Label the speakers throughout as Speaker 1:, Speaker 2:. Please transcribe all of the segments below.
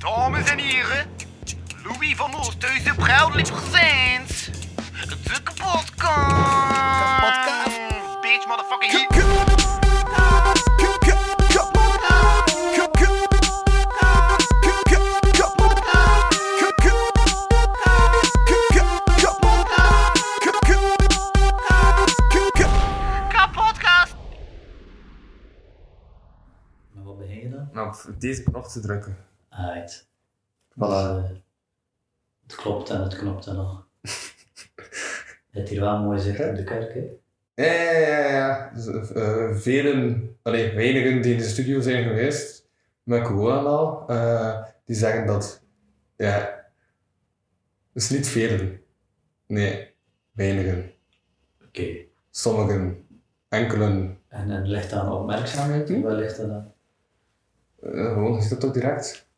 Speaker 1: Dames en heren, Louis van Oosthuizen, proudly presents de kapotkast.
Speaker 2: Kapotkast.
Speaker 1: Bitch, motherfucking
Speaker 2: K-
Speaker 1: hit.
Speaker 2: k- k- k- kapotkast. K- k- k- k- kapotkast. K- k- k- k- kapotkast. K- k- k- k-
Speaker 1: Kapotkast.
Speaker 3: Maar wat begin je dan?
Speaker 4: Nou, op deze knop te drukken.
Speaker 3: Right.
Speaker 4: Voilà.
Speaker 3: Dus, eh, het klopt en het knopt en al. Het hier wel mooi zicht op de kerk, hè?
Speaker 4: Ja, ja, ja, ja. Dus, eh, eh, velen, allee, weinigen die in de studio zijn geweest, met corona en al, eh, die zeggen dat, ja, dus niet velen. Nee, weinigen.
Speaker 3: Oké.
Speaker 4: Sommigen. Enkelen.
Speaker 3: En, en ligt dat aan opmerkzaamheid?
Speaker 4: Hm?
Speaker 3: Waar ligt dat aan?
Speaker 4: Eh, gewoon, is dat toch direct?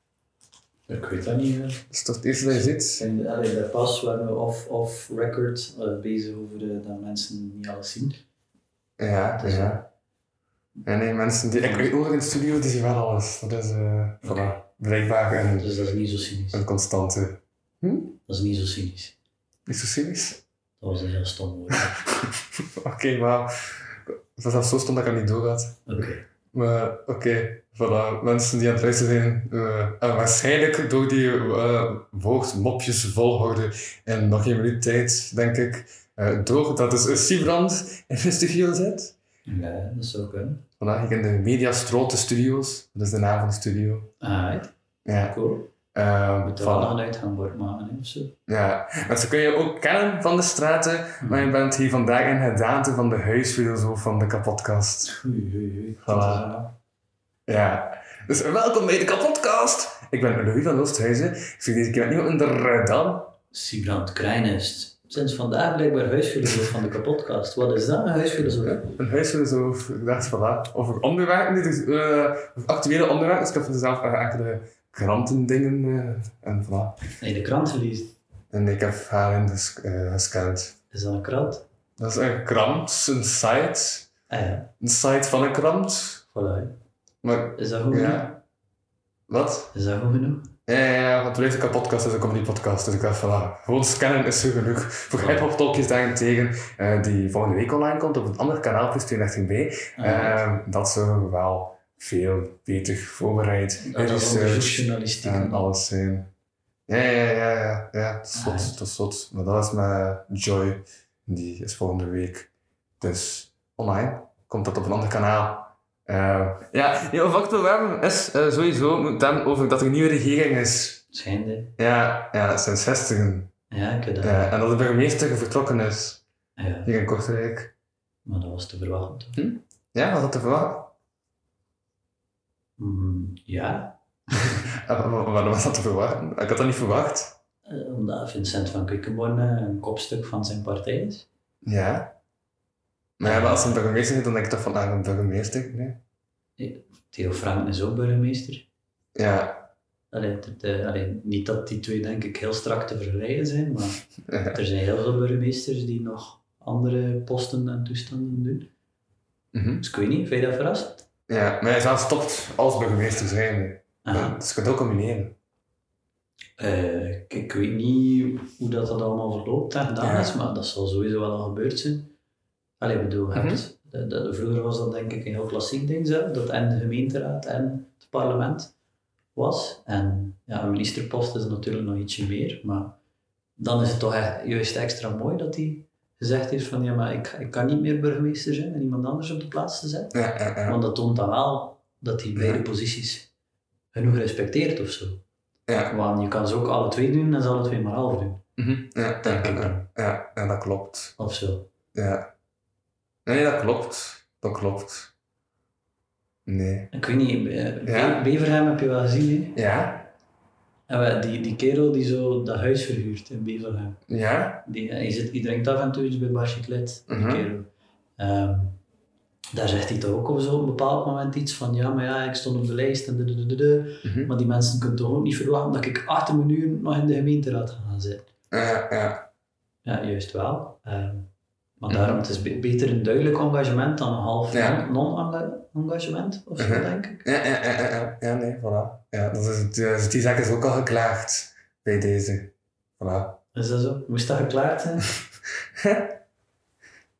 Speaker 3: Ik weet dat niet. Hè.
Speaker 4: Dat is toch het eerste dat je ziet?
Speaker 3: In de, allee, bij pas waren we off, off record eh, bezig over de, dat mensen niet alles zien.
Speaker 4: Ja, ja. En nee, mensen die... Ik weet ook in de studio, die zien wel alles. Dat is, eh voilà.
Speaker 3: Oké.
Speaker 4: Blijkbaar een,
Speaker 3: Dus dat is niet zo cynisch.
Speaker 4: een constante.
Speaker 3: Dat is niet zo cynisch.
Speaker 4: Is zo cynisch?
Speaker 3: Dat was een heel stom woord.
Speaker 4: Oké, maar dat was zo stom dat ik er niet door had.
Speaker 3: Oké.
Speaker 4: Maar oké, voilà. Mensen die aan het luisteren zijn, eh, en waarschijnlijk door die eh woordmopjes volhouden in nog geen minuut tijd, denk ik, eh door dat dus een Sibrand in de studio zit.
Speaker 3: Ja, eh, dat zou kunnen.
Speaker 4: Vandaag ik in de Media Strote Studios, dat is de naam van de studio.
Speaker 3: Alright,
Speaker 4: Ja,
Speaker 3: Ah, cool.
Speaker 4: eh,
Speaker 3: Moet er wel nog
Speaker 4: voilà.
Speaker 3: een uitgangbord maken hè, of zo.
Speaker 4: ja. Mensen kun je ook kennen van de straten, maar je bent hier vandaag in gedaante van de huisfilosoof van de kapotkast.
Speaker 3: Oei, oei, oei.
Speaker 4: Voilà. Ja. Dus welkom bij de kapotkast. Ik ben Louis van Oosthuizen. Ik zit deze keer met niemand eh, in de Redam.
Speaker 3: Sibrand Kreinest. Sinds vandaag blijkbaar huisfilosoof van de kapotkast. Wat is dat, een huisfilosoof?
Speaker 4: Een huisfilosoof. Ik dacht, voilà. Over onderwerpen, die dus, eh, over actuele onderwerpen. Dus ik heb zelf enkele krantendingen. eh, en voilà.
Speaker 3: Nee, de krant gelezen.
Speaker 4: En ik heb haar in ges- eh, gescand.
Speaker 3: Is dat een krant?
Speaker 4: Dat is een krant, een site.
Speaker 3: Ah ja,
Speaker 4: Een site van een krant.
Speaker 3: voilà.
Speaker 4: Maar,
Speaker 3: Is dat goed genoeg?
Speaker 4: ja. Wat?
Speaker 3: Is dat goed genoeg?
Speaker 4: Ja, ja, ja, want deze kapotkast is een comedy-podcast, dus ik dacht, voilà, gewoon scannen is zo genoeg. Voor hip-hop talkjes daarentegen, eh die volgende week online komt op een ander kanaal, plus 32B,
Speaker 3: Ah,
Speaker 4: eh, dat zou wel veel beter voorbereid,
Speaker 3: dat is eh,
Speaker 4: research
Speaker 3: journalistiek.
Speaker 4: en alles zijn. Ja, ja, ja, ja, ja, dat is
Speaker 3: Ah,
Speaker 4: zot, dat is zot. Maar dat is met Joy, die is volgende week dus online. Komt dat op een ander kanaal. Eh, ja, ja, wat we hebben is eh, sowieso, moet dan over dat er een nieuwe regering is.
Speaker 3: Schijnde.
Speaker 4: Ja, ja sinds vestigen.
Speaker 3: Ja, ik heb dat. Ja.
Speaker 4: Ja, Eh, en dat de burgemeester vertrokken is hier in Kortrijk.
Speaker 3: maar dat was te verwachten. toch?
Speaker 4: Ja, was dat te verwachten?
Speaker 3: Mm, ja,
Speaker 4: Eh, wa- Waarom was dat te verwachten? Ik had dat niet verwacht.
Speaker 3: Eh, omdat Vincent van Keukenborn eh, een kopstuk van zijn partij is.
Speaker 4: Ja. Maar ja, maar als een burgemeester is, dan denk ik toch van, ah, een burgemeester. Nee?
Speaker 3: Theo Franken is ook burgemeester.
Speaker 4: Ja.
Speaker 3: Allee, het- eh, allee, niet dat die twee denk ik heel strak te vergelijken zijn, maar...
Speaker 4: Ja.
Speaker 3: Er zijn heel veel burgemeesters die nog andere posten en toestanden doen.
Speaker 4: Mhm.
Speaker 3: Dus ik weet niet, vind je dat verrast?
Speaker 4: ja, maar hij is wel gestopt als burgemeester zijn.
Speaker 3: Aha.
Speaker 4: Dus je kunt het ook combineren.
Speaker 3: Eh, ik, ik weet niet hoe dat, dat allemaal verloopt en gedaan
Speaker 4: Ja.
Speaker 3: is, maar dat zal sowieso wel al gebeurd zijn. Allee, ik bedoel,
Speaker 4: Mhm.
Speaker 3: je hebt, dat- dat- vroeger was dat denk ik een heel klassiek ding zelf, dat en de gemeenteraad en het parlement was. En ja, een ministerpost is natuurlijk nog ietsje meer, maar dan is het toch echt, juist extra mooi dat hij gezegd heeft van ja, maar ik, ik kan niet meer burgemeester zijn en iemand anders op de plaats te zetten.
Speaker 4: Ja, ja, ja.
Speaker 3: Want dat toont dan wel dat die beide posities genoeg respecteert of zo.
Speaker 4: Ja.
Speaker 3: Want je kan ze ook alle twee doen en ze alle twee maar half doen.
Speaker 4: Mhm. Ja, ja,
Speaker 3: Denk ik
Speaker 4: ja, ja, ja, dat klopt.
Speaker 3: Of zo.
Speaker 4: Ja. Nee, dat klopt. Dat klopt. Nee.
Speaker 3: Ik weet niet, eh,
Speaker 4: Ja.
Speaker 3: Be- Beverheim heb je wel gezien. Hè?
Speaker 4: Ja?
Speaker 3: En we- die, die kerel die zo dat huis verhuurt in Beverheim.
Speaker 4: Ja?
Speaker 3: Die, eh, hij, zit, die drinkt af en toe iets bij Basje Klet, die
Speaker 4: Mhm.
Speaker 3: kerel. Ehm, daar zegt hij toch ook op zo'n bepaald moment iets van ja, maar ja, ik stond op de lijst en dududududu.
Speaker 4: Mhm.
Speaker 3: Maar die mensen kunnen toch ook niet verwachten dat ik achter mijn uur nog in de gemeenteraad ga gaan zitten.
Speaker 4: Ja, ja.
Speaker 3: Ja, juist wel. Ehm, Maar daarom het is be- beter een duidelijk engagement dan een half
Speaker 4: Mhm. Ja.
Speaker 3: non- non-engagement of zo,
Speaker 4: Mhm.
Speaker 3: denk ik.
Speaker 4: Ja, ja, ja, ja, ja, ja, nee, voilà. Ja, dat is, het, eh, die zaak is ook al geklaagd bij deze. Voilà.
Speaker 3: Is dat zo? Moest dat geklaard zijn?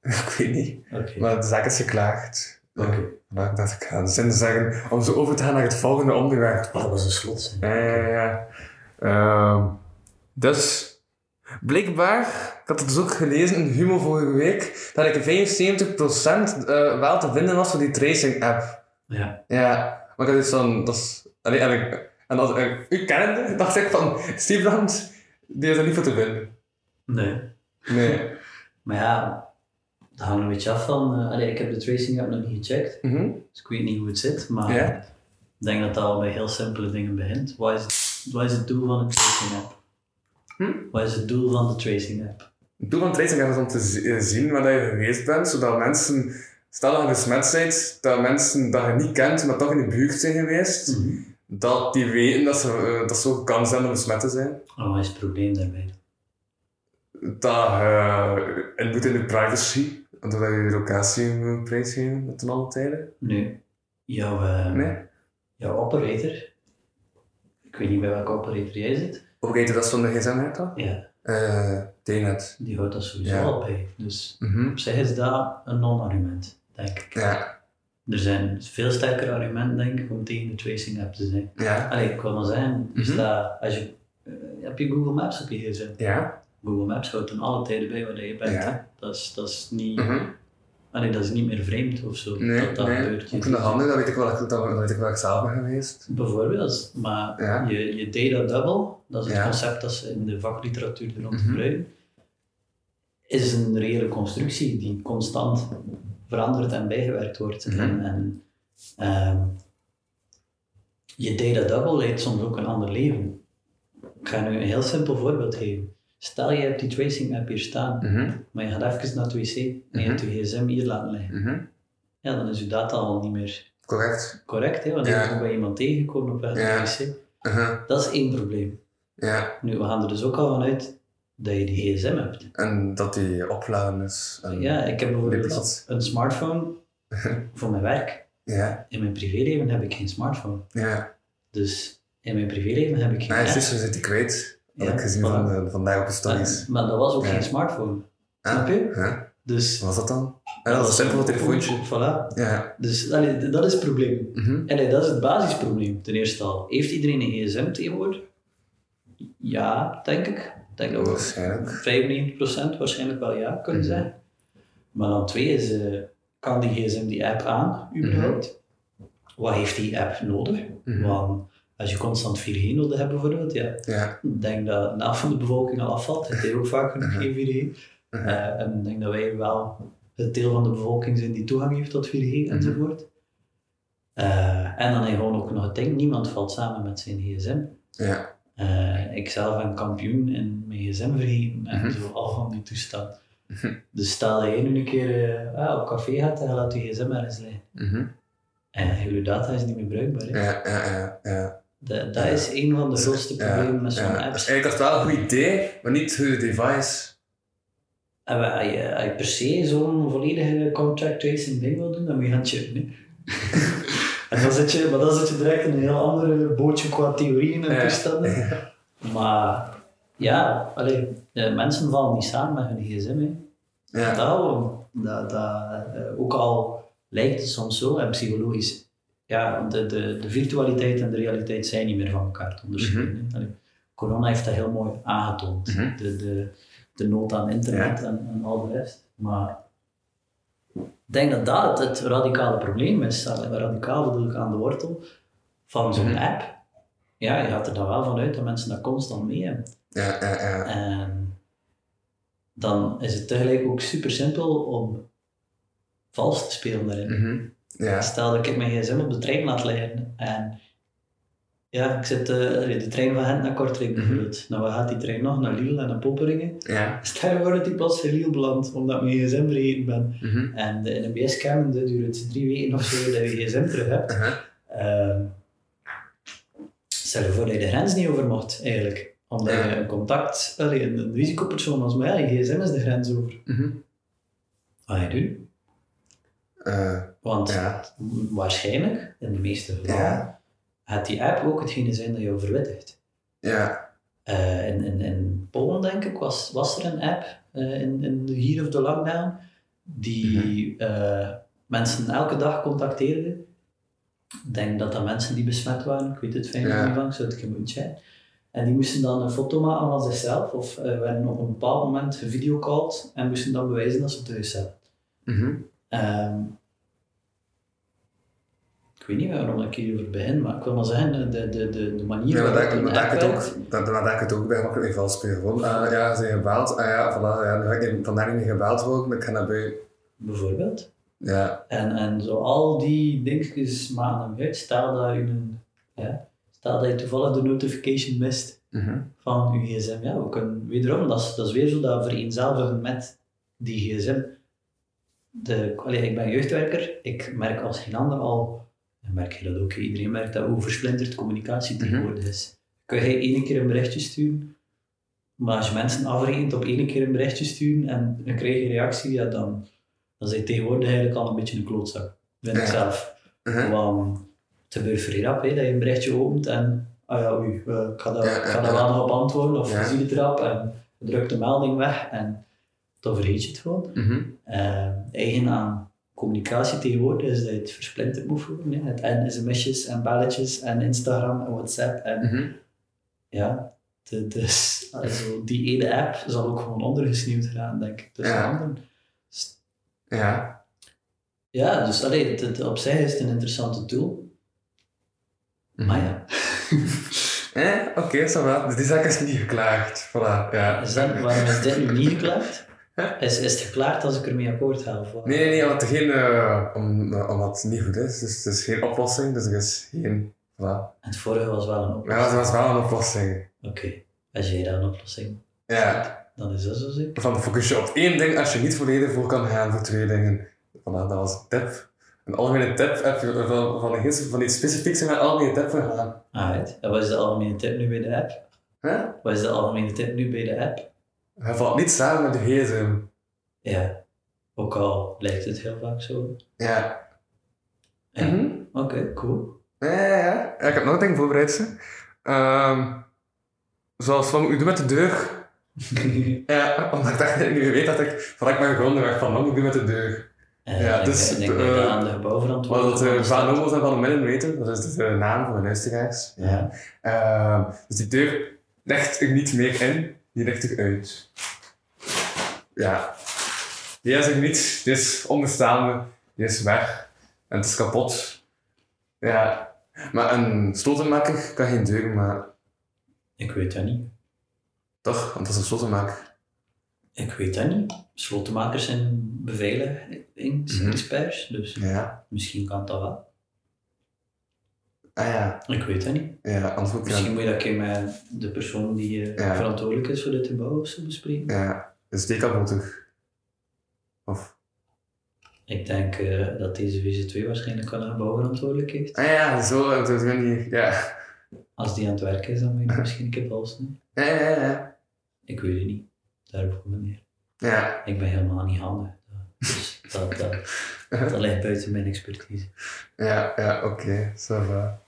Speaker 4: ik weet niet.
Speaker 3: Oké.
Speaker 4: Maar de zaak is geklaagd.
Speaker 3: Oké.
Speaker 4: Maar ik dacht, ik ga een zin zeggen om zo over te gaan naar het volgende onderwerp.
Speaker 3: Ah, dat was een slot. zijn.
Speaker 4: Ja, ja, ja. Eh, Ehm, dus, blijkbaar, ik had het dus ook gelezen in Humo vorige week, dat ik 75% eh, wel te vinden was voor die tracing-app.
Speaker 3: Ja.
Speaker 4: Ja, maar dat is dan, dat is, allee, en, ik, en als ik u kende, dacht ik van, Steve Brandt, die is er niet voor te vinden.
Speaker 3: Nee.
Speaker 4: Nee.
Speaker 3: Maar ja, dat hangt een beetje af van. eh, allee, ik heb de tracing app nog niet gecheckt,
Speaker 4: Mhm.
Speaker 3: dus ik weet niet hoe het zit. Maar
Speaker 4: Ja.
Speaker 3: ik denk dat dat al bij heel simpele dingen begint. Wat is het, wat is het doel van de tracing app?
Speaker 4: Hm?
Speaker 3: Wat is het doel van de tracing app?
Speaker 4: Het doel van tracing is om te z- eh, zien waar dat je geweest bent, zodat mensen, stel dat je besmet bent, dat mensen dat je niet kent, maar toch in de buurt zijn geweest,
Speaker 3: Mhm.
Speaker 4: dat die weten dat ze, eh, dat ze ook kans hebben om besmet te zijn.
Speaker 3: En wat is het probleem daarbij?
Speaker 4: Dat je in moet in de privacy, doordat je je locatie moet prijsgeven ten alle tijden.
Speaker 3: Nu, jouw, eh,
Speaker 4: Nee?
Speaker 3: jouw operator, ik weet niet bij welke operator jij zit,
Speaker 4: Of weet je dat van de gsm hebt dan?
Speaker 3: ja,
Speaker 4: Eh, TNet.
Speaker 3: die houdt dat sowieso
Speaker 4: Ja.
Speaker 3: al bij. Dus
Speaker 4: Mhm.
Speaker 3: op zich is dat een non-argument, denk ik.
Speaker 4: Ja,
Speaker 3: Er zijn veel sterkere argumenten, denk ik, om tegen de tracing app te zijn.
Speaker 4: ja,
Speaker 3: Allee, ik wil maar zeggen, is
Speaker 4: Mhm.
Speaker 3: dat, als je, eh, heb je Google Maps op je gsm?
Speaker 4: ja.
Speaker 3: Google Maps houdt in alle tijden bij waar je bent.
Speaker 4: Ja.
Speaker 3: hè. Dat, is, dat, is niet,
Speaker 4: Mhm.
Speaker 3: allee, dat is niet meer vreemd of zo.
Speaker 4: Nee,
Speaker 3: dat dat
Speaker 4: nee.
Speaker 3: gebeurt. Je
Speaker 4: Ook in de
Speaker 3: doet-
Speaker 4: handen, dat weet ik wel, dat, dat weet ik wel ik zelf ben geweest.
Speaker 3: Bijvoorbeeld, maar
Speaker 4: Ja.
Speaker 3: je, je data double, dat is het
Speaker 4: Ja.
Speaker 3: concept dat ze in de vakliteratuur erom
Speaker 4: Mhm.
Speaker 3: gebruiken, is een reële constructie die constant veranderd en bijgewerkt wordt.
Speaker 4: Mhm.
Speaker 3: En, en, ehm, je data double leidt soms ook een ander leven. Ik ga nu een heel simpel voorbeeld geven. Stel je hebt die tracing app hier staan,
Speaker 4: Mhm.
Speaker 3: maar je gaat even naar het wc en je hebt je gsm hier laten liggen.
Speaker 4: Mhm.
Speaker 3: Ja, dan is je data al niet meer
Speaker 4: Correct.
Speaker 3: correct, hè, want
Speaker 4: Ja.
Speaker 3: je bent bij iemand tegengekomen op weg naar het wc.
Speaker 4: Mhm.
Speaker 3: Dat is één probleem.
Speaker 4: Ja.
Speaker 3: Nu, we gaan er dus ook al vanuit dat je die gsm hebt.
Speaker 4: En dat die opladen is. En,
Speaker 3: Ja, ik heb bijvoorbeeld
Speaker 4: dit is-
Speaker 3: een smartphone voor mijn werk.
Speaker 4: Ja,
Speaker 3: In mijn privéleven heb ik geen smartphone.
Speaker 4: ja.
Speaker 3: Dus in mijn privéleven heb ik geen
Speaker 4: Mijn
Speaker 3: app.
Speaker 4: zuster zit die kwijt. Ah, Dat
Speaker 3: Ja,
Speaker 4: heb ik gezien
Speaker 3: voilà.
Speaker 4: van, de, vandaag op de
Speaker 3: maar,
Speaker 4: stories.
Speaker 3: maar dat was ook
Speaker 4: Ja.
Speaker 3: geen smartphone.
Speaker 4: Ja.
Speaker 3: Snap je?
Speaker 4: Ja.
Speaker 3: Dus...
Speaker 4: Wat was dat dan? Ja, dat was een simpel telefoontje.
Speaker 3: Voilà.
Speaker 4: Ja.
Speaker 3: Dus allee, d- dat is het probleem.
Speaker 4: Mhm.
Speaker 3: En dat is het basisprobleem, ten eerste al. Heeft iedereen een gsm tegenwoordig? Ja, denk ik. Ik Denk dat we
Speaker 4: Waarschijnlijk.
Speaker 3: 95% waarschijnlijk wel ja kunnen
Speaker 4: Mhm.
Speaker 3: zijn. Maar dan twee is, eh, kan die gsm die app aan, überhaupt? Wat heeft die app nodig?
Speaker 4: Mhm.
Speaker 3: Want als je constant 4G nodig hebt bijvoorbeeld, ja,
Speaker 4: Ja.
Speaker 3: ik denk dat een helft van de bevolking al afvalt. Het heeft ook vaak genoeg
Speaker 4: Mhm.
Speaker 3: geen 4G.
Speaker 4: Mhm.
Speaker 3: Eh, en ik denk dat wij wel het deel van de bevolking zijn die toegang heeft tot 4G
Speaker 4: Mhm.
Speaker 3: enzovoort. Eh, en dan heb je gewoon ook nog het ding, niemand valt samen met zijn gsm.
Speaker 4: Ja.
Speaker 3: Eh, ik zelf ben kampioen en mijn gsm vergeten en
Speaker 4: Mhm.
Speaker 3: zo al van die toestand.
Speaker 4: Mhm.
Speaker 3: Dus stel dat je nu een keer eh, ah, op café gaat en je laat je gsm ergens liggen.
Speaker 4: Mhm.
Speaker 3: En je data is niet meer bruikbaar. hè.
Speaker 4: Ja, ja, ja, ja.
Speaker 3: Dat, dat is een van de grootste
Speaker 4: Ja,
Speaker 3: problemen met zo'n
Speaker 4: ja. Dus
Speaker 3: apps.
Speaker 4: eigenlijk was het wel een goed idee, maar niet hoe de device.
Speaker 3: En we- als je, als je per se zo'n volledige contract tracing ding wil doen, dan moet je gaan chippen. hè. en dan zit je, maar dan zit je direct in een heel ander bootje qua theorieën en
Speaker 4: Ja.
Speaker 3: toestanden. Maar ja, allee, de mensen vallen niet samen met hun gsm. Hè.
Speaker 4: Ja.
Speaker 3: Daarom, dat, dat, eh, ook al lijkt het soms zo, en psychologisch, ja, de, de, de virtualiteit en de realiteit zijn niet meer van elkaar te onderscheiden. hè. Allee, corona heeft dat heel mooi aangetoond,
Speaker 4: Mhm.
Speaker 3: de, de, de nood aan internet en, en al de rest. Maar ik denk dat dat het, het radicale probleem is. Allee, bij Radicaal bedoel ik aan de wortel van zo'n
Speaker 4: Mhm.
Speaker 3: app. Ja, je gaat er dan wel van uit dat mensen dat constant mee hebben.
Speaker 4: Ja, ja, ja.
Speaker 3: En Ehm, dan is het tegelijk ook super simpel om vals te spelen daarin.
Speaker 4: Mhm. Ja.
Speaker 3: Stel dat ik mijn gsm op de trein laat liggen en ja, ik zit eh, de trein van Gent naar Kortrijk bijvoorbeeld. Nou, waar gaat die trein nog? Naar Lille en naar Popperingen.
Speaker 4: Ja.
Speaker 3: Stel je voor dat die plots in Lille belandt omdat ik mijn gsm vergeten ben.
Speaker 4: Mhm.
Speaker 3: En de NMBS-cam duurt het drie weken of zo dat je gsm terug hebt.
Speaker 4: Uh-huh.
Speaker 3: Ehm, stel je voor dat je de grens niet over mocht, eigenlijk. Omdat
Speaker 4: Ja.
Speaker 3: je een contact, allee, een, een risicopersoon was, maar ja, je gsm is de grens over.
Speaker 4: Mhm.
Speaker 3: Wat ga je doen?
Speaker 4: Eh,
Speaker 3: Want
Speaker 4: ja.
Speaker 3: m- waarschijnlijk, in de meeste gevallen,
Speaker 4: Ja.
Speaker 3: gaat die app ook hetgene zijn dat jou verwittigt.
Speaker 4: Ja.
Speaker 3: Eh, in, in, in Polen, denk ik, was, was er een app eh, in, in de heat of the lockdown die
Speaker 4: Mhm.
Speaker 3: eh, mensen elke dag contacteerde. Ik denk dat dat mensen die besmet waren, ik weet het fijn
Speaker 4: Ja.
Speaker 3: niet van, ik zou het geen moeite zijn. En die moesten dan een foto maken van zichzelf of eh, werden op een bepaald moment gevideocalled en moesten dan bewijzen dat ze thuis zaten.
Speaker 4: Mhm.
Speaker 3: Ehm, ik weet niet waarom ik hierover begin, maar ik wil maar zeggen, de, de, de, de manier
Speaker 4: Ja, maar
Speaker 3: waarop
Speaker 4: daar,
Speaker 3: een
Speaker 4: maar daar
Speaker 3: app
Speaker 4: kan het
Speaker 3: werkt-
Speaker 4: ook, daar, maar daar kan het ook bij makkelijk vals spelen. Van, ah, ja, ze zijn gebaald. Ah ja, voilà, ja, nu ga ik niet- vandaag niet meer gebaald worden, maar ik ga naar buiten.
Speaker 3: bijvoorbeeld.
Speaker 4: Ja,
Speaker 3: En, en zo al die dingetjes maken hem uit. Stel dat, je een, ja, stel dat je toevallig de notification mist
Speaker 4: Mhm.
Speaker 3: van je gsm. Ja, we kunnen wederom, dat is, dat is weer zo dat vereenzelvigen met die gsm. De, allee, ik ben jeugdwerker, ik merk als geen ander al, en merk je dat ook, iedereen merkt dat hoe versplinterd communicatie
Speaker 4: Mhm.
Speaker 3: tegenwoordig is. Kun je één keer een berichtje sturen, maar als je mensen afrekent op één keer een berichtje sturen en dan krijg je een reactie, ja, dan, dan zijn tegenwoordig eigenlijk al een beetje een klootzak, vind ik
Speaker 4: Ja.
Speaker 3: zelf.
Speaker 4: Mhm.
Speaker 3: Want het gebeurt vrij rap, hè, dat je een berichtje opent en ah ja, oei, eh, ik ga daar,
Speaker 4: Ja,
Speaker 3: ik ga
Speaker 4: ja,
Speaker 3: daar
Speaker 4: ja.
Speaker 3: wel nog op antwoorden of
Speaker 4: Ja.
Speaker 3: je ziet het rap en je drukt de melding weg en dan vergeet je het gewoon.
Speaker 4: Mhm.
Speaker 3: Eh, eigen aan communicatie tegenwoordig is dat je het versplinterd moet voeren. hè. Het en sms'jes en belletjes en Instagram en WhatsApp en
Speaker 4: Mhm.
Speaker 3: ja. de- dus also, die ene app zal ook gewoon ondergesneeuwd gaan, denk ik, tussen
Speaker 4: Ja.
Speaker 3: handen.
Speaker 4: Ja.
Speaker 3: Ja, dus allee, het, het- op zich is het een interessante tool, maar Ah, ja.
Speaker 4: Eh, oké, ça va. Dus die zaak is niet geklaagd. Voilà, ja.
Speaker 3: Is dat, waarom is dit nu niet geklaard? Is, is het geklaard als ik ermee akkoord ga? Of wat?
Speaker 4: Nee, nee, nee, want geen, eh, om, eh, omdat het niet goed is. Dus het is geen oplossing, dus er is geen... Voilà.
Speaker 3: Het vorige was wel een
Speaker 4: Maar ja,
Speaker 3: oplossing.
Speaker 4: het was wel een oplossing.
Speaker 3: Oké, als jij daar een oplossing
Speaker 4: Ja.
Speaker 3: dan is dat zo zeker.
Speaker 4: Van focus je op één ding als je niet volledig voor kan gaan voor twee dingen. Voilà, dat was een tip. Een algemene tip heb je van, van, van, iets- van iets specifieks naar een algemene tip gegaan.
Speaker 3: Alright. En wat is de algemene tip nu bij de app?
Speaker 4: Hè?
Speaker 3: Wat is de algemene tip nu bij de app?
Speaker 4: Hij valt niet samen met de gsm.
Speaker 3: Ja, ook al lijkt het heel vaak zo.
Speaker 4: Ja.
Speaker 3: Ja.
Speaker 4: Mhm.
Speaker 3: Oké, cool.
Speaker 4: Ja, ja, ja. Ja, Ik heb nog een ding voorbereid. ze. Ehm, zoals van u doet met de deur. Ja, omdat ik dacht, ik weet dat ik, van ik mijn grond weg van wat moet ik doen met de deur.
Speaker 3: En
Speaker 4: Ja,
Speaker 3: ik-
Speaker 4: dus,
Speaker 3: en ik denk
Speaker 4: eh,
Speaker 3: dat aan de
Speaker 4: Wat
Speaker 3: gebouwverantwoordelijke
Speaker 4: dat eh,
Speaker 3: van de
Speaker 4: Van
Speaker 3: stad-
Speaker 4: Nommels en Van de Midden weten, dat is dus de naam van de luisteraars.
Speaker 3: Ja.
Speaker 4: Ehm, dus die deur legt er niet meer in, die legt eruit. Ja. Die is er niet, die is onbestaande, die is weg en het is kapot. Ja. Maar een slotenmaker kan geen deur maken,
Speaker 3: Ik weet dat niet.
Speaker 4: toch? Want dat is een slotenmaker.
Speaker 3: Ik weet dat niet. Slotenmakers zijn beveiligingsexperts, dus
Speaker 4: Ja.
Speaker 3: misschien kan dat wel.
Speaker 4: Ah ja.
Speaker 3: Ik weet dat niet.
Speaker 4: Ja, anders moet ik
Speaker 3: Misschien moet je dat een keer met de persoon die eh,
Speaker 4: Ja.
Speaker 3: verantwoordelijk is voor dit gebouw of zo bespreken.
Speaker 4: Ja, is die kapot terug? Of?
Speaker 3: Ik denk eh, dat deze VZ2 waarschijnlijk wel een gebouwverantwoordelijk heeft.
Speaker 4: Ah ja, zo, dat is niet. Ja.
Speaker 3: Als die aan het werk is, dan moet je dat misschien een keer polsen.
Speaker 4: Ja, ja, ja.
Speaker 3: Ik weet het niet. Daarop kom ik neer.
Speaker 4: Ja.
Speaker 3: Ik ben helemaal niet handig. Dus dat, dat, dat ligt buiten mijn expertise.
Speaker 4: Ja, ja, oké. ça va.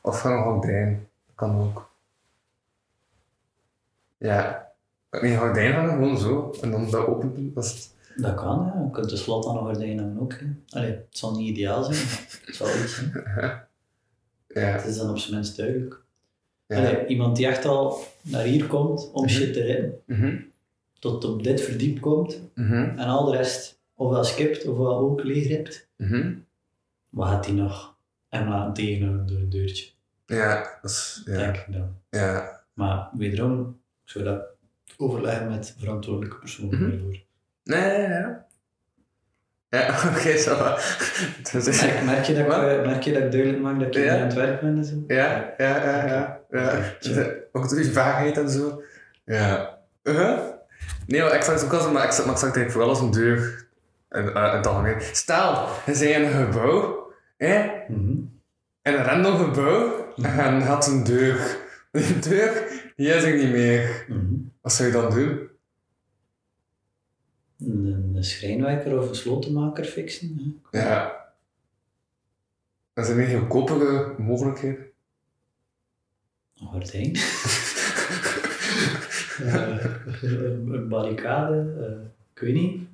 Speaker 4: Of van een gordijn. Dat kan ook. Ja. Een gordijn hangen, gewoon zo. En dan dat openen. Dat is
Speaker 3: Dat kan, ja. Je kunt de slot aan een gordijn hangen ook. Hè. Allee, het zal niet ideaal zijn, maar het zal iets zijn.
Speaker 4: Ja.
Speaker 3: Het is dan op zijn minst duidelijk.
Speaker 4: Ja.
Speaker 3: Allee, iemand die echt al naar hier komt om
Speaker 4: Mhm.
Speaker 3: shit te redden,
Speaker 4: Mhm.
Speaker 3: tot op dit verdiep komt,
Speaker 4: Mhm.
Speaker 3: En al de rest, ofwel skipt, ofwel ook leeg hebt.
Speaker 4: Mhm.
Speaker 3: Wat gaat die nog? En laten tegenhouden door een deurtje,
Speaker 4: Ja, dat is. Ja.
Speaker 3: denk ik dan.
Speaker 4: Ja.
Speaker 3: Maar wederom, ik zou dat overleggen met verantwoordelijke personen
Speaker 4: Mhm.
Speaker 3: hiervoor.
Speaker 4: Nee, ja, ja. Ja, oké, ça va. Dat is-
Speaker 3: Merk, merk je dat ik,
Speaker 4: Wat?
Speaker 3: eh, merk je dat ik duidelijk maak dat ik
Speaker 4: Ja.
Speaker 3: hier aan het werk ben en zo?
Speaker 4: Ja, ja, ja, ja. ja.
Speaker 3: Oké,
Speaker 4: De- Ook door die vaagheid en zo. Ja. Uh-huh. Nee, maar ik zag het ook als een, maar ik zag, maar ik zag het eigenlijk vooral als een deur. En, eh, in het algemeen. Stel, je zei in een gebouw, hè? In
Speaker 3: Mhm.
Speaker 4: een random gebouw, en je had een deur. Die deur, die is er niet meer.
Speaker 3: Mhm.
Speaker 4: Wat zou je dan doen?
Speaker 3: Een, een schrijnwerker of een slotenmaker fixen. hè.
Speaker 4: Ja. Dat zijn weer goedkopere mogelijkheden.
Speaker 3: Een gordijn. Eh, een een barricade, eh ik weet niet.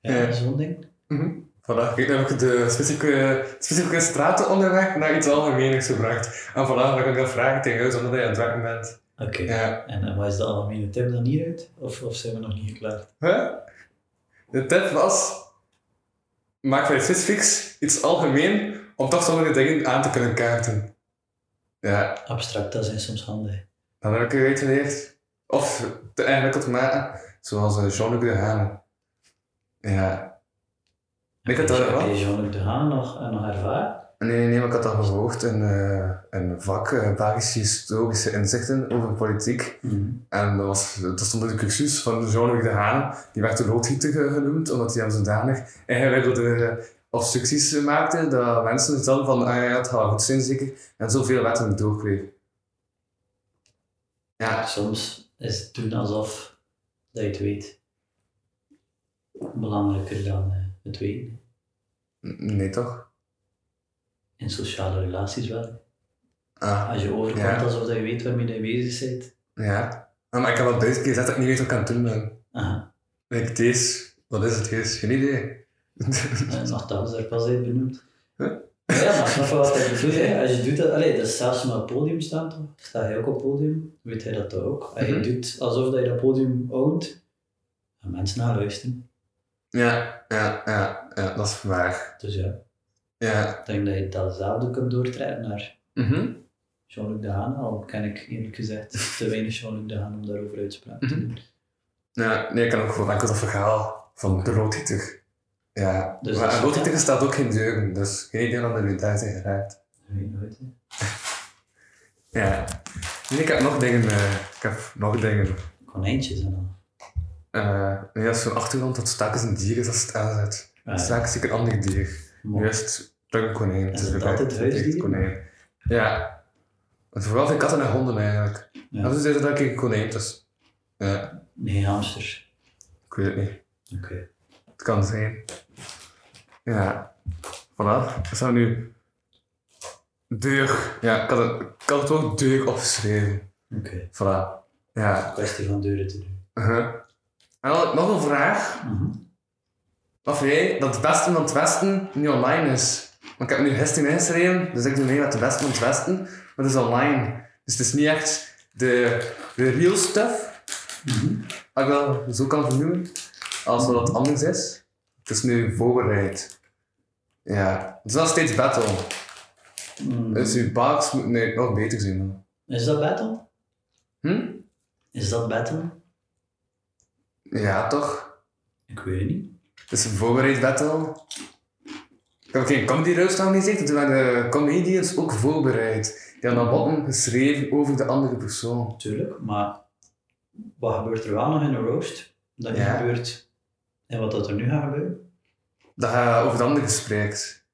Speaker 3: Ja,
Speaker 4: Ja.
Speaker 3: zo'n ding.
Speaker 4: Mhm. Vandaag heb ik namelijk de specifieke, specifieke stratenonderweg naar iets algemeners gebracht. En vandaag ga ik dat vragen tegen jou, omdat je aan het werken bent.
Speaker 3: Oké.
Speaker 4: Ja.
Speaker 3: En, en wat is de algemene tip dan hieruit? Of, of zijn we nog niet klaar?
Speaker 4: Huh? De tip was, maak van iets specifieks iets algemeen, om toch sommige dingen aan te kunnen kaarten. Ja,
Speaker 3: Abstract, dat zijn soms handig.
Speaker 4: dan heb ik er iets geleerd. Of te ingewikkeld maken, zoals eh, Jean-Luc de Hane. Ja. Ik had dat
Speaker 3: Heb je-
Speaker 4: wel.
Speaker 3: Heb je Jean-Luc de Haan nog, eh, nog ervaren?
Speaker 4: Nee, nee, nee, maar ik had al gevolgd in eh, een vak, eh, Belgische historische inzichten over politiek. En dat, was, dat stond in de cursus van Jean-Luc de Haan. Die werd de loodgieter eh, genoemd, omdat hij hem zodanig ingewikkelde obstructies eh, maakte, dat mensen zelf van, ah ja, het gaat goed zijn zeker, en zoveel wetten doorkreeg. Ja,
Speaker 3: Soms is het doen alsof dat je het weet belangrijker dan eh, het weten.
Speaker 4: n- nee toch?
Speaker 3: In sociale relaties wel.
Speaker 4: Ah,
Speaker 3: Als je overkomt
Speaker 4: Ja.
Speaker 3: alsof dat je weet waarmee je bezig bent.
Speaker 4: ja. Ah, maar ik heb al duizend keer gezegd dat ik niet weet wat ik aan het doen ben.
Speaker 3: Aha.
Speaker 4: Like, deze, wat is het deze? Geen idee.
Speaker 3: Eh, Nogthans, daar pas uit benoemd.
Speaker 4: Huh?
Speaker 3: Ja, maar snap je wat dat je doet? Hè? Als je doet dat, allee, dat is zelfs met het podium staan toch? Sta jij ook op het podium? Weet hij dat toch ook? Als
Speaker 4: Mhm.
Speaker 3: je doet alsof dat je dat podium oont, gaan mensen naar luisteren.
Speaker 4: Ja, ja, ja, ja, dat is waar.
Speaker 3: Dus ja,
Speaker 4: Ja.
Speaker 3: ik denk dat je datzelfde kunt doortrekken naar
Speaker 4: Mhm.
Speaker 3: Jean-Luc de Haan, al ken ik eerlijk gezegd te weinig Jean-Luc de Haan om daarover uitspraak te
Speaker 4: Mhm.
Speaker 3: doen.
Speaker 4: Ja, nee, ik kan ook gewoon enkel dat verhaal van de roodgieter. Ja,
Speaker 3: Dus
Speaker 4: maar
Speaker 3: dat
Speaker 4: aan
Speaker 3: is-
Speaker 4: roodgieter staat ook geen deuren, dus geen idee of dat u daar zijn geraakt.
Speaker 3: Dat weet je nooit. hè.
Speaker 4: Ja. Nee, ik heb nog dingen. eh, ik heb nog dingen.
Speaker 3: Konijntjes en al.
Speaker 4: Eh nee, dat is zo'n achtergrond dat stakens een dier is als het aanzet.
Speaker 3: Ah, Ja,
Speaker 4: Staak is zeker een ander dier.
Speaker 3: Ah, mooi.
Speaker 4: Juist, terug een konijn. Het
Speaker 3: Is
Speaker 4: is
Speaker 3: het
Speaker 4: bepaald,
Speaker 3: altijd
Speaker 4: het is echt
Speaker 3: huisdieren?
Speaker 4: konijn. Ja. Want vooral vind ik katten en honden eigenlijk.
Speaker 3: Ja.
Speaker 4: Af en toe zitten dat ik een konijn tussen. Ja,
Speaker 3: Nee, hamsters.
Speaker 4: ik weet het niet.
Speaker 3: Oké.
Speaker 4: Het kan zijn. Ja. Voilà. Wat zou nu? Deur. Ja, ik had het, ik had het woord deur opgeschreven.
Speaker 3: Oké.
Speaker 4: Voilà. Ja.
Speaker 3: Kwestie van deuren te doen.
Speaker 4: Uh-huh. En dan had ik nog een vraag.
Speaker 3: Mhm.
Speaker 4: Of jij dat het beste van het Westen nu online is. Want ik heb nu gisteren ingeschreven, dus ik doe mee met het beste van het Westen. Maar het is online. Dus het is niet echt de, de real stuff. Als ik dat zo kan vernoemen. Als dat wat anders is. Het is nu voorbereid. Ja. Het is nog steeds battle.
Speaker 3: Mm.
Speaker 4: Dus uw bugs moeten nee, nog beter zijn dan.
Speaker 3: Is dat battle?
Speaker 4: Hm?
Speaker 3: Is dat battle?
Speaker 4: Ja, toch?
Speaker 3: Ik weet het niet.
Speaker 4: Het is een Dus voorbereid battle. Ik heb ook geen comedy roast georganiseerd. Toen waren de comedians ook voorbereid. Die hadden botten geschreven over de andere persoon.
Speaker 3: Tuurlijk, maar wat gebeurt er wel nog in een roast? Dat niet
Speaker 4: Ja.
Speaker 3: gebeurt. En wat dat er nu gaat gebeuren?
Speaker 4: Dat je over de andere spreekt.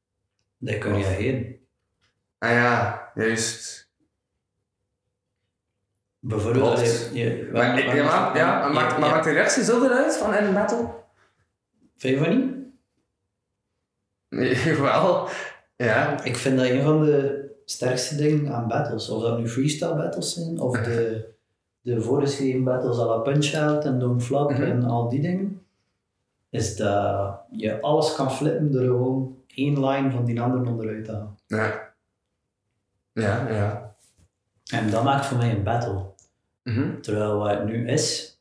Speaker 3: Dat kun je reageren.
Speaker 4: Ah ja, juist.
Speaker 3: Bijvoorbeeld,
Speaker 4: Klopt.
Speaker 3: allee, je,
Speaker 4: Maar, ik- ja, maar, ja, maar, maakt- maar maakt de reactie zoveel uit van in metal?
Speaker 3: Vind je van niet?
Speaker 4: Nee, wel. Ja.
Speaker 3: Ik vind dat een van de sterkste dingen aan battles. Of dat nu freestyle battles zijn, of de, de voorgeschreven battles à la Punch-Out en Don't Flop
Speaker 4: Mhm.
Speaker 3: en al die dingen. Is dat je alles kan flippen door gewoon één line van die ander onderuit te halen.
Speaker 4: Ja. Ja, ja.
Speaker 3: En dat maakt voor mij een battle.
Speaker 4: Mhm.
Speaker 3: Terwijl wat het nu is,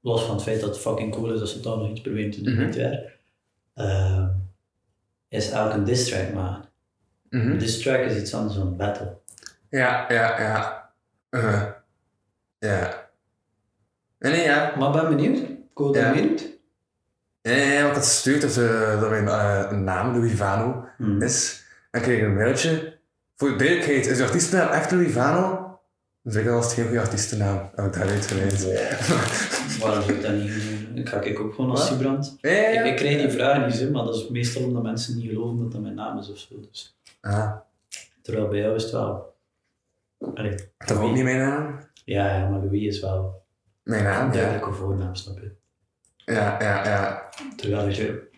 Speaker 3: los van het feit dat het fucking cool is dat ze toch nog iets proberen te doen
Speaker 4: Mhm.
Speaker 3: dit jaar, ehm, is elk een diss track maken.
Speaker 4: Mhm.
Speaker 3: Een diss track is iets anders dan een battle.
Speaker 4: Ja, ja, ja. Eh, ja. Nee, nee, ja.
Speaker 3: Maar ik ben benieuwd. Ik hoor dat
Speaker 4: Ja.
Speaker 3: meer doet.
Speaker 4: Nee, nee, nee, want dat stuurt dat, eh, dat mijn eh, naam Louis Vano
Speaker 3: Hmm.
Speaker 4: is. En kreeg ik een mailtje. Voor de duidelijkheid, is de artiestennaam echt Louis Vano? Dus ik was het geen goede artiestennaam. Heb ik daaruit geleid.
Speaker 3: Waarom zou ik dat niet doen? Ik ga ik ook gewoon
Speaker 4: Wat?
Speaker 3: als Sibrand.
Speaker 4: Nee,
Speaker 3: Ik, ik krijg die vragen niet, hè, maar dat is meestal omdat mensen niet geloven dat dat mijn naam is of zo. Dus.
Speaker 4: Ah,
Speaker 3: Terwijl bij jou is het wel. Allee,
Speaker 4: dat ook niet mijn naam.
Speaker 3: ja, ja, maar Louis is wel
Speaker 4: Mijn
Speaker 3: een
Speaker 4: naam, ja.
Speaker 3: duidelijke voornaam, snap je?
Speaker 4: Ja, ja, ja.
Speaker 3: Terwijl je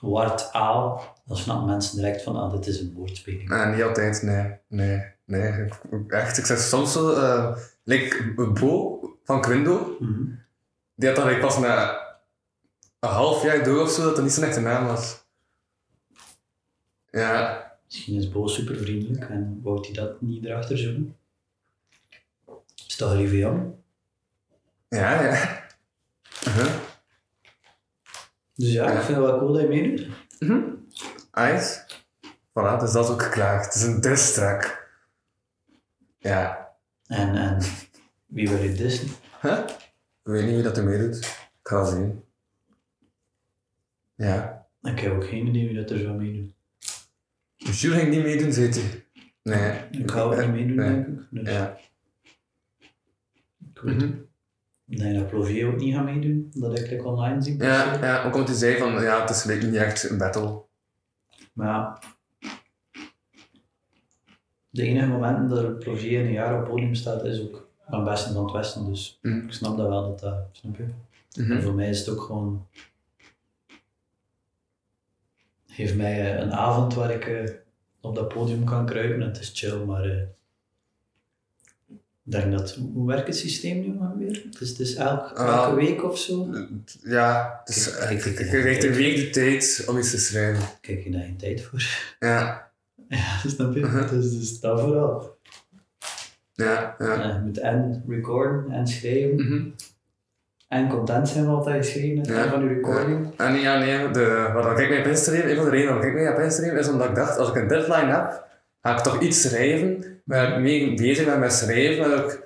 Speaker 3: wart aal, dan snappen mensen direct van, ah, dit is een woordspeling.
Speaker 4: Eh, niet altijd, nee. Nee, nee. Ik- ik- Echt, ik zeg soms zo... eh, like Bo van Quindo,
Speaker 3: Mhm.
Speaker 4: die had dan like, pas na een half jaar door of zo dat dat niet zijn echte naam was. Ja,
Speaker 3: Misschien is Bo super vriendelijk en wou hij dat niet erachter zoeken. Stel lieve Jan.
Speaker 4: ja, ja. Uh-huh.
Speaker 3: Dus ja, ik vind het wel cool dat je meedoet.
Speaker 4: Ice. Voilà, dus dat is ook geklaagd. Het is een distrak. Ja.
Speaker 3: En, en wie wil je Disney?
Speaker 4: Huh? Ik weet niet wie dat er meedoet. Ik ga wel zien. Ja.
Speaker 3: Ik heb ook geen idee wie dat er zou meedoen.
Speaker 4: Jules ging niet meedoen, zei hij. Nee.
Speaker 3: Ik ga ook niet meedoen,
Speaker 4: Nee.
Speaker 3: denk ik. Dus
Speaker 4: Ja.
Speaker 3: ik weet het. Ik denk dat Plovier ook niet gaat meedoen, dat ik like, online zie.
Speaker 4: Ja, ja, ook omdat hij zei van, ja, het is like niet echt een battle.
Speaker 3: Maar ja, de enige momenten dat er Plovier in een jaar op het podium staat, is ook van Besten van het Westen. Dus
Speaker 4: Mhm.
Speaker 3: ik snap dat wel, dat dat, snap je?
Speaker 4: Mm.
Speaker 3: En voor mij is het ook gewoon. Geef mij eh, een avond waar ik eh, op dat podium kan kruipen. Het is chill, maar. eh, ik denk dat. Hoe werkt het systeem nu maar weer? Het is, het is elk,
Speaker 4: Ah.
Speaker 3: elke week of zo.
Speaker 4: Ja, het is,
Speaker 3: Kijk, kijk, kijk,
Speaker 4: je krijgt een week de tijd om iets te schrijven.
Speaker 3: Kijk je daar geen tijd voor?
Speaker 4: Ja,
Speaker 3: ja, snap je? Het is dus dat vooral.
Speaker 4: ja, ja.
Speaker 3: Ja, je moet Eh, en recorden en schrijven.
Speaker 4: Mhm.
Speaker 3: En content zijn wat je geschreven hebt
Speaker 4: Ja.
Speaker 3: van je recording.
Speaker 4: Ah, nee, ja, nee. De, wat ik mee heb ingeschreven, een van de redenen waarom ik mee heb ingeschreven, is omdat ik dacht, als ik een deadline heb, ga ik toch iets schrijven, waar ik mee bezig ben met schrijven, dat ik...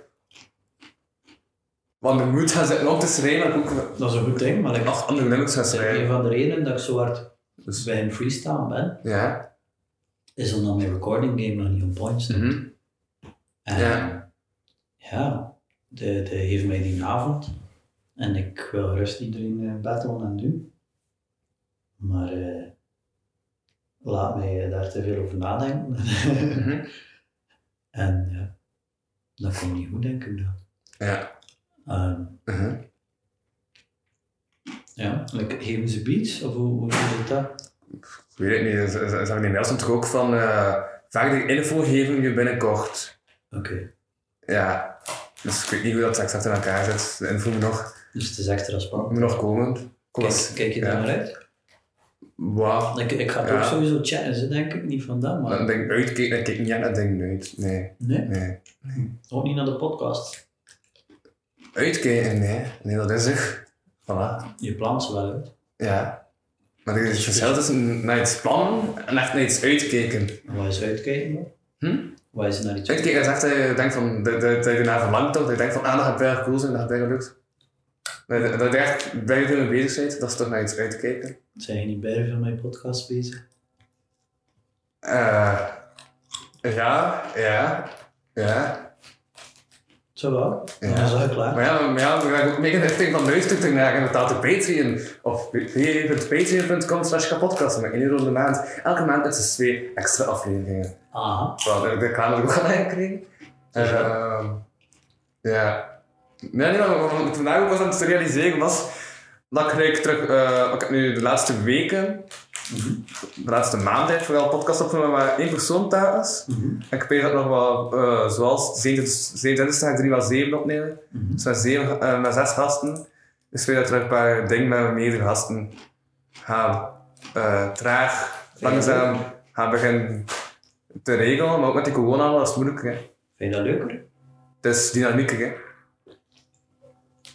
Speaker 4: Want de moed gaan zitten om te schrijven, dat ik ook
Speaker 3: Dat is een goed ding, maar ik
Speaker 4: nog andere nummers ga
Speaker 3: dat is een
Speaker 4: schrijven.
Speaker 3: van de redenen dat ik zo hard
Speaker 4: Dus,
Speaker 3: bij een freestyle ben.
Speaker 4: ja.
Speaker 3: is omdat mijn recording game nog niet on point staat.
Speaker 4: Mhm.
Speaker 3: En
Speaker 4: Ja.
Speaker 3: ja, de, de heeft mij die avond. En ik wil gerust iedereen eh, battlen en doen. Maar eh, laat mij eh, daar te veel over nadenken.
Speaker 4: Mhm.
Speaker 3: en ja, dat komt niet goed, denk ik dan.
Speaker 4: Ja.
Speaker 3: Ehm,
Speaker 4: Mhm.
Speaker 3: ja, like, geven ze beats? Of hoe, hoe zit dat?
Speaker 4: Ik weet het niet, ze- ze- ze hebben die mail stond er ook van, eh verder info geven je binnenkort.
Speaker 3: Oké,
Speaker 4: Ja. Dus ik weet niet hoe dat exact in elkaar zit. De info moet nog,
Speaker 3: dus het is extra spannend.
Speaker 4: moet nog komen. Kom
Speaker 3: Kijk,
Speaker 4: eens.
Speaker 3: kijk je daar
Speaker 4: ja.
Speaker 3: naar uit?
Speaker 4: Wauw.
Speaker 3: Ik, ik ga het
Speaker 4: Ja.
Speaker 3: ook sowieso chatten, ze denk ik niet vandaag, maar...
Speaker 4: Dan denk ik uitkijk, dan kijk ik niet aan dat ding uit. Nee,
Speaker 3: Nee,
Speaker 4: nee.
Speaker 3: ook niet naar de podcast.
Speaker 4: Uitkijken, nee. Nee, dat is er. Voilà.
Speaker 3: Je plant ze wel uit.
Speaker 4: Ja. Maar er is het verschil tussen naar iets plannen en echt naar iets uitkijken.
Speaker 3: En waar is uitkijken dan?
Speaker 4: Hm?
Speaker 3: Waar is naar iets
Speaker 4: Uitkijken is echt dat je denkt van, dat, dat, dat je ernaar verlangt of dat je denkt van, ah, dat gaat bijna cool zijn, dat gaat bijna lukt. Dat, dat, dat je echt bijna veel mee bezig bent, dat is toch naar iets uitkijken.
Speaker 3: Zijn je niet bij van mijn podcast bezig?
Speaker 4: Eh ja, ja, ja.
Speaker 3: Zo wel.
Speaker 4: Ja.
Speaker 3: Dan is dat klaar.
Speaker 4: Maar ja, maar ja, we gaan ook mee in de richting van luistert ernaar inderdaad de Patreon. Of www.patreon.com slash kapodcast met 1 euro in de maand. Elke maand is er twee extra afleveringen.
Speaker 3: Aha.
Speaker 4: Wel, eh, de kamer ook al aangekregen. Ehm, Ja. Nee, nee, maar wat ik vandaag ook was aan het realiseren was dat ik gelijk terug, eh, ik heb nu de laatste weken, de laatste maand heb ik vooral podcast opgenomen waar één persoon daar is.
Speaker 3: Mhm.
Speaker 4: En ik weet dat nog wel, eh, zoals 27 ga ik 3 x 7 opnemen.
Speaker 3: Mhm.
Speaker 4: Dus met, zeven, eh, met zes gasten. Dus ik weet dat er een paar dingen met meerdere gasten gaan eh, traag, langzaam gaan beginnen te regelen. Maar ook met die corona was het moeilijk. Hè.
Speaker 3: Vind je dat leuker?
Speaker 4: Het is dynamieker. Hè.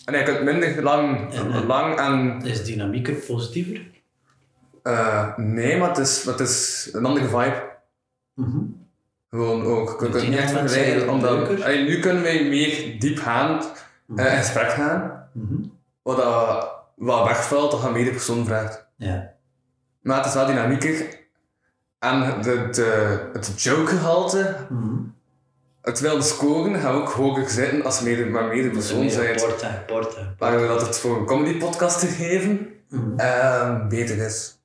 Speaker 4: Ah, En je kunt minder lang,
Speaker 3: En, eh,
Speaker 4: lang aan...
Speaker 3: Is dynamieker positiever?
Speaker 4: eh, nee, maar het is, het is een andere vibe.
Speaker 3: Mhm.
Speaker 4: Gewoon ook. We
Speaker 3: Op
Speaker 4: kunnen
Speaker 3: die
Speaker 4: niet echt
Speaker 3: moment
Speaker 4: vergelijken,
Speaker 3: zijn we
Speaker 4: omdat
Speaker 3: leuker.
Speaker 4: Allee, nu kunnen wij meer diep gaan eh, in gesprek gaan,
Speaker 3: Mhm.
Speaker 4: wat, dat wat wegvalt dat je aan meerdere persoon vraagt.
Speaker 3: Ja.
Speaker 4: Maar het is wel dynamieker. En de, de, het joke-gehalte,
Speaker 3: Mhm.
Speaker 4: terwijl de scoren, gaan we ook hoger zitten als je meerdere, maar meerdere persoon zijn.
Speaker 3: Porta, porta.
Speaker 4: Waar we dat het voor een comedy-podcast te geven
Speaker 3: Mhm.
Speaker 4: eh, beter is.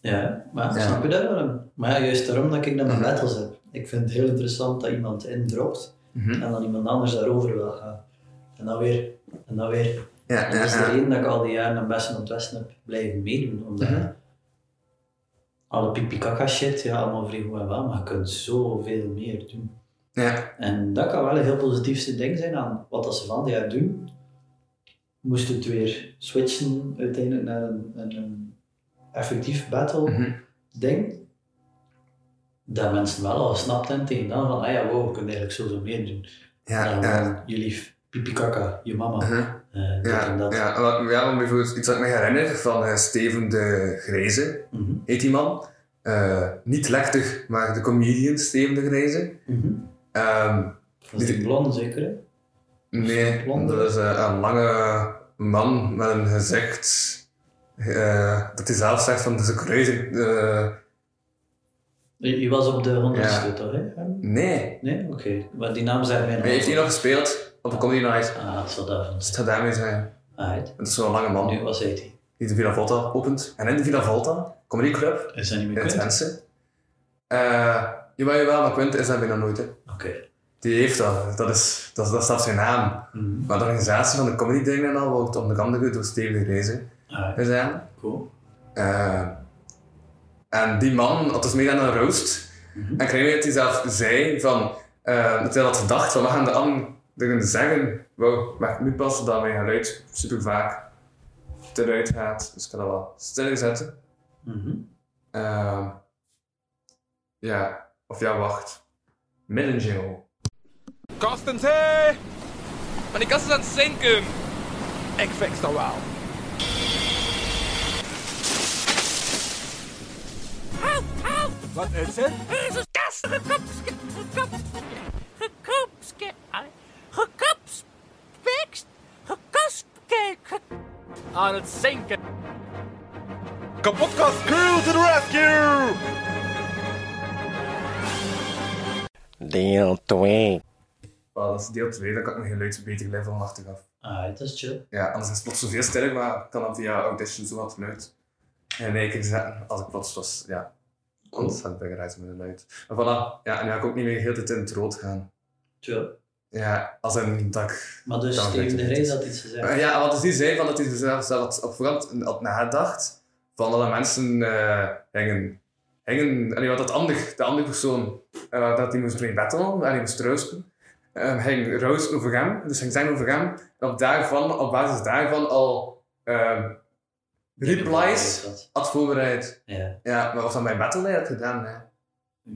Speaker 3: Ja, maar
Speaker 4: Ja.
Speaker 3: snap je dat waarom? Maar ja, juist daarom dat ik dan mijn
Speaker 4: Mhm.
Speaker 3: battles heb. Ik vind het heel interessant dat iemand indropt
Speaker 4: Mhm.
Speaker 3: en dan iemand anders daarover wil gaan. En dan weer, en dan weer.
Speaker 4: ja, dus
Speaker 3: En dat is
Speaker 4: ja,
Speaker 3: de
Speaker 4: ja.
Speaker 3: reden dat ik al die jaren aan Best en het Westen heb blijven meedoen. Omdat
Speaker 5: Mhm.
Speaker 3: alle pipikaka shit, ja, allemaal vrij goed en wel, maar je kunt zoveel meer doen.
Speaker 4: Ja,
Speaker 3: En dat kan wel een heel positiefste ding zijn aan wat dat ze van die jaar doen. Moest het weer switchen uiteindelijk naar een, een, een effectief battle
Speaker 4: Mhm.
Speaker 3: ding. Dat mensen wel al snapt en tegen dan van, ah ja, wow, we kunnen eigenlijk zoveel meer doen.
Speaker 4: ja,
Speaker 3: dan eh,
Speaker 4: ja.
Speaker 3: je lief, pipikaka, je mama,
Speaker 4: Mhm.
Speaker 3: eh, dit en
Speaker 4: Ja,
Speaker 3: dat.
Speaker 4: ja, wat- ja, want bijvoorbeeld iets dat ik me herinner van eh, Steven de Grijze,
Speaker 3: Mhm,
Speaker 4: heet die man. Eh, niet lektig, maar de comedian Steven de Grijze.
Speaker 3: mhm.
Speaker 4: Ehm,
Speaker 3: Dat is die blonde zeker, hè?
Speaker 4: nee,
Speaker 3: Blonde.
Speaker 4: dat is eh, een lange man met een gezicht. eh, dat hij zelf zegt van, dat is een kruising. eh,
Speaker 3: Je, je was op de honderdste,
Speaker 4: Ja.
Speaker 3: toch? Hè? Harm?
Speaker 4: nee.
Speaker 3: Nee? Oké. Maar die naam zijn mij nog.
Speaker 4: Hij heeft hij nog gespeeld op een Comedy Night.
Speaker 3: Ah, het zal daarvan
Speaker 4: Dus het
Speaker 3: zijn.
Speaker 4: gaat daarmee zijn.
Speaker 3: Alright.
Speaker 4: Het is zo'n lange man
Speaker 3: Nu, wat heet hij?
Speaker 4: die de Villa Volta opent. En in de Villa Volta, Comedy Club,
Speaker 3: Is dat niet meer
Speaker 4: in
Speaker 3: kwijt?
Speaker 4: Twente. Eh jawel, jawel, maar Quint is dat bijna nooit. Hè.
Speaker 3: Oké.
Speaker 4: Die heeft dat. Dat, is, dat, dat staat op zijn naam.
Speaker 3: Mhm.
Speaker 4: Maar de organisatie van de comedy dingen en al wordt onder andere door Steven de Grijze
Speaker 3: Alright,
Speaker 4: gedaan.
Speaker 3: cool.
Speaker 4: Eh, en die man had dus mee aan een roast.
Speaker 3: Mhm.
Speaker 4: En ik herinner me dat hij zelf zei van... eh, dat hij had gedacht van, we gaan de anderen zeggen. Wow, maar nu past dat mijn geluid super vaak eruit gaat. Dus ik kan dat wel stil zetten.
Speaker 3: Mhm.
Speaker 4: Ehm, ja, of ja, wacht. Met een jingle.
Speaker 6: Karsten, hey! Maar die kast is aan het zinken. Ik fix dat wel. Wat is het?
Speaker 7: Jezus, kast, gekopske, gekopske, gekopske, ai, gekopspikst, gekopske, ge- aan het zinken.
Speaker 6: Kapotkast crew to the rescue!
Speaker 8: Deel 2.
Speaker 4: Wel, dat is deel 2, dan kan ik mijn geluid beter level achteraf.
Speaker 3: Alright, dat is chill.
Speaker 4: Ja, anders is het plots zoveel sterker, maar ik kan dan via Audition zo wat geluid in één keer zetten. Als ik plots was, ja, constant begrijp met geluid. Maar voilà, ja, en nu ga ik ook niet meer de hele tijd in het rood gaan.
Speaker 3: Chill.
Speaker 4: Ja, als een dak.
Speaker 3: Maar dus
Speaker 4: Dan
Speaker 3: Steven
Speaker 4: weet
Speaker 3: de
Speaker 4: ik
Speaker 3: Reis
Speaker 4: het.
Speaker 3: had iets gezegd.
Speaker 4: Eh, ja, wat is die zei van dat hij er zelf, zelf had op voorhand had nagedacht van dat de mensen eh hingen. Hingen, allee, wat dat ander, de andere persoon, eh, dat die moest mee battelen en die moest roosten. Eh ging roosten over hem, dus ging zijn over hem. En op, daarvan, op basis daarvan al eh, replies
Speaker 3: Dat.
Speaker 4: had voorbereid.
Speaker 3: Ja,
Speaker 4: Ja, maar of dat bij Battle had gedaan, hè.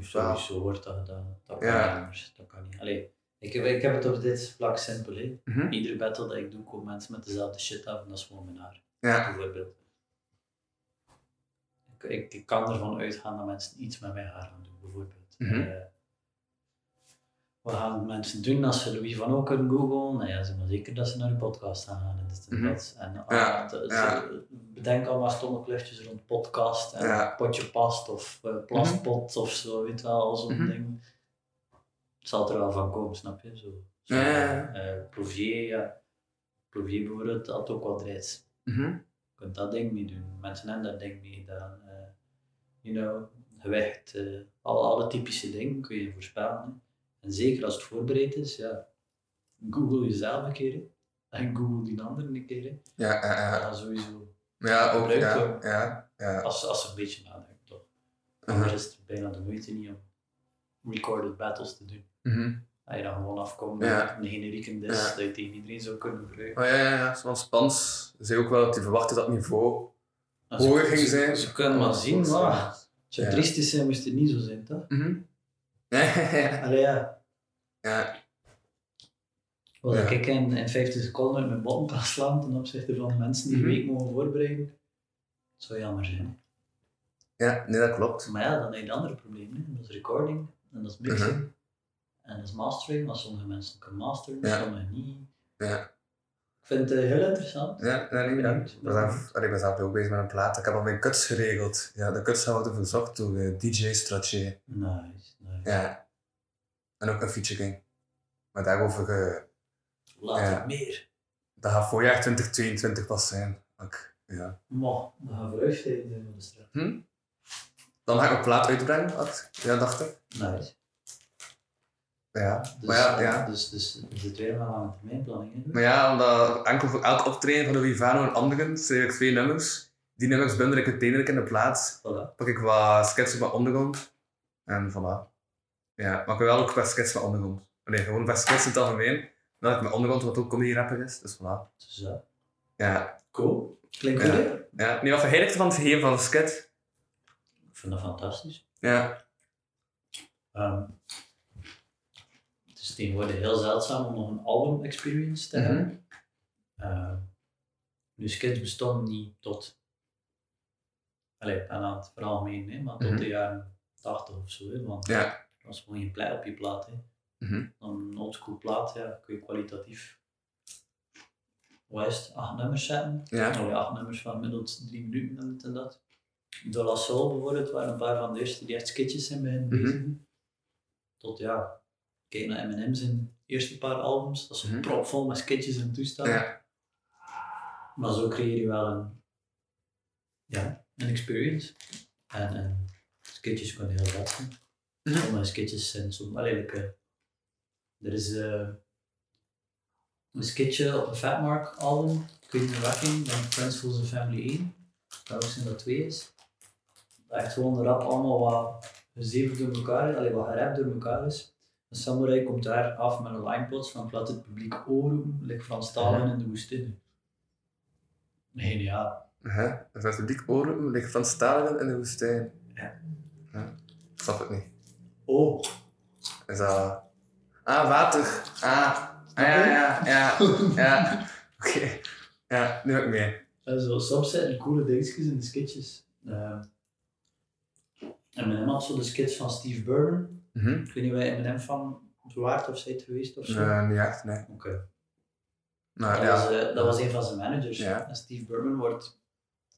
Speaker 3: sowieso wordt dat gedaan. Dat kan
Speaker 4: Ja.
Speaker 3: niet anders. Dat kan niet. Allee, ik heb, ik heb het op dit vlak simpel. Hè.
Speaker 4: Mhm.
Speaker 3: Iedere battle dat ik doe, komen mensen met dezelfde shit af en dat is gewoon mijn haar.
Speaker 4: Ja,
Speaker 3: bijvoorbeeld. Ik, ik, ik kan ervan uitgaan dat mensen iets met mijn haar gaan doen, bijvoorbeeld.
Speaker 4: Mhm.
Speaker 3: Eh, wat gaan mensen doen als ze Louis van ook kunnen googlen? Nou ja, ze maar zeker dat ze naar de podcast gaan gaan en dit en
Speaker 4: Mhm.
Speaker 3: dat. En
Speaker 4: Ja,
Speaker 3: ah, de-
Speaker 4: ja.
Speaker 3: ze- bedenk allemaal stomme kluchtjes rond podcast en
Speaker 4: Ja.
Speaker 3: potje past of eh, plaspot of zo, weet wel, al zo'n
Speaker 4: Mhm.
Speaker 3: ding. Het zal er wel van komen, snap je? Zo, zo,
Speaker 4: Ja, ja,
Speaker 3: eh, Plouvier, ja. Plouvier bijvoorbeeld had ook wat rijds
Speaker 4: Mhm.
Speaker 3: kunt dat ding mee doen. Mensen hebben dat ding mee gedaan. eh, you know, gewicht, eh, al, alle typische dingen kun je voorspellen. hè. En zeker als het voorbereid is, ja, google jezelf een keer. hè. En google die anderen een keer. hè.
Speaker 4: ja, ja, ja.
Speaker 3: Ja, sowieso.
Speaker 4: ja, ook,
Speaker 3: Leuk,
Speaker 4: ja,
Speaker 3: hoor.
Speaker 4: ja, ja.
Speaker 3: Als, als ze een beetje nadenken, toch.
Speaker 4: Mhm.
Speaker 3: Anders is het bijna de moeite niet om recorded battles te doen.
Speaker 4: Mhm.
Speaker 3: Als je dan gewoon afkomt
Speaker 4: Ja.
Speaker 3: met een generieke dis
Speaker 4: Ja.
Speaker 3: dat je tegen iedereen zou kunnen gebruiken.
Speaker 4: Oh, ja, ja, ja. Zoals Spans zei ook wel dat hij verwachtte dat niveau
Speaker 3: Maar ze-
Speaker 4: hoger ging
Speaker 3: ze-
Speaker 4: zijn.
Speaker 3: Ze kunnen maar zien, maar het zou
Speaker 4: Ja.
Speaker 3: triest zijn moest het niet zo zijn, toch?
Speaker 4: Mhm. ja.
Speaker 3: Allee, ja.
Speaker 4: Ja.
Speaker 3: Wat
Speaker 4: Ja.
Speaker 3: ik in, in 50 seconden uit mijn botten kan slaan ten opzichte van mensen die
Speaker 4: Mhm.
Speaker 3: een week mogen voorbereiden, het zou jammer zijn.
Speaker 4: ja, nee, dat klopt.
Speaker 3: Maar ja, dan heb je een ander probleem. Hè. Dat is recording, en dat is mixing,
Speaker 4: Mhm.
Speaker 3: en dat is mastering, want sommige mensen kunnen masteren,
Speaker 4: Ja.
Speaker 3: sommige niet.
Speaker 4: Ja.
Speaker 3: Ik vind het eh, heel interessant.
Speaker 4: Ja, nee, nee, ja.
Speaker 3: Benieuwd.
Speaker 4: Ik ben zelf- allee, Ik ben zelf ook bezig met een plaat. Ik heb al mijn cuts geregeld. Ja, de cuts gaan worden verzocht door eh, DJ Stratje.
Speaker 3: Nice, nice.
Speaker 4: Ja. En ook een featuring. Maar daarover, eh,
Speaker 3: Later
Speaker 4: Ja.
Speaker 3: meer.
Speaker 4: dat gaat voorjaar 2022 pas zijn. Ook, ja.
Speaker 3: Mo, we gaan vooruitsteken zijn van de straat.
Speaker 4: Dan ga ik een plaat uitbrengen, dacht, ja, dacht ik.
Speaker 3: Nice.
Speaker 4: Ja.
Speaker 3: Dus,
Speaker 4: Maar ja, ja.
Speaker 3: dus, dus er zit weer wel lange termijn planning in.
Speaker 4: Maar ja, omdat enkel voor elk optreden van Louis Vano en anderen schreef ik twee nummers. Die nummers bundel ik uiteindelijk in de plaats.
Speaker 3: Voilà.
Speaker 4: Pak ik wat sketsen van ondergrond. En voilà. Ja, maar ik wil wel ook wat sketsen van ondergrond. Nee, gewoon wat sketsen in het algemeen. Dan heb ik mijn ondergrond, wat ook comedy rapper is. Dus voilà.
Speaker 3: Dus ja,
Speaker 4: Ja.
Speaker 3: cool. Klinkt goed,
Speaker 4: Ja.
Speaker 3: hè? Ik
Speaker 4: ja. Nee, wat vergeet ik van het geven van een sketch?
Speaker 3: vind dat fantastisch.
Speaker 4: Ja.
Speaker 3: Ehm, het is tegenwoordig heel zeldzaam om nog een album-experience te hebben.
Speaker 4: Mhm.
Speaker 3: Ehm, nu, sketch bestond niet tot, allee, aan het veralgemeen, hè, maar tot
Speaker 4: Mhm.
Speaker 3: de jaren 80 of zo. Hè, want
Speaker 4: Ja.
Speaker 3: er was gewoon geen plei op je plaat. Hè.
Speaker 4: Mhm.
Speaker 3: Dan een oldschool plaat, ja, kun je kwalitatief, wat is het, acht nummers zetten.
Speaker 4: Ja.
Speaker 3: Nou ja, acht nummers van gemiddeld drie minuten en dit en dat. De La Sol bijvoorbeeld waren een paar van de eerste die echt sketches zijn bij hen
Speaker 4: Mhm.
Speaker 3: bezig. Tot ja, kijk naar M&M's in de eerste paar albums, dat is
Speaker 4: Mhm.
Speaker 3: propvol met sketches en toestanden.
Speaker 4: Ja.
Speaker 3: Maar zo creëer je wel een, ja, een experience. En, en sketches kunnen heel vet zijn.
Speaker 4: Mhm.
Speaker 3: Sommige sketches zijn soms wel eigenlijk... eh, er is eh, een sketchje op een Fatmark album, Kun je Wrecking, dan Friends, Fools and Family 1. Dat ook zijn dat twee is. Dat echt gewoon de rap allemaal wat gezeven door elkaar is, allee, wat gerapt door elkaar is. En Samurai komt daar af met een linepot van plat het publiek oren, like Frans Talen in de woestijn. Geniaal.
Speaker 4: Hè? Dat is publiek oren, ligt van Stalin in de woestijn.
Speaker 3: Ja.
Speaker 4: Ja. Ik Snap het niet.
Speaker 3: Oh,
Speaker 4: Is dat... Ah, water. Ah. Ah, ja, ja, ja. ja. Oké. Ja, nu heb ik mee.
Speaker 3: en zo, soms zijn er coole dingetjes in de sketches. Eh, en mijn had zo de skits van Steve Byrne.
Speaker 4: Mhm.
Speaker 3: Ik weet niet waar M&M van waard of zijt geweest of zo.
Speaker 4: Nee, Eh, niet echt, nee.
Speaker 3: Oké.
Speaker 4: Nou,
Speaker 3: Dat,
Speaker 4: ja.
Speaker 3: was, eh, dat was een van zijn managers.
Speaker 4: Ja.
Speaker 3: En Steve Berman wordt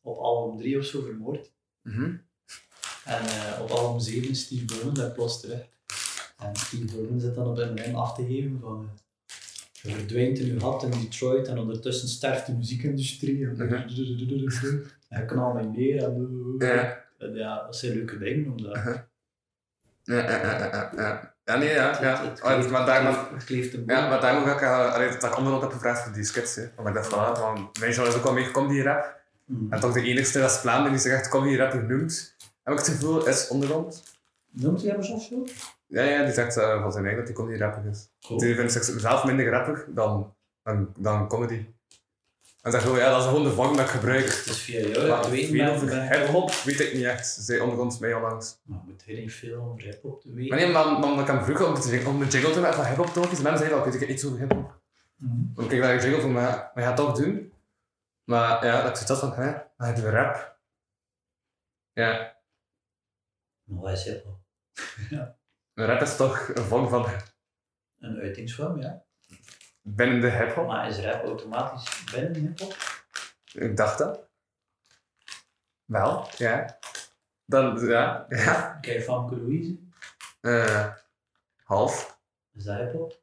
Speaker 3: op album 3 of zo vermoord.
Speaker 4: Mhm.
Speaker 3: En eh, op album 7 is Steve Berman daar plots terug. En Steve Berman zit dan op M&M af te geven van... eh, je verdwijnt in uw gat in Detroit en ondertussen sterft de muziekindustrie. En,
Speaker 4: Mhm.
Speaker 3: en knal mij neer en...
Speaker 4: Ja.
Speaker 3: En ja, dat zijn leuke dingen om dat...
Speaker 4: Ja, ja, ja, ja, ja. Ja, nee, ja. ja.
Speaker 3: Het, het
Speaker 4: Oh,
Speaker 3: kleeft,
Speaker 4: maar daar,
Speaker 3: het
Speaker 4: maar,
Speaker 3: kleeft- het kleeft een
Speaker 4: ja,
Speaker 3: band.
Speaker 4: maar daarom heb ik eh, allee, dat ik onderhand heb gevraagd voor die skits. Hè. Want ik dacht van, ah, van mijn genre is ook wel meegekomen, die rap.
Speaker 3: Mm.
Speaker 4: En toch de enigste West-Vlaanderen die zich echt comedy rap noemt, heb ik het gevoel, is onderhand.
Speaker 3: Noemt hij hem zelf zo?
Speaker 4: Ja, ja, die zegt eh, van zijn eigen dat hij comedy rapper is.
Speaker 3: Oh.
Speaker 4: Die vindt zichzelf minder grappig dan, dan, dan comedy. En zegt gewoon, oh ja, dat is gewoon de vorm dat ik gebruik.
Speaker 3: Het is via jou,
Speaker 4: Eh,
Speaker 3: ja, ik weet
Speaker 4: Veel
Speaker 3: niet
Speaker 4: over
Speaker 3: maar-
Speaker 4: hip-hop weet ik niet echt, zei ondergrond mij onlangs.
Speaker 3: Maar moet heel niet veel over hip-hop te weten.
Speaker 4: Maar nee, maar maar omdat ik hem vroeg om, te, om de jingle te maken van hip-hop talkies, mensen zeiden wel, weet ik iets over hip-hop.
Speaker 3: Mhm.
Speaker 4: Dan kreeg ik daar een jingle van, maar ja, maar ja, toch doen. Maar ja, dat ik zoiets had van, hè, maar het is rap. Ja,
Speaker 3: Maar wat is hip-hop?
Speaker 4: rap is toch een vorm van
Speaker 3: Een uitingsvorm, ja.
Speaker 4: binnen de hip-hop.
Speaker 3: Maar is rap automatisch binnen hip-hop?
Speaker 4: Ik dacht dat. Wel, ja. Dan, ja, ja.
Speaker 3: Kijk, Famke Louise,
Speaker 4: Eh, half.
Speaker 3: is dat hip-hop?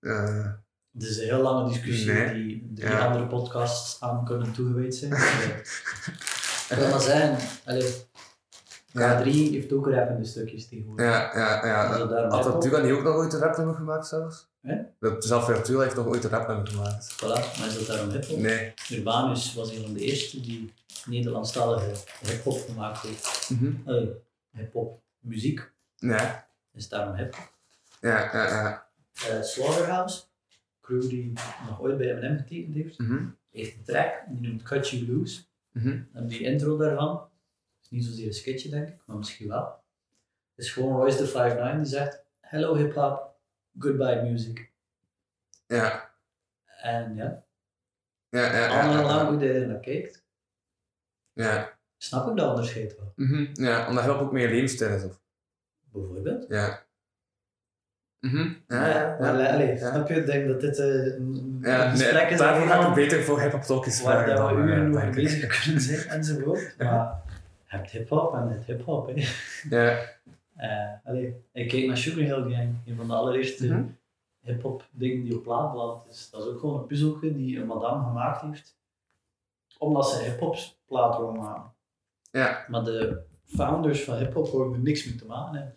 Speaker 4: Eh,
Speaker 3: Het is een heel lange discussie
Speaker 4: Nee.
Speaker 3: die drie
Speaker 4: Ja.
Speaker 3: andere podcasts aan kunnen toegewijd zijn. Eh, Ik wil maar zeggen, allee,
Speaker 4: ja.
Speaker 3: K3 heeft ook rappende stukjes tegenwoordig.
Speaker 4: Ja, ja,
Speaker 3: Is
Speaker 4: ja.
Speaker 3: dat daarom
Speaker 4: Had
Speaker 3: hip-hop?
Speaker 4: Ventura niet ook nog ooit een rapnummer gemaakt zelfs?
Speaker 3: Hè?
Speaker 4: Dat zelf Ventura heeft nog ooit een rapnummer gemaakt.
Speaker 3: Voilà, maar is dat daarom hip-hop?
Speaker 4: Nee.
Speaker 3: Urbanus was een van de eerste die Nederlandstalige hip-hop gemaakt heeft.
Speaker 4: Mhm.
Speaker 3: Allee, hip-hop muziek
Speaker 4: Ja,
Speaker 3: is daarom hip-hop.
Speaker 4: ja, ja. ja.
Speaker 3: eh Slaughterhouse, crew die nog ooit bij M&M getekend heeft,
Speaker 4: Mhm.
Speaker 3: heeft een track, die noemt Cut You Loose.
Speaker 4: Mhm.
Speaker 3: En die intro daarvan, is niet zozeer een sketchje denk ik, maar misschien wel, is gewoon Royce the 5'9 die zegt, hello hip hop, goodbye music.
Speaker 4: Ja,
Speaker 3: En ja,
Speaker 4: ja, ja. ja,
Speaker 3: allemaal
Speaker 4: ja,
Speaker 3: lang
Speaker 4: ja.
Speaker 3: hoe je er naar kijkt,
Speaker 4: Ja,
Speaker 3: snap ik dat onderscheid wel.
Speaker 4: Mhm. ja omdat hip ook meer levensstijl is. Of?
Speaker 3: Bijvoorbeeld.
Speaker 4: Ja. Mhm. Ja, ja,
Speaker 3: maar,
Speaker 4: ja.
Speaker 3: allee,
Speaker 4: Ja.
Speaker 3: snap je, ik denk dat dit eh, een, een
Speaker 4: Ja, nee,
Speaker 3: gesprek is
Speaker 4: daarvoor ga ik
Speaker 3: aangegaan.
Speaker 4: beter voor hip-hop talkies
Speaker 3: waar
Speaker 4: vragen
Speaker 3: dat we
Speaker 4: dan, eh,
Speaker 3: uren over
Speaker 4: denk ik.
Speaker 3: bezig kunnen zijn enzovoort.
Speaker 4: Ja.
Speaker 3: Maar je hebt hip-hop en het hip-hop. hè.
Speaker 4: Ja,
Speaker 3: Eh, allee, ik keek naar Sugar Hill Gang, een van de allereerste
Speaker 4: Mhm.
Speaker 3: hip-hop dingen die op plaat beland is. Dat is ook gewoon een puzzelje die een madame gemaakt heeft, omdat ze hip-hop plaat wou maken.
Speaker 4: Ja.
Speaker 3: Maar
Speaker 4: Mhm.
Speaker 3: de founders van hip-hop hoorden er niks mee te maken hebben.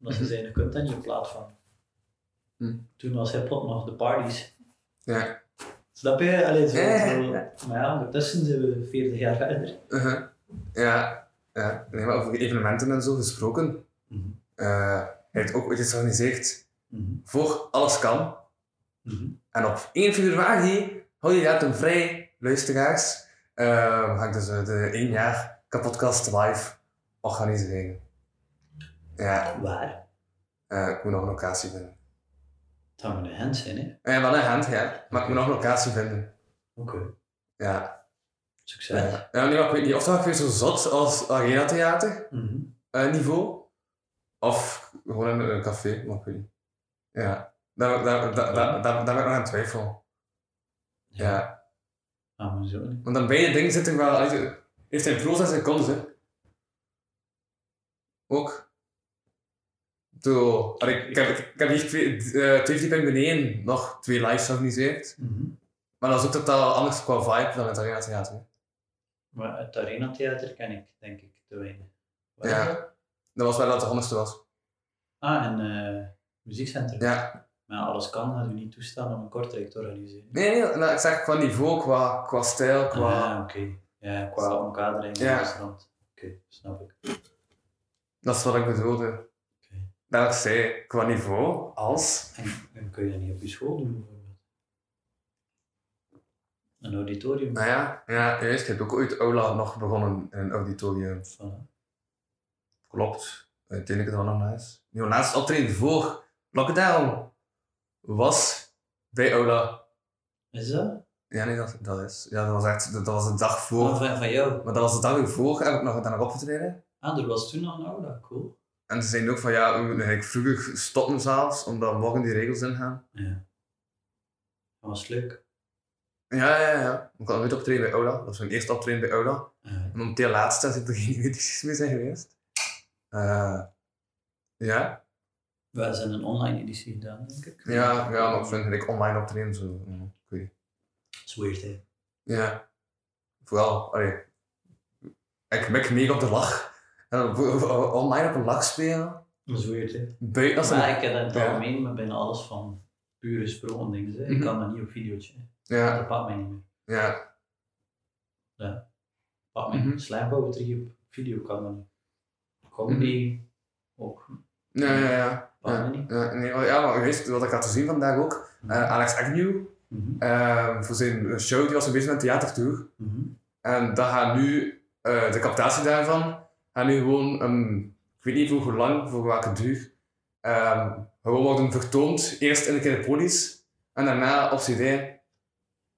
Speaker 3: Omdat ze zeiden: Je kunt daar niet een plaat van Toen was hip-hop nog de parties.
Speaker 4: Ja.
Speaker 3: Snap je? Allee, zo,
Speaker 4: Ja.
Speaker 3: zo- Maar ja, ondertussen zijn we 40 jaar verder.
Speaker 4: Uh-huh. Ja, ja. Nee, maar over evenementen en zo gesproken.
Speaker 3: Mhm.
Speaker 4: Eh, hij heeft ook ooit iets georganiseerd
Speaker 3: Mhm,
Speaker 4: voor Alles Kan.
Speaker 3: mhm.
Speaker 4: En op 1 februari hou je datum vrij, luisteraars. Eh, ga ik dus eh, de 1 jaar kapotkast live organiseren. Ja,
Speaker 3: Waar?
Speaker 4: eh, ik moet nog een locatie vinden.
Speaker 3: Het zou een hand zijn, hè?
Speaker 4: Eh, wel een hand, ja. Maar ik moet nog een locatie vinden.
Speaker 3: Oké.
Speaker 4: Ja.
Speaker 3: Succes.
Speaker 4: ja. ja nee, maar ik weet niet of dat weer zo zot als Arena Theater.
Speaker 3: Mhm.
Speaker 4: eh, niveau. Of gewoon in een café, maar ik weet niet. Ja, daar, daar, daar, daar, daar, daar ben ik nog aan twijfel. Ja,
Speaker 3: Ah, maar zo. niet.
Speaker 4: want aan beide dingen zit er wel... allee, Heeft hij pro's en zijn cons, hè. Ook. Zo, allee, ik, heb, ik heb hier twee, eh, twee verdiepingen beneden nog twee lives georganiseerd.
Speaker 3: Mhm.
Speaker 4: Maar dat is ook totaal anders qua vibe dan het Arena Theater. hè.
Speaker 3: Maar het Arena Theater ken ik, denk ik, te weinig. Waar
Speaker 4: Ja.
Speaker 3: is dat?
Speaker 4: Dat was wel dat het anders was.
Speaker 3: Ah, een eh, muziekcentrum.
Speaker 4: Ja.
Speaker 3: Maar alles kan, gaat u niet toestaan om een kortrijk te organiseren.
Speaker 4: Nee, nee, nou, ik zeg qua niveau, qua, qua stijl, qua...
Speaker 3: Ah, oké. Ja, qua omkadering in
Speaker 4: Ja.
Speaker 3: het restaurant. Oké, snap ik.
Speaker 4: Dat is wat ik bedoelde.
Speaker 3: Oké.
Speaker 4: Dat ik zei, qua niveau, als...
Speaker 3: En, en kun je dat niet op je school doen, bijvoorbeeld? Een auditorium?
Speaker 4: Nou ja, ja juist, je hebt ook ooit Ola nog begonnen in een auditorium.
Speaker 3: Voilà.
Speaker 4: Klopt. Uiteindelijk is dat nog nice. Jouw laatste optreden voor Lockdown was bij Ola.
Speaker 3: Is dat?
Speaker 4: Ja, nee, dat, dat is. Ja, dat was echt, dat, dat was de dag
Speaker 3: Ah,
Speaker 4: voor.
Speaker 3: van, van jou.
Speaker 4: Maar dat was de dag ervoor, heb ik nog daarna opgetreden.
Speaker 3: Ah, er was toen nog een aula, cool.
Speaker 4: En ze zeiden ook van, ja, we moeten eigenlijk vroeger stoppen zelfs, omdat morgen die regels ingaan.
Speaker 3: Dat was leuk.
Speaker 4: Ja, ja, ja. Ik had nooit optreden bij Ola. Dat was mijn eerste optreden bij Ola.
Speaker 3: Ah,
Speaker 4: En om de laatste dat ik er geen edities mee zijn geweest. Eh, ja.
Speaker 3: we zijn een online editie gedaan, denk ik.
Speaker 4: ja, ja, maar ik vind ik online optreden zo. mm, Ik weet niet.
Speaker 3: Dat is weird, hè?
Speaker 4: Ja. Vooral, allee, ik mik mega op de lach. En op- online op een lach spelen.
Speaker 3: Dat is weird, hè?
Speaker 4: Buiten als
Speaker 3: Maar
Speaker 4: een...
Speaker 3: ik heb dat in het
Speaker 4: Ja.
Speaker 3: algemeen met bijna alles van pure gesproken dingen. hè. Ik
Speaker 4: Mhm.
Speaker 3: kan dat niet op videootje. hè.
Speaker 4: Ja,
Speaker 3: Dat pakt mij niet meer.
Speaker 4: ja.
Speaker 3: Dat pakt mij
Speaker 4: Mhm.
Speaker 3: niet. Slijmbouw terug op video kan dat niet. Comedy ook.
Speaker 4: Ja, ja, ja.
Speaker 3: Pakt
Speaker 4: Ja,
Speaker 3: mij niet.
Speaker 4: ja, nee, maar- ja, maar weet wat ik had gezien vandaag ook? Eh, Alex Agnew,
Speaker 3: Mhm.
Speaker 4: eh, voor zijn show, die was een beetje een theatertour.
Speaker 3: Mhm.
Speaker 4: En dat gaat nu, eh, de captatie daarvan, gaat nu gewoon, ehm, ik weet niet voor hoe lang, voor welke duur, ehm, gewoon worden vertoond. Eerst in de Kinepolis en daarna op CD.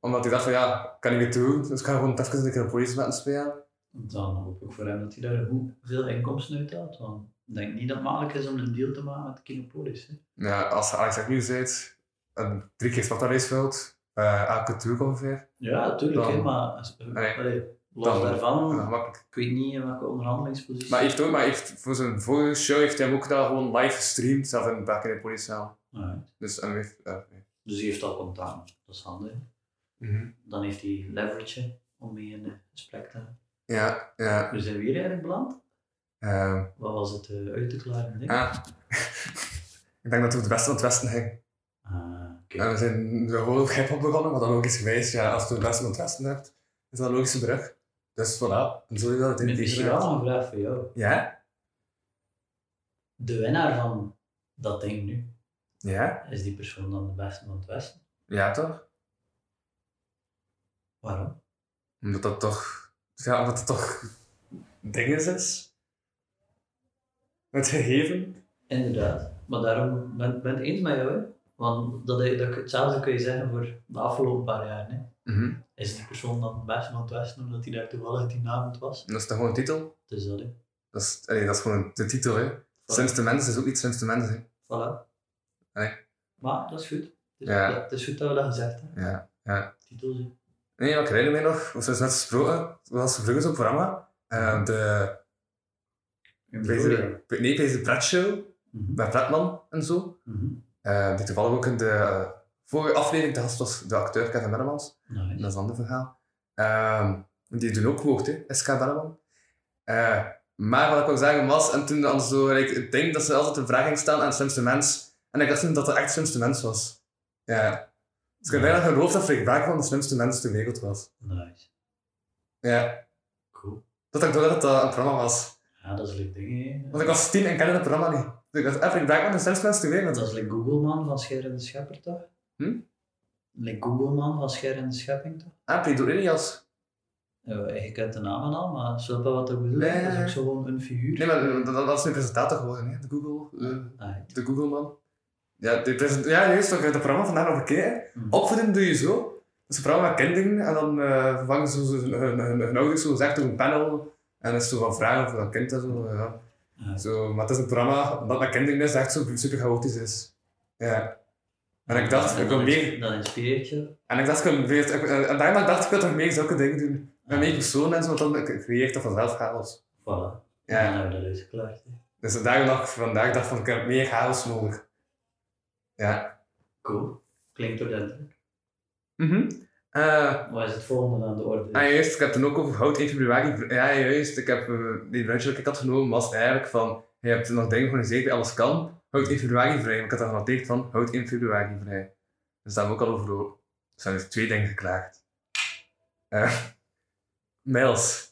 Speaker 4: Omdat ik dacht van ja, kan ik niet doen, dus ik ga gewoon even in de Kinepolis laten spelen.
Speaker 3: Dan hoop ik voor hem dat hij daar goed veel inkomsten uit haalt. Want ik denk niet dat het makkelijk is om een deal te maken met Kinopolis. Hè.
Speaker 4: Ja, als je Alex Agnew bent, en drie keer Sparta-race wilt, eh, elke tour ongeveer,
Speaker 3: Ja, natuurlijk,
Speaker 4: Dan-
Speaker 3: hè, maar eh,
Speaker 4: Nee.
Speaker 3: allee, los
Speaker 4: Dan-
Speaker 3: daarvan,
Speaker 4: dan makkelijk.
Speaker 3: ik weet niet in welke onderhandelingspositie.
Speaker 4: Maar, heeft ook, maar heeft, voor zijn vorige show heeft hij hem ook daar gewoon live gestreamd, zelf in de Kinepolis zelf.
Speaker 3: Alright.
Speaker 4: Dus, en heeft, eh, nee.
Speaker 3: Dus hij heeft al contact. Dat is handig. Dan heeft hij leverage hè, om mee in eh, gesprek te gaan.
Speaker 4: Ja, ja.
Speaker 3: Dus zijn we hier eigenlijk beland?
Speaker 4: ehm,
Speaker 3: Wat was het eh, uit te klaren? Ding? Ah.
Speaker 4: Ja. ik denk dat het het beste van het westen ging.
Speaker 3: Ah, oké.
Speaker 4: En we zijn we gewoon op hip-hop begonnen, wat dan logisch geweest. Ja, als je het beste van het westen hebt, is dat een logische brug. Dus voilà, en zo is dat het in
Speaker 3: Met misschien
Speaker 4: deze
Speaker 3: wel een vraag voor jou.
Speaker 4: Ja?
Speaker 3: De winnaar van dat ding nu,
Speaker 4: Ja?
Speaker 3: is die persoon dan de beste van het Westen?
Speaker 4: Ja, toch?
Speaker 3: Waarom?
Speaker 4: Omdat dat toch... Ja, omdat het toch... Dinges is. Het gegeven.
Speaker 3: Inderdaad. Maar daarom ben ik ben het eens met jou. Hè? Want dat, dat, hetzelfde kun je zeggen voor de afgelopen paar jaar. Hè?
Speaker 4: Mhm.
Speaker 3: Is die persoon dan de beste van het Westen omdat hij daar toevallig die avond was?
Speaker 4: Dat is toch gewoon een titel?
Speaker 3: Dus dat, hè.
Speaker 4: Dat is, allee, dat is gewoon de titel, hè. Slimste mensen is ook niet slimste mensen.
Speaker 3: Voilà.
Speaker 4: Nee.
Speaker 3: Maar dat is goed. Het is,
Speaker 4: Ja.
Speaker 3: ja, het is goed dat we dat gezegd hebben.
Speaker 4: hè. Ja.
Speaker 3: Titels, hè.
Speaker 4: Nee, maar ik herinner mij nog, we zijn net gesproken, we was vroeger zo'n programma, eh, de, deze, nee, deze Pratshow,
Speaker 3: Mhm.
Speaker 4: bij Pratman en zo,
Speaker 3: Mhm.
Speaker 4: Eh, die toevallig ook in de eh, vorige aflevering te gast was, de acteur Kevin Mermans,
Speaker 3: Nice.
Speaker 4: dat is een ander verhaal. Ehm, die doen ook woord, hè, SK Merman. Eh, maar wat ik ook zeggen was, en toen dan zo, like, het ding dat ze altijd een vraag ging stellen aan het slimste mens, En ik dacht toen dat de echt de slimste mens was. Ja. Dus ik heb bijna geloofd dat Frank Baker de slimste mens ter wereld was.
Speaker 3: Nice.
Speaker 4: Ja.
Speaker 3: Cool.
Speaker 4: Dat ik doordat dat eh, een programma was.
Speaker 3: Ja, dat is leuk ding. hè.
Speaker 4: Want ik was tien en kende het programma niet. Dus ik dacht, eh, Frank Baker de slimste mens ter wereld.
Speaker 3: Dat is like Googleman van Scher en de Schepper, toch?
Speaker 4: Hm?
Speaker 3: Like Googleman van Scher en de Schepping, toch?
Speaker 4: Ah, Pedro Ilias.
Speaker 3: Eh, je kent de namen al, maar snap je wat ik bedoel?
Speaker 4: Nee.
Speaker 3: Dat is ook zo gewoon een figuur.
Speaker 4: Nee, maar eh, dat, dat is een presentator geworden, hè. De Google... eh,
Speaker 3: Ah,
Speaker 4: De Google-man. Ja, die present- ja juist, ik heb het programma vandaag nog bekeken.
Speaker 3: Mhm.
Speaker 4: Opvoeden doe je zo. Dat is een programma met kinderen en dan eh, vervangen ze zo- hun, hun, hun, hun ouders zo zegt door een panel. En dan is zo van vragen over dat kind en zo. Ja.
Speaker 3: Ja.
Speaker 4: zo maar het is een programma dat met kinderen is, dat echt zo super chaotisch is. Ja. En ik dacht, ik wil
Speaker 3: dat
Speaker 4: meer.
Speaker 3: ins- Dat inspireert je.
Speaker 4: En ik dacht, ik wil meer. ik- eh, En daarna dacht ik, ik wil toch meer zulke dingen doen. Met meer personen en zo, want dan creëert dat vanzelf chaos.
Speaker 3: Voilà.
Speaker 4: Ja.
Speaker 3: Dan hebben we dat uitgeklaard. hè.
Speaker 4: Dus daarom dacht ik vandaag, dacht van, ik heb meer chaos nodig. Ja.
Speaker 3: Cool. Klinkt ordentelijk.
Speaker 4: Mhm. Eh,
Speaker 3: Wat is het volgende aan de orde?
Speaker 4: Ah, juist, ik heb toen ook over hout 1 februari. Ja, juist, ik heb eh, die brunch die ik had genomen, was eigenlijk van: je hebt nog dingen georganiseerd bij alles kan. Houd 1 februari vrij. Maar Ik had dan genoteerd van: houd 1 februari vrij. Dus daar hebben we ook al over. door- Dus zijn er twee dingen geklaagd. Eh, mails.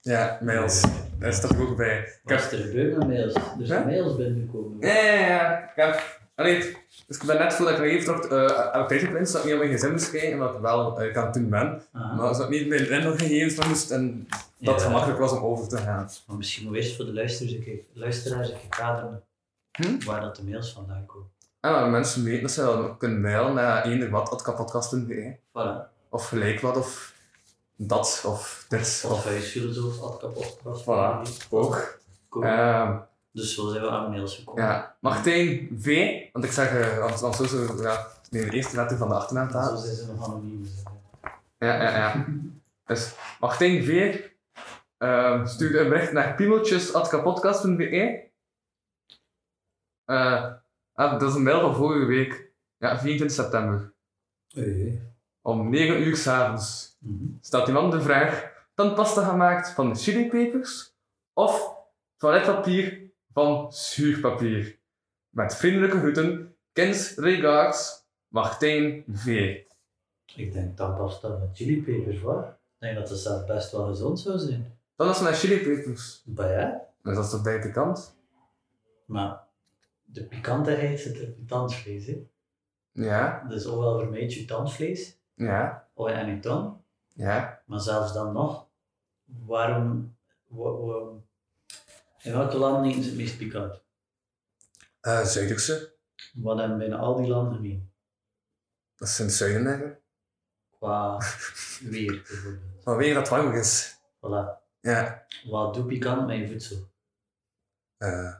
Speaker 4: Ja, mails. Daar staat ik ook bij. Ik
Speaker 3: Wat
Speaker 4: heb
Speaker 3: is er gebeurd met mails? Er zijn
Speaker 4: Hè?
Speaker 3: mails binnengekomen.
Speaker 4: ja, ja, ja. Ik heb... Allee, dus ik ben net voordat ik naar hier vertrok, eh heb ik tijd gewenst dat ik niet op mijn gezin moest kijken, omdat ik wel eh, kan toen ben.
Speaker 3: Aha.
Speaker 4: Maar zodat ik niet mijn inloggegevens van moest en dat
Speaker 3: Ah. Ja.
Speaker 4: gemakkelijk was om over te gaan.
Speaker 3: Maar misschien moet eerst voor de luisteraars een keer, luisteraars een keer kaderen
Speaker 4: Hm?
Speaker 3: waar dat de mails vandaan komen.
Speaker 4: En maar mensen weten dat ze wel kunnen mailen naar eender wat,
Speaker 3: Voilà.
Speaker 4: Of gelijk wat, of dat, of dit,
Speaker 3: Of
Speaker 4: of
Speaker 3: huisfilosoof, ad kapot. was.
Speaker 4: voilà. Ook.
Speaker 3: Cool.
Speaker 4: Ehm,
Speaker 3: Dus zo zijn we aan mails gekomen.
Speaker 4: ja. Martijn V, want ik zeg, eh, want, want zo, zo ja, nee, de eerste letter van de achternaam
Speaker 3: En
Speaker 4: daar.
Speaker 3: Zo zijn ze nog anoniem.
Speaker 4: Ja, ja, ja. Dus Martijn Veer ehm, stuurde een bericht naar piemeltjes.kapodcast.be. E. Eh, ah, dat is een mail van vorige week. Ja, 24 september. Om 9 uur s'avonds
Speaker 3: Mhm.
Speaker 4: stelt iemand de vraag tandpasta gemaakt van chilipepers of toiletpapier van zuurpapier. Met vriendelijke groeten, Kins Regards, Martijn V.
Speaker 3: Ik denk tandpasta met chilipepers, wat? Ik denk dat de zelf best wel gezond zou zijn.
Speaker 4: Dan is het naar chilipepers.
Speaker 3: Maar ja,
Speaker 4: Dus dat is toch bij de kant?
Speaker 3: maar de pikantigheid zit in het tandvlees. Hè?
Speaker 4: Ja,
Speaker 3: Dus ofwel vermijd je tandvlees
Speaker 4: ja,
Speaker 3: of en je tong.
Speaker 4: ja.
Speaker 3: Maar zelfs dan nog, waarom, wa- wa- in welke landen eten ze het meest pikant?
Speaker 4: eh Zuiderse,
Speaker 3: Wat hebben bijna al die landen gemeen?
Speaker 4: dat is in het zuiden eigenlijk.
Speaker 3: Qua weer bijvoorbeeld.
Speaker 4: Vanwege dat het warmer is.
Speaker 3: Voilà.
Speaker 4: Ja.
Speaker 3: Wat doe pikant met je voedsel?
Speaker 4: eh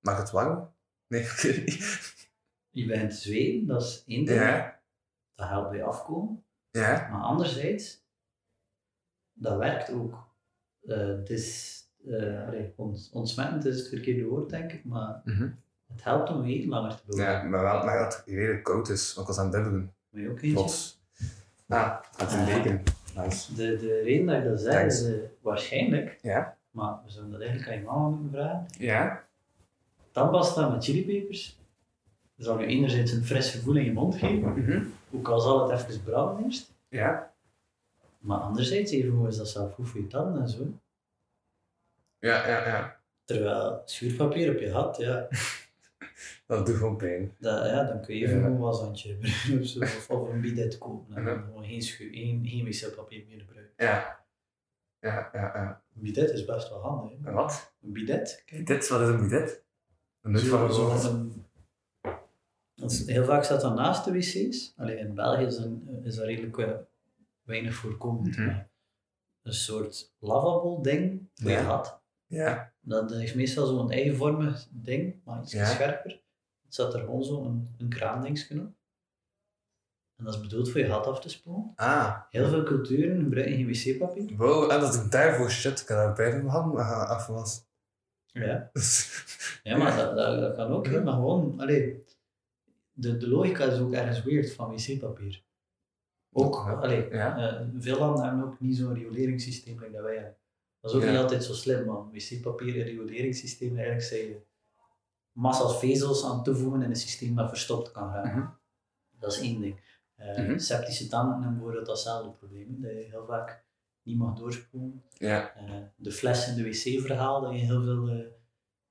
Speaker 4: Maakt het warm? Nee, ik weet het niet.
Speaker 3: Je bent te zweten, dat is één ding.
Speaker 4: Ja,
Speaker 3: Dat helpt bij afkomen.
Speaker 4: ja.
Speaker 3: Maar anderzijds, dat werkt ook. Eh, het is, eh allee, ons, ontsmettend is het verkeerde woord, denk ik, maar
Speaker 4: Mhm.
Speaker 3: het helpt om weer langer te bouwen.
Speaker 4: Ja, maar wel, maar dat het redelijk koud is, want ik was aan het dubbelen.
Speaker 3: Moet je ook eentje?
Speaker 4: Plots. Ah, het is een deken. Nice.
Speaker 3: De, de reden dat ik dat zeg
Speaker 4: Thanks.
Speaker 3: is eh, waarschijnlijk,
Speaker 4: Ja.
Speaker 3: maar we zouden dat eigenlijk aan je mama moeten vragen.
Speaker 4: Ja?
Speaker 3: Tandpasta met chilipepers zal je enerzijds een fris gevoel in je mond geven,
Speaker 4: Mhm.
Speaker 3: ook al zal het even branden eerst,
Speaker 4: Ja?
Speaker 3: maar anderzijds even goed is dat zelf goed voor je tanden en zo.
Speaker 4: Ja, ja, ja.
Speaker 3: Terwijl schuurpapier op je had, ja,
Speaker 4: Dat doet gewoon pijn.
Speaker 3: Dat, ja, dan kun je even
Speaker 4: Ja.
Speaker 3: een washandje gebruiken of zo, of, of een bidet kopen. En dan
Speaker 4: Ja.
Speaker 3: gewoon geen, schu- geen, geen wc-papier meer gebruiken.
Speaker 4: Ja. Ja, ja, ja.
Speaker 3: Een bidet is best wel handig. hè.
Speaker 4: En wat?
Speaker 3: Een bidet, kijk.
Speaker 4: Dit, wat is een bidet? Een nut van
Speaker 3: Zo-
Speaker 4: een
Speaker 3: zo'n- een- dat is- heel vaak staat dat naast de wc's. Alleen in België is, een, is dat redelijk eh, weinig voorkomend.
Speaker 4: Mhm.
Speaker 3: maar Een soort lavabo-ding dat
Speaker 4: Ja.
Speaker 3: je had.
Speaker 4: Ja.
Speaker 3: Dat is meestal zo'n eigenvormig ding, maar iets
Speaker 4: Ja.
Speaker 3: scherper. Het zat er gewoon zo'n een kraandingsje op. En dat is bedoeld voor je gat af te spoelen.
Speaker 4: Ah.
Speaker 3: Heel veel culturen gebruiken geen wc-papier.
Speaker 4: Wow, en dat ik daarvoor shit kan hebben bij mijn hand eh, af was.
Speaker 3: Ja. ja, maar dat, dat, dat kan ook. hè. Maar gewoon, allee, de, de logica is ook ergens weird van wc-papier. Ook,
Speaker 4: Ja.
Speaker 3: allee,
Speaker 4: Ja.
Speaker 3: eh, veel landen hebben ook niet zo'n rioleringssysteem like dat wij hebben. Dat is ook
Speaker 4: Ja.
Speaker 3: niet altijd zo slim, man. Wc-papier en rioleringssysteem, eigenlijk zijn je massa's vezels aan toevoegen in een systeem dat verstopt kan raken. Dat is één ding. Eh,
Speaker 4: Mhm.
Speaker 3: Septische tanden hebben bijvoorbeeld datzelfde probleem, dat je heel vaak niet mag doorspoelen.
Speaker 4: Ja.
Speaker 3: Eh, de fles in de wc-verhaal, dat je heel veel, eh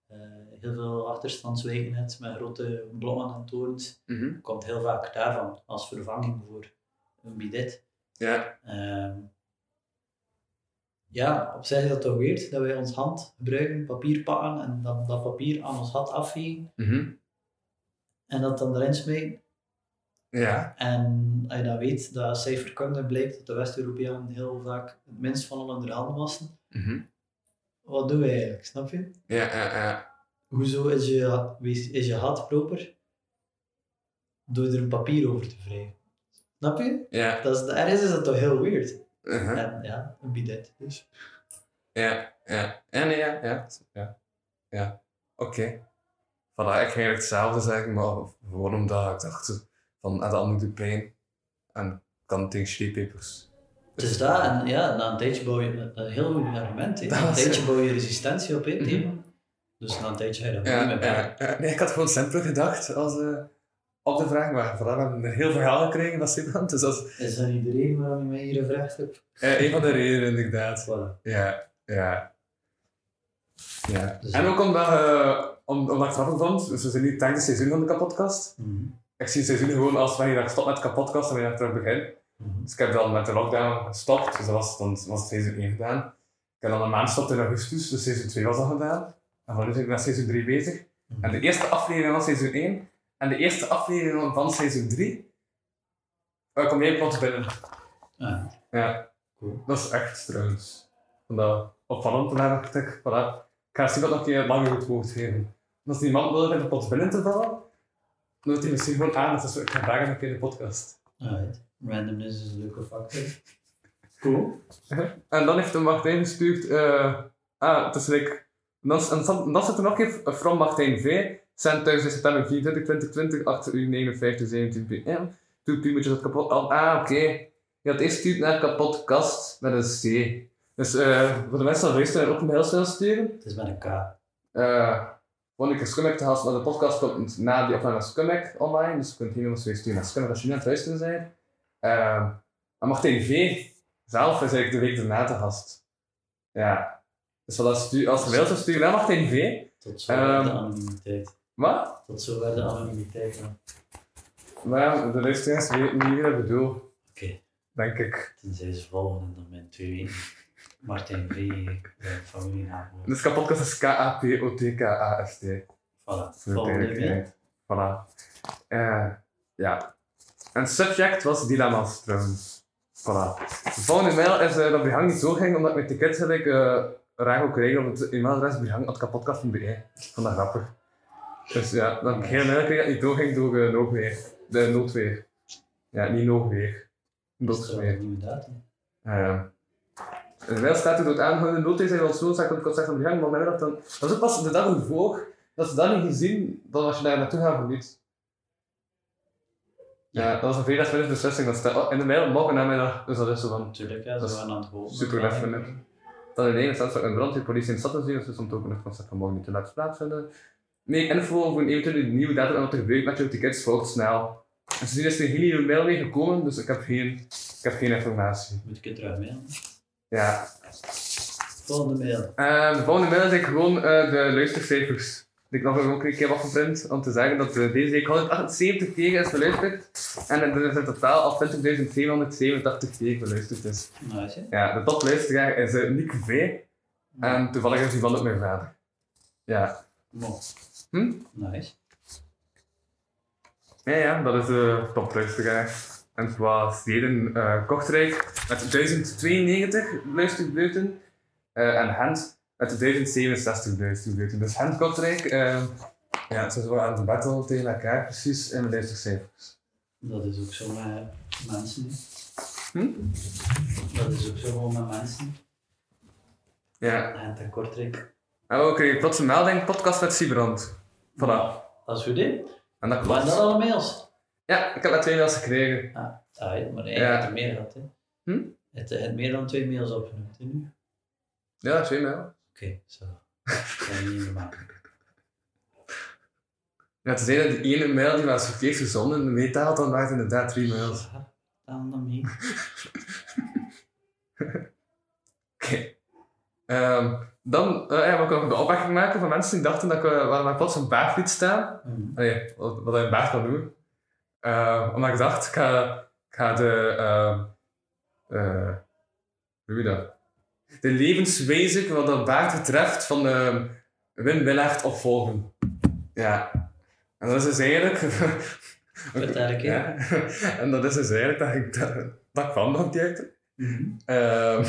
Speaker 3: eh, heel veel achterstandswijken hebt met grote blokken en torens,
Speaker 4: Mhm.
Speaker 3: komt heel vaak daarvan als vervanging voor een bidet.
Speaker 4: Ja.
Speaker 3: Ehm, ja, op zich is dat toch weird dat wij ons hand gebruiken, papier pakken en dan dat papier aan ons hand afvegen
Speaker 4: Mhm.
Speaker 3: en dat dan erin smijten.
Speaker 4: Ja.
Speaker 3: En als je dan weet dat uit cijferkunde blijkt dat de West-Europeanen heel vaak het minst van al hun handen wassen,
Speaker 4: Mhm.
Speaker 3: wat doen wij eigenlijk, snap je?
Speaker 4: Ja, ja, ja.
Speaker 3: Hoezo is je, is je hand proper? Door er een papier over te wrijven. Snap je?
Speaker 4: Ja.
Speaker 3: Dat is, ergens is dat toch heel weird.
Speaker 4: Mhm.
Speaker 3: En ja, een bidet dus.
Speaker 4: Ja, ja. Ja, nee, ja. Ja. Ja. ja. Oké. Voilà, ik ging eigenlijk hetzelfde zeggen, maar gewoon omdat ik dacht van, ah, dat moet doet pijn. En kan tegen chilipepers.
Speaker 3: Het is dat, en ja, na een tijdje bouw je een heel goed argument. hè.
Speaker 4: Dat
Speaker 3: Na een
Speaker 4: was-
Speaker 3: tijdje bouw je resistentie op één
Speaker 4: Mhm.
Speaker 3: thema. Dus na een tijdje ga je daar niet
Speaker 4: Ja,
Speaker 3: mee
Speaker 4: ja, ja. Nee, ik had gewoon simpeler gedacht als, eh, op de vraag, maar vooral we hebben een heel verhaal gekregen van Sibran. Dus dat is
Speaker 3: Is dat iedereen waarom je mij hier gevraagd hebt?
Speaker 4: eh, een van de redenen, inderdaad.
Speaker 3: Voilà.
Speaker 4: Ja, ja. ja.
Speaker 3: Dus
Speaker 4: en
Speaker 3: ja.
Speaker 4: ook omdat, eh om, omdat ik het grappig vond, dus we zijn niet tijdens het seizoen van de kapotkast.
Speaker 3: Mhm.
Speaker 4: Ik zie het seizoen gewoon als wanneer ik stop met de kapotkast en wanneer ik terug begin.
Speaker 3: Mhm.
Speaker 4: Dus ik heb dan met de lockdown gestopt, dus dat was, dan was het seizoen 1 gedaan. Ik heb dan een maand gestopt in augustus, dus seizoen 2 was al gedaan. En van nu ben ik met seizoen 3 bezig.
Speaker 3: Mhm.
Speaker 4: En de eerste aflevering van seizoen 1 en de eerste aflevering van seizoen 3 eh, kom jij plots binnen.
Speaker 3: Ah,
Speaker 4: Ja,
Speaker 3: Cool.
Speaker 4: dat is echt trouwens. Vandaar opvallend, maar dacht ik, voilà. Ik ga zien wat nog een keer langer het woord geven. En als die man wil in de pot binnen te vallen, dan doet hij misschien gewoon aan dat is ik ga vragen een keer in de podcast.
Speaker 3: alright. Randomness is een leuke factor. Cool.
Speaker 4: En dan heeft hem Martijn gestuurd, eh, ah, het is like, dan, en dan, dan zit er nog even from Martijn V. Zijn thuis in september 24, 2020, 8 uur 59, 17 pm. Toen piemetje dat kapot. Ah, oké. Je had eerst gestuurd naar kapotkast met een C. Dus eh, voor de mensen die luisteren en ook mails willen sturen,
Speaker 3: Het is met een K.
Speaker 4: Eh, want ik heb Scumac te gast, maar de podcast komt na die opname van Scumac online. Dus je kunt hier nog steeds sturen naar Scumac als je nu aan het luisteren bent. Ehm maar Martijn V zelf is eigenlijk de week daarna te gast. Ja. Dus wat als, stu- als je wilt, dan stuur je naar Martijn V.
Speaker 3: Tot zover de
Speaker 4: Ehm.
Speaker 3: anonimiteit.
Speaker 4: Wat?
Speaker 3: Tot zover de anonimiteit. man.
Speaker 4: Maar ja, de luisteraars weten niet wie dat bedoel,
Speaker 3: Oké,
Speaker 4: denk ik.
Speaker 3: tenzij ze volgen en dan ben twee weken. Martijn V, eh, de familienaam.
Speaker 4: Dus kapotkast is K-A-P-O-T-K-A-S-T.
Speaker 3: Voilà,
Speaker 4: Voor de
Speaker 3: volgende week.
Speaker 4: duidelijkheid. Voilà. Eh, ja. En subject was dilemma's trouwens. Voilà. De volgende mail is eh, dat Behang niet doorging, omdat ik mijn ticket gelijk eh raar ook kreeg op het e-mailadres behang.kapotkast.be. Ik vond dat grappig. Dus ja, dat ik geen mail kreeg dat het niet doorging door eh, noodweer. De noodweer. Ja, niet noodweer.
Speaker 3: Is er al
Speaker 4: Noodweer.
Speaker 3: een nieuwe datum?
Speaker 4: Eh, in de mail staat er door het aanhouden noodweer zijn wel zo, zag ik op het concert van Behang, maar mij dacht dan... Dat is ook pas de dag ervoor, dat ze dat niet gezien, dan als je daar naartoe gaat voor niets. Ja, dat was een vrijdagmiddag beslissing. Dat staat oh, in de mail morgen namiddag. Dus dat is zo van
Speaker 3: Natuurlijk, ja,
Speaker 4: Dat
Speaker 3: ze
Speaker 4: is
Speaker 3: waren aan het hopen.
Speaker 4: super lef van hem. Dan in één staat er een brandweer, politie en stadsdienst. Dus om ook nog concept van morgen niet te laten plaatsvinden. Meer info over een eventuele nieuwe datum en wat er gebeurt met jouw tickets volgt snel. En sindsdien is er geen nieuwe mail meer gekomen, dus ik heb geen, ik heb geen informatie.
Speaker 3: Moet ik het terug mailen?
Speaker 4: Ja.
Speaker 3: Volgende mail.
Speaker 4: Eh, de volgende mail is ik gewoon eh, de luistercijfers. Die ik nog ook een keer heb afgeprint om te zeggen dat eh, deze week 178 keer is beluisterd. En er is in totaal al 20.787 keer beluisterd is.
Speaker 3: Nice, hè?
Speaker 4: Ja, de topluisteraar is eh, Nick V. En toevallig is die van ook mijn vader. Ja.
Speaker 3: Mo.
Speaker 4: Hm?
Speaker 3: Nice.
Speaker 4: Ja, ja, dat is de topluisteraar. En het was Steden eh Kortrijk met 1092 luisterbeurten. eh en Gent met 1067 luisterbeurten. Dus Gent Kortrijk, eh ja, ze zijn wel aan de battle tegen elkaar precies in de luistercijfers.
Speaker 3: Dat is ook zo met mensen.
Speaker 4: Hm?
Speaker 3: Dat is ook zo gewoon met mensen.
Speaker 4: Ja.
Speaker 3: En ten kortrijk.
Speaker 4: En we kregen plots een melding, podcast met Sibrand. Voilà.
Speaker 3: Dat is goed, hè?
Speaker 4: En dat
Speaker 3: Waren dat
Speaker 4: klopt.
Speaker 3: alle mails?
Speaker 4: Ja, ik heb dat twee mails gekregen.
Speaker 3: Ah, ah, maar hij
Speaker 4: Ja.
Speaker 3: had er meer gehad, hè?
Speaker 4: Hm?
Speaker 3: Het het meer dan twee mails opgenoemd, hè, nu?
Speaker 4: Ja, twee mail.
Speaker 3: Oké, zo. Dat kan je niet meer maken.
Speaker 4: Ja, te zeggen dat die ene mail die was verkeerd verzonden meetaalt, dan maakt het inderdaad drie mails.
Speaker 3: Dan dan mee.
Speaker 4: Oké. Ehm, dan eh, ja, wil ik ook de opmerking maken van mensen die dachten dat ik eh, waar waar ik plots een baard liet staan.
Speaker 3: Mhm.
Speaker 4: Allee, wat, wat een baard kan doen. Eh, omdat ik dacht, ik ga, ik ga de... ehm, eh, hoe noem je dat? De levenswezen wat dat baard betreft van ehm, Wim Willaert opvolgen. Ja. En dat is dus eigenlijk...
Speaker 3: Vertel ik, ja.
Speaker 4: ja. En dat is dus eigenlijk dat ik... Dat, dat kwam dan direct.
Speaker 3: Mhm.
Speaker 4: Ehm,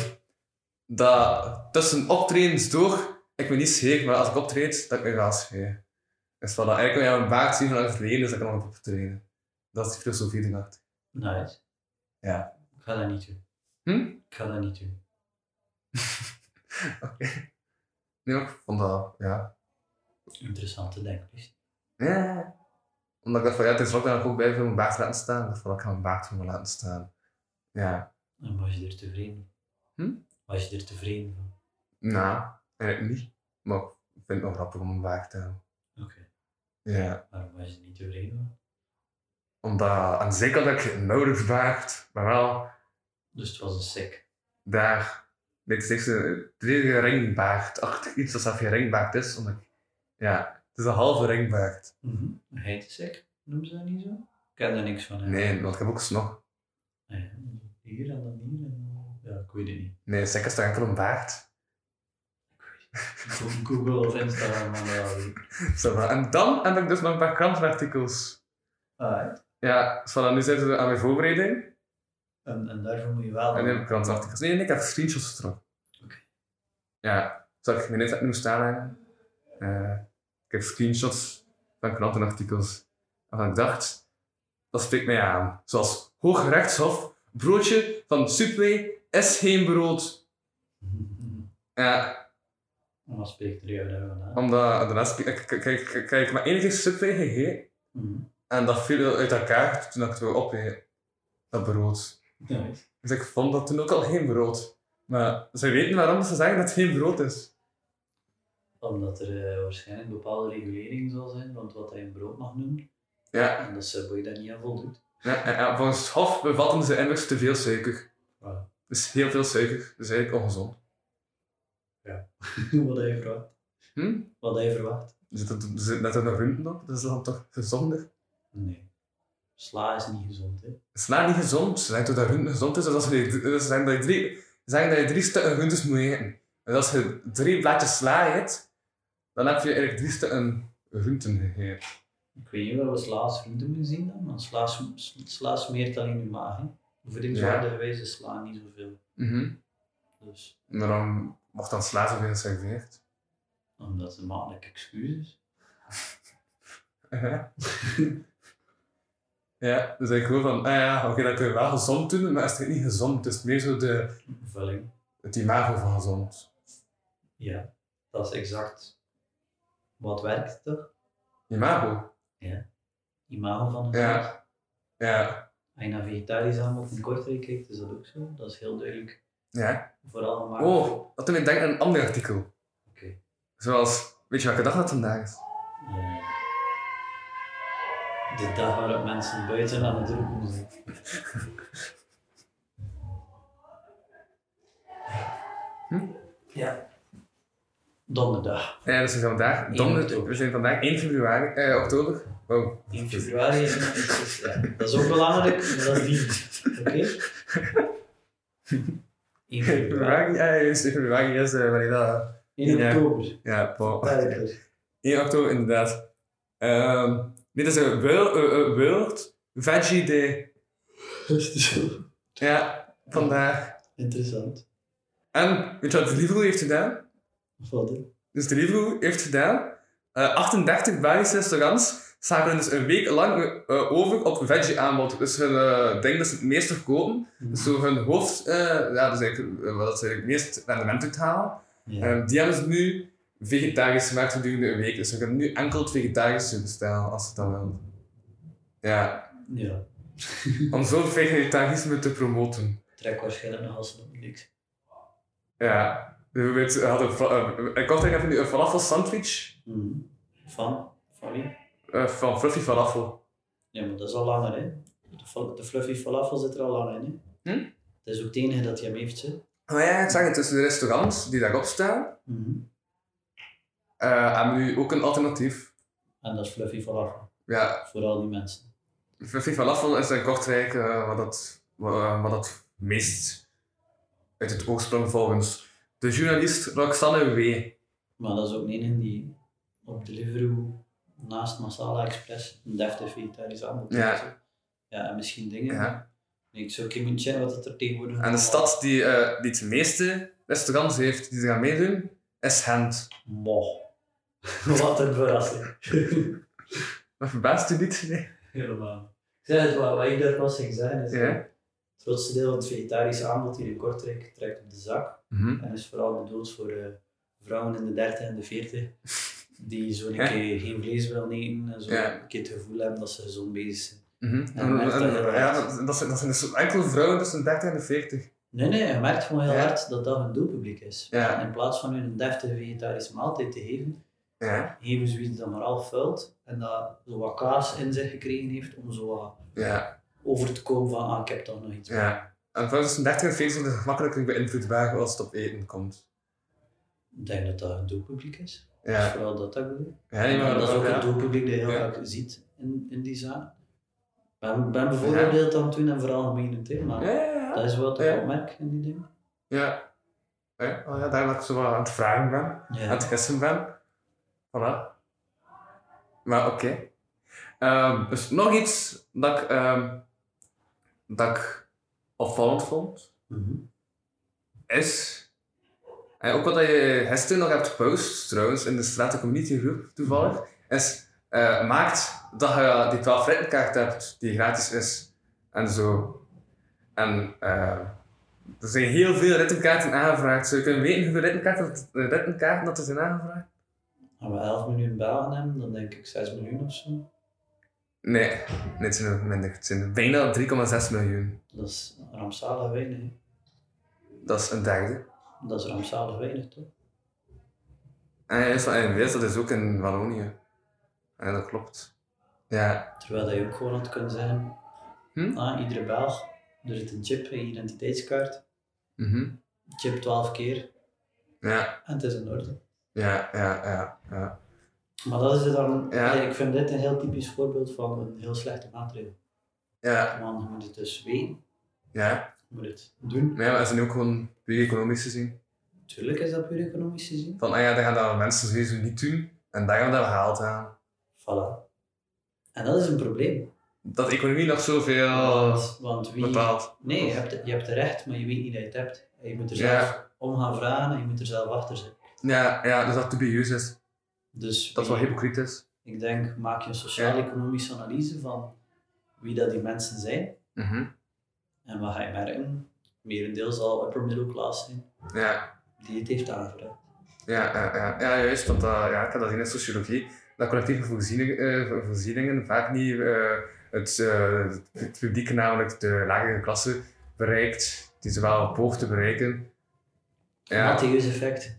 Speaker 4: dat tussen optredens door, ik ben niet zeker, maar als ik optreed, dat ik me ga scheren. Dus van dat eigenlijk kan je een baard zien vanuit het leden, dus dat ik nog op optreden. Dat is de filosofie erachter.
Speaker 3: Nice.
Speaker 4: Ja.
Speaker 3: Ik ga dat niet doen.
Speaker 4: Hm?
Speaker 3: Ik ga dat niet doen.
Speaker 4: Oké. Nee, maar ik vond dat, ja.
Speaker 3: Interessante denkwijze.
Speaker 4: Ja. Omdat ik dacht van, ja, het is ook dat ik ook bij veel mijn baard laten staan. Ik dacht van, ik ga mijn baard voor me laten staan. Ja.
Speaker 3: En was je er tevreden van?
Speaker 4: Hm?
Speaker 3: Was je er tevreden van?
Speaker 4: Nou, eigenlijk niet. Maar ik vind het nog grappig om een baard te hebben.
Speaker 3: Oké.
Speaker 4: Ja.
Speaker 3: Waarom was je er niet tevreden van?
Speaker 4: Omdat aan de zeker dat ik nodig baard, maar wel
Speaker 3: Dus het was een sick.
Speaker 4: daar. Dit is echt een drie ringbaard. Achter iets alsof je ringbaard is. Omdat ik, ja, het is een halve ringbaard.
Speaker 3: Mhm. Een heet sick? Noemen ze dat niet zo? Ik ken daar niks van. hè.
Speaker 4: Nee, want ik heb ook snog.
Speaker 3: Nee, Hier en dan hier en dan... Ja, ik weet het niet.
Speaker 4: Nee, zeker is toch enkel een baard.
Speaker 3: Go- Google of Instagram. maar dat wel.
Speaker 4: Zo van- En dan heb ik dus nog een paar krantenartikels.
Speaker 3: Alright.
Speaker 4: Ja, dus voilà, nu zitten we aan mijn voorbereiding.
Speaker 3: En, en daarvoor moet je wel...
Speaker 4: En nu heb ik krantenartikels. Nee, nee, ik heb screenshots getrokken.
Speaker 3: Oké.
Speaker 4: Ja, zal ik mijn internet nu staan leggen? Eh, ik heb screenshots van krantenartikels. En ik dacht, dat spreekt mij aan. Zoals Hoogrechtshof, broodje van Subway is geen brood.
Speaker 3: Mhm.
Speaker 4: Ja,
Speaker 3: En Wat spreekt er jou daarvan aan?
Speaker 4: omdat eh, de laatste keer, ik, ik, ik, ik, ik heb maar één keer Subway gegeten.
Speaker 3: Mhm.
Speaker 4: En dat viel uit elkaar toen ik het weer opeet. Dat brood.
Speaker 3: Nice.
Speaker 4: Dus ik vond dat toen ook al geen brood. Maar ze weten waarom ze zeggen dat het geen brood is.
Speaker 3: Omdat er eh, waarschijnlijk bepaalde regulering zal zijn rond wat hij een brood mag noemen.
Speaker 4: Ja,
Speaker 3: En dat Subway daar niet aan voldoet.
Speaker 4: Ja, en, en volgens het Hof bevatten ze immers te veel suiker.
Speaker 3: Ah.
Speaker 4: Dus heel veel suiker, dus eigenlijk ongezond.
Speaker 3: wat hij verwacht.
Speaker 4: Hm?
Speaker 3: Wat hij verwacht.
Speaker 4: Er zit, er zit net een rund op, dat is dan toch gezonder?
Speaker 3: Nee. Sla is niet gezond, hè.
Speaker 4: Sla niet gezond, ze zeggen dat rund gezond is, dus als je, die- dus ze zeggen dat je drie, ze zeggen dat je drie stukken rundjes moet eten. En als je drie blaadjes sla eet, dan heb je eigenlijk drie stukken rundten gegeten.
Speaker 3: Ik weet niet waar we sla als groente moeten zien dan, maar sla, sm- sm- sla smeert dan in je maag, hè. Voedingswaardewijs is sla niet zoveel.
Speaker 4: Mhm.
Speaker 3: Dus,
Speaker 4: Maar dan wordt dan sla zoveel geserveerd.
Speaker 3: omdat het een makkelijk excuus is.
Speaker 4: Ja. ja, dus ik gewoon van, ah ja, oké, dat kun je wel gezond doen, maar is het niet gezond? Het is meer zo de,
Speaker 3: Vulling.
Speaker 4: het imago van gezond.
Speaker 3: Ja. Dat is exact wat werkt, toch?
Speaker 4: Imago?
Speaker 3: Imago van een
Speaker 4: Ja.
Speaker 3: mens.
Speaker 4: Ja.
Speaker 3: Als je naar vegetarisch aanbod in Kortrijk kijkt, is dat ook zo. Dat is heel duidelijk.
Speaker 4: Ja.
Speaker 3: Vooral gemaakt.
Speaker 4: Oh, dat doet me denken aan een ander artikel.
Speaker 3: Oké.
Speaker 4: Zoals, weet je welke dag dat vandaag is? Ah
Speaker 3: Eh, de dag waarop mensen buiten aan het roepen zijn.
Speaker 4: Hm?
Speaker 3: Ja. Donderdag.
Speaker 4: Ja, dus we zijn vandaag, donderdag,
Speaker 3: oktober.
Speaker 4: we zijn vandaag 1 februari, eh, oktober. Wow.
Speaker 3: 1 februari is nog iets, dus ja. Dat is ook belangrijk, maar dat is niet. Oké? 1 februari.
Speaker 4: Februari, ah ja, juist, februari is eh, wanneer dat...
Speaker 3: 1
Speaker 4: Ja.
Speaker 3: oktober.
Speaker 4: Ja, wow.
Speaker 3: Duidelijk.
Speaker 4: 1 oktober, inderdaad. Ehm, dit is een World, eh, eh, World Veggie Day. Ja, vandaag.
Speaker 3: Interessant.
Speaker 4: En weet je wat Deliveroo heeft gedaan?
Speaker 3: Wat? hè?
Speaker 4: Dus Deliveroo heeft gedaan. eh 38 Belgische restaurants zagen dus een week lang eh, over op veggie aanbod. Dus hun eh, ding dat ze het meest verkopen. Dus zo hun hoofd, eh, ja, dat is eigenlijk eh, wat ze eigenlijk het meest rendement uithalen.
Speaker 3: Ja.
Speaker 4: Ehm, die hebben ze nu vegetarisch gemaakt gedurende een week. Dus we kunnen nu enkel het vegetarische bestellen als ze dat willen. Ja,
Speaker 3: ja.
Speaker 4: om zo vegetarisme te promoten.
Speaker 3: Trek waarschijnlijk nog als nog niks.
Speaker 4: Ja. Bijvoorbeeld, we hadden, fla- eh, ik had eigenlijk nu een falafel sandwich
Speaker 3: Mhm. Van? Van wie?
Speaker 4: eh, van Fluffy Falafel.
Speaker 3: Ja, maar dat is al langer, hè. De, fa- de fluffy falafel zit er al langer in, hè.
Speaker 4: Hm?
Speaker 3: Dat is ook het enige dat hij hem heeft, hè.
Speaker 4: Maar Ah ja, ik zag het tussen de restaurants die daarop staan,
Speaker 3: Mhm.
Speaker 4: eh, hebben nu ook een alternatief.
Speaker 3: En dat is fluffy falafel,
Speaker 4: Ja,
Speaker 3: voor al die mensen.
Speaker 4: Fluffy Falafel is in Kortrijk eh, wat, dat, wat, eh, wat dat meest uit het oorsprong volgens de journalist Roxanne W.
Speaker 3: Maar dat is ook de enige die op Deliveroo naast Masala Express een deftig vegetarisch aanbod
Speaker 4: Ja.
Speaker 3: heeft, hè. Ja, en misschien dingen.
Speaker 4: Ja.
Speaker 3: Nee, ik zou een keer moeten checken wat het er tegenwoordig
Speaker 4: En de stad die, eh, die het meeste restaurants heeft die eraan meedoen, is Gent.
Speaker 3: Moh. Wat een verrassing.
Speaker 4: Dat verbaast u niet? Nee.
Speaker 3: Helemaal. Ik zeg het, wat, wat ik daar was ging zeggen is,
Speaker 4: Ja.
Speaker 3: het grootste deel van het vegetarische aanbod hier in Kortrijk trekt op de zak
Speaker 4: Mhm.
Speaker 3: en is vooral bedoeld voor eh, vrouwen in de 30 en de 40 die zo'n
Speaker 4: Ja.
Speaker 3: keer geen vlees willen eten en zo
Speaker 4: Ja.
Speaker 3: een keer het gevoel hebben dat ze gezond bezig zijn.
Speaker 4: Mhm.
Speaker 3: Ja,
Speaker 4: En-
Speaker 3: merkt
Speaker 4: en-
Speaker 3: dat inderdaad.
Speaker 4: ja, dat, dat zijn, dat zijn dus enkele vrouwen tussen de 30 en de 40.
Speaker 3: Nee, nee, je merkt gewoon heel
Speaker 4: Ja.
Speaker 3: hard dat dat hun doelpubliek is.
Speaker 4: Ja.
Speaker 3: In plaats van hun een deftige vegetarische maaltijd te geven,
Speaker 4: Ja.
Speaker 3: geven ze iets dat maar al vult en dat zo wat kaas in zich gekregen heeft om zo wat
Speaker 4: Ja.
Speaker 3: over te komen van ah, ik heb toch nog iets.
Speaker 4: ja. En vrouwen tussen de 30 en 40 zijn dus gemakkelijker beïnvloedbaar als het op eten komt.
Speaker 3: Ik denk dat dat een doelpubliek is. Dat is
Speaker 4: Ja.
Speaker 3: vooral dat dat bedoel.
Speaker 4: ja nee, maar,
Speaker 3: dat is ook
Speaker 4: ja.
Speaker 3: het doelpubliek dat je heel
Speaker 4: Ja.
Speaker 3: vaak ziet in, in die zaak. Ik ben, ben bevooroordeeld aan het doen en vooral gemeen het hè, maar
Speaker 4: Ja, ja, ja.
Speaker 3: dat is wat ik
Speaker 4: Ja.
Speaker 3: opmerk in die dingen.
Speaker 4: Ja. Ja, oh ja, daar dat ik zo wat aan het vragen ben,
Speaker 3: Ja.
Speaker 4: aan het gissen ben. Voilà. Maar oké. Ehm, dus nog iets dat ik, ehm, dat ik opvallend vond,
Speaker 3: Mhm.
Speaker 4: is... En ook wat dat je gisteren nog hebt gepost, trouwens, in de Straten Community Groep, toevallig, is... eh, maakt dat je die 12 frittenkaart hebt, die gratis is. En zo. En... eh, er zijn heel veel rittenkaarten aangevraagd. Zou je kunnen weten hoeveel rittenkaarten, eh, rittenkaarten dat er zijn aangevraagd?
Speaker 3: Als we 11 miljoen Belgen hebben, dan denk ik 6 miljoen of zo.
Speaker 4: Nee, nee het zijn er minder. Het zijn er bijna 3,6 miljoen.
Speaker 3: Dat is rampzalig weinig. hè.
Speaker 4: Dat is een derde.
Speaker 3: Dat is rampzalig weinig toch?
Speaker 4: En hij is van in Wales, dat is ook in Wallonië. Ja, dat klopt. Ja.
Speaker 3: Terwijl dat je ook gewoon had kunnen zeggen,
Speaker 4: Hm?
Speaker 3: ah, iedere Belg, er zit een chip in je identiteitskaart,
Speaker 4: mhm.
Speaker 3: chip 12 keer
Speaker 4: ja.
Speaker 3: en het is in orde.
Speaker 4: Ja, ja, ja, ja.
Speaker 3: Maar dat is het dan,
Speaker 4: Ja.
Speaker 3: nee, ik vind dit een heel typisch voorbeeld van een heel slechte maatregel.
Speaker 4: Ja,
Speaker 3: Want je moet het dus weten,
Speaker 4: ja.
Speaker 3: je moet het doen.
Speaker 4: Maar ja, maar is zijn ook gewoon puur economisch gezien.
Speaker 3: Natuurlijk is dat puur economisch gezien.
Speaker 4: Van, ah ja, dat gaan dat mensen sowieso niet doen. En daar gaan we dat gehaald aan.
Speaker 3: Voilà. En dat is een probleem.
Speaker 4: Dat de economie nog zoveel
Speaker 3: Want, want wie...
Speaker 4: bepaalt.
Speaker 3: Nee, je hebt, je hebt de recht, maar je weet niet dat je het hebt. En je moet er
Speaker 4: Ja.
Speaker 3: zelf om gaan vragen en je moet er zelf achter zijn.
Speaker 4: Ja, ja, dus dat to be used is.
Speaker 3: Dus
Speaker 4: Dat is wel
Speaker 3: wie-
Speaker 4: hypocriet is.
Speaker 3: Ik denk, maak je een sociaal-economische analyse van wie dat die mensen zijn.
Speaker 4: Mhm.
Speaker 3: En wat ga je merken? Merendeel zal upper middle class zijn
Speaker 4: Ja,
Speaker 3: die het heeft aangevraagd.
Speaker 4: ja, ja, ja, ja, juist. Want dat, ja, ik had dat zien in sociologie. Dat collectieve voorziening, eh, voor- voorzieningen vaak niet eh, het, eh, het publiek, namelijk de lagere klasse, bereikt. Die ze wel poogt te bereiken. Ja,
Speaker 3: Matthäus effect.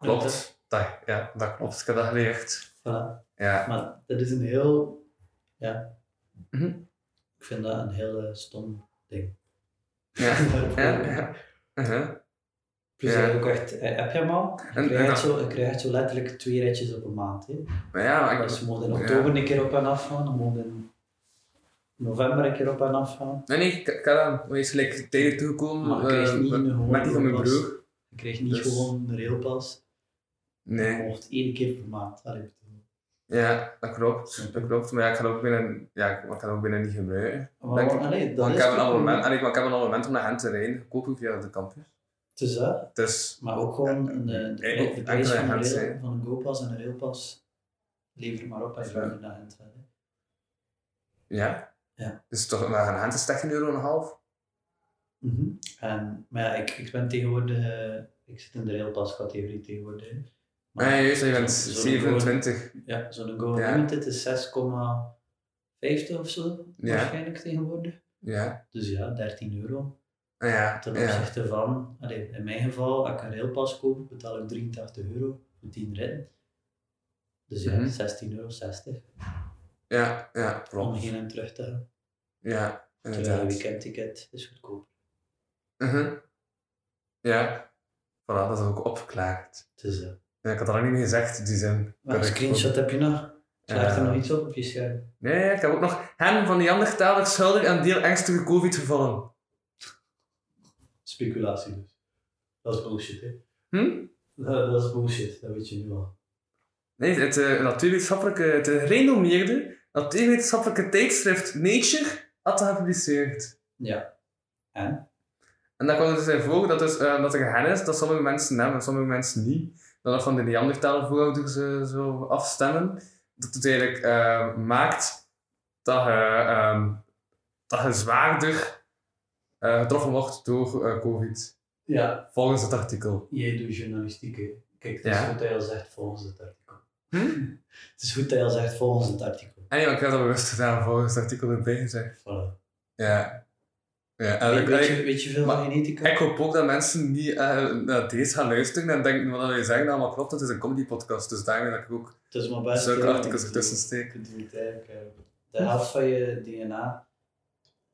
Speaker 4: klopt. Dat, ja, dat klopt. Ik heb dat geleerd.
Speaker 3: Voilà.
Speaker 4: Ja.
Speaker 3: Maar dat is een heel... Ja.
Speaker 4: Mhm.
Speaker 3: Ik vind dat een heel eh, stom ding.
Speaker 4: Ja. ja,
Speaker 3: Daarvoor.
Speaker 4: ja. Uh-huh.
Speaker 3: Plus
Speaker 4: Ja.
Speaker 3: dat je ook echt... eh, Heb je hem al? Je
Speaker 4: En- en
Speaker 3: krijgt,
Speaker 4: dat-
Speaker 3: zo, je krijgt zo letterlijk twee ritjes op een maand. Hè.
Speaker 4: Maar ja, maar ik,
Speaker 3: Dus je moet in oktober een keer op en af gaan. Je moet in november een keer op en af gaan.
Speaker 4: Nee, nee, ik kan Wees gelijk tijdelijk toegekomen.
Speaker 3: Maar ik kreeg
Speaker 4: eh,
Speaker 3: niet een gewone
Speaker 4: met die van mijn
Speaker 3: pas.
Speaker 4: broer.
Speaker 3: Je kreeg niet
Speaker 4: Dus-
Speaker 3: gewoon een railpas.
Speaker 4: Nee.
Speaker 3: Je mocht één keer per maand. Allee, ik bedoel.
Speaker 4: Ja, dat klopt.
Speaker 3: Snap
Speaker 4: Dat
Speaker 3: je?
Speaker 4: klopt. Maar ja, ik kan ook binnen, ja, ik ik kan ook binnen niet gebruiken.
Speaker 3: Maar,
Speaker 4: Denk
Speaker 3: wat-
Speaker 4: ik.
Speaker 3: allee, dat
Speaker 4: Want ik,
Speaker 3: is
Speaker 4: heb een
Speaker 3: toch-
Speaker 4: abonnement, en ik, maar ik heb een abonnement om naar hen te rijden, gekocht via de campus.
Speaker 3: Dus dat,
Speaker 4: Dus
Speaker 3: maar ook gewoon een, de, de,
Speaker 4: Eh,
Speaker 3: de prijs
Speaker 4: enkele
Speaker 3: van een,
Speaker 4: Gent,
Speaker 3: rail,
Speaker 4: hè.
Speaker 3: van een GoPas en een railpas. Lever maar op als je
Speaker 4: Ja.
Speaker 3: minder naar Gent gaat, hè.
Speaker 4: ja.
Speaker 3: Ja.
Speaker 4: Dus toch maar aan hen te steken een euro en een half.
Speaker 3: Mhm. en, maar ja, ik, ik ben tegenwoordig... eh, ik zit in de railpascategorie tegenwoordig. hè. Maar
Speaker 4: Nee, Ah, juist, je bent
Speaker 3: zo'n- zo'n
Speaker 4: 27.
Speaker 3: Go- Ja, zo'n Go
Speaker 4: Ja.
Speaker 3: Limited is 6,50 of zo.
Speaker 4: Ja.
Speaker 3: Waarschijnlijk tegenwoordig.
Speaker 4: Ja.
Speaker 3: Dus ja, 13 euro.
Speaker 4: Ah, Ja,
Speaker 3: Ten
Speaker 4: ja.
Speaker 3: opzichte van, allee, in mijn geval, als ik een railpas koop, betaal ik 83 euro voor 10 ritten. Dus ja,
Speaker 4: Mhm.
Speaker 3: 16,60 euro.
Speaker 4: Ja, ja,
Speaker 3: om
Speaker 4: klopt.
Speaker 3: heen en terug te gaan.
Speaker 4: Ja,
Speaker 3: Terwijl een
Speaker 4: inderdaad.
Speaker 3: weekendticket is goedkoper.
Speaker 4: Mhm. Ja, voilà, dat is ook opgeklaard.
Speaker 3: Het is, eh,
Speaker 4: Ja, ik had dat lang niet meer gezegd, die zin.
Speaker 3: maar een
Speaker 4: Dat ik
Speaker 3: Ah, screenshot heb je nog. Slaat
Speaker 4: Ja.
Speaker 3: er nog iets op op je scherm?
Speaker 4: Nee, ja, ik heb ook nog hem van die ander talig schuldig aan deel ernstige covid gevallen.
Speaker 3: Speculatie dus. Dat is bullshit, hè?
Speaker 4: Hm?
Speaker 3: Dat, dat is bullshit, dat weet je nu al.
Speaker 4: Nee, het eh, natuurwetenschappelijke, het gerenommeerde natuurwetenschappelijke tijdschrift Nature had dat gepubliceerd.
Speaker 3: Ja. En?
Speaker 4: En daar kwam het dus in voor dat, dus, eh, dat er een hen is dat sommige mensen hebben en sommige mensen niet. Dat dat van de Neandertaler voorouders eh, zo afstemmen. Dat het eigenlijk eh, maakt dat je, ehm, dat je zwaarder eh, getroffen wordt door eh, COVID.
Speaker 3: Ja,
Speaker 4: Volgens het artikel.
Speaker 3: jij doet journalistiek, hè? Kijk, het is
Speaker 4: Ja. Hm?
Speaker 3: goed dat je al zegt volgens het artikel. Het is goed dat je al zegt volgens het artikel.
Speaker 4: En ja, ik heb dat bewust gedaan, volgens het artikel erbij gezegd.
Speaker 3: Voilà.
Speaker 4: Ja. ja en
Speaker 3: Weet,
Speaker 4: ik-
Speaker 3: weet je, weet je veel
Speaker 4: maar-
Speaker 3: van genetica?
Speaker 4: Ik hoop ook dat mensen niet eh, naar deze gaan luisteren en denken wat wij zeggen nou allemaal klopt. Het is een comedy podcast, dus daarmee dat ik ook.
Speaker 3: Het is maar best.
Speaker 4: Zulke
Speaker 3: ja,
Speaker 4: artikels
Speaker 3: ik
Speaker 4: ertussen
Speaker 3: bedoel,
Speaker 4: steken.
Speaker 3: ik bedoel het eigenlijk, eh, De helft van je DNA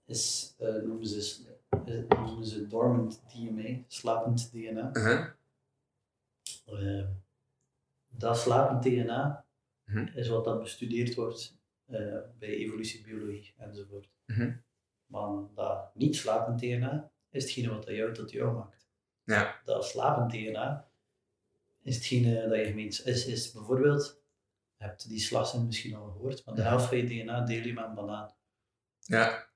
Speaker 3: is, eh, noemen, ze, is- noemen ze dormant DNA, slapend DNA.
Speaker 4: Uh-huh.
Speaker 3: Eh, dat slapend DNA
Speaker 4: Mhm.
Speaker 3: is wat dat bestudeerd wordt eh, bij evolutiebiologie enzovoort.
Speaker 4: Mhm.
Speaker 3: Maar dat niet slapend DNA is hetgene wat dat jou tot jou maakt.
Speaker 4: Ja.
Speaker 3: Dat slapend DNA is hetgene dat je gemeens is, is bijvoorbeeld, je hebt die slagzin misschien al gehoord, maar de helft van je DNA deel je met een banaan.
Speaker 4: Ja.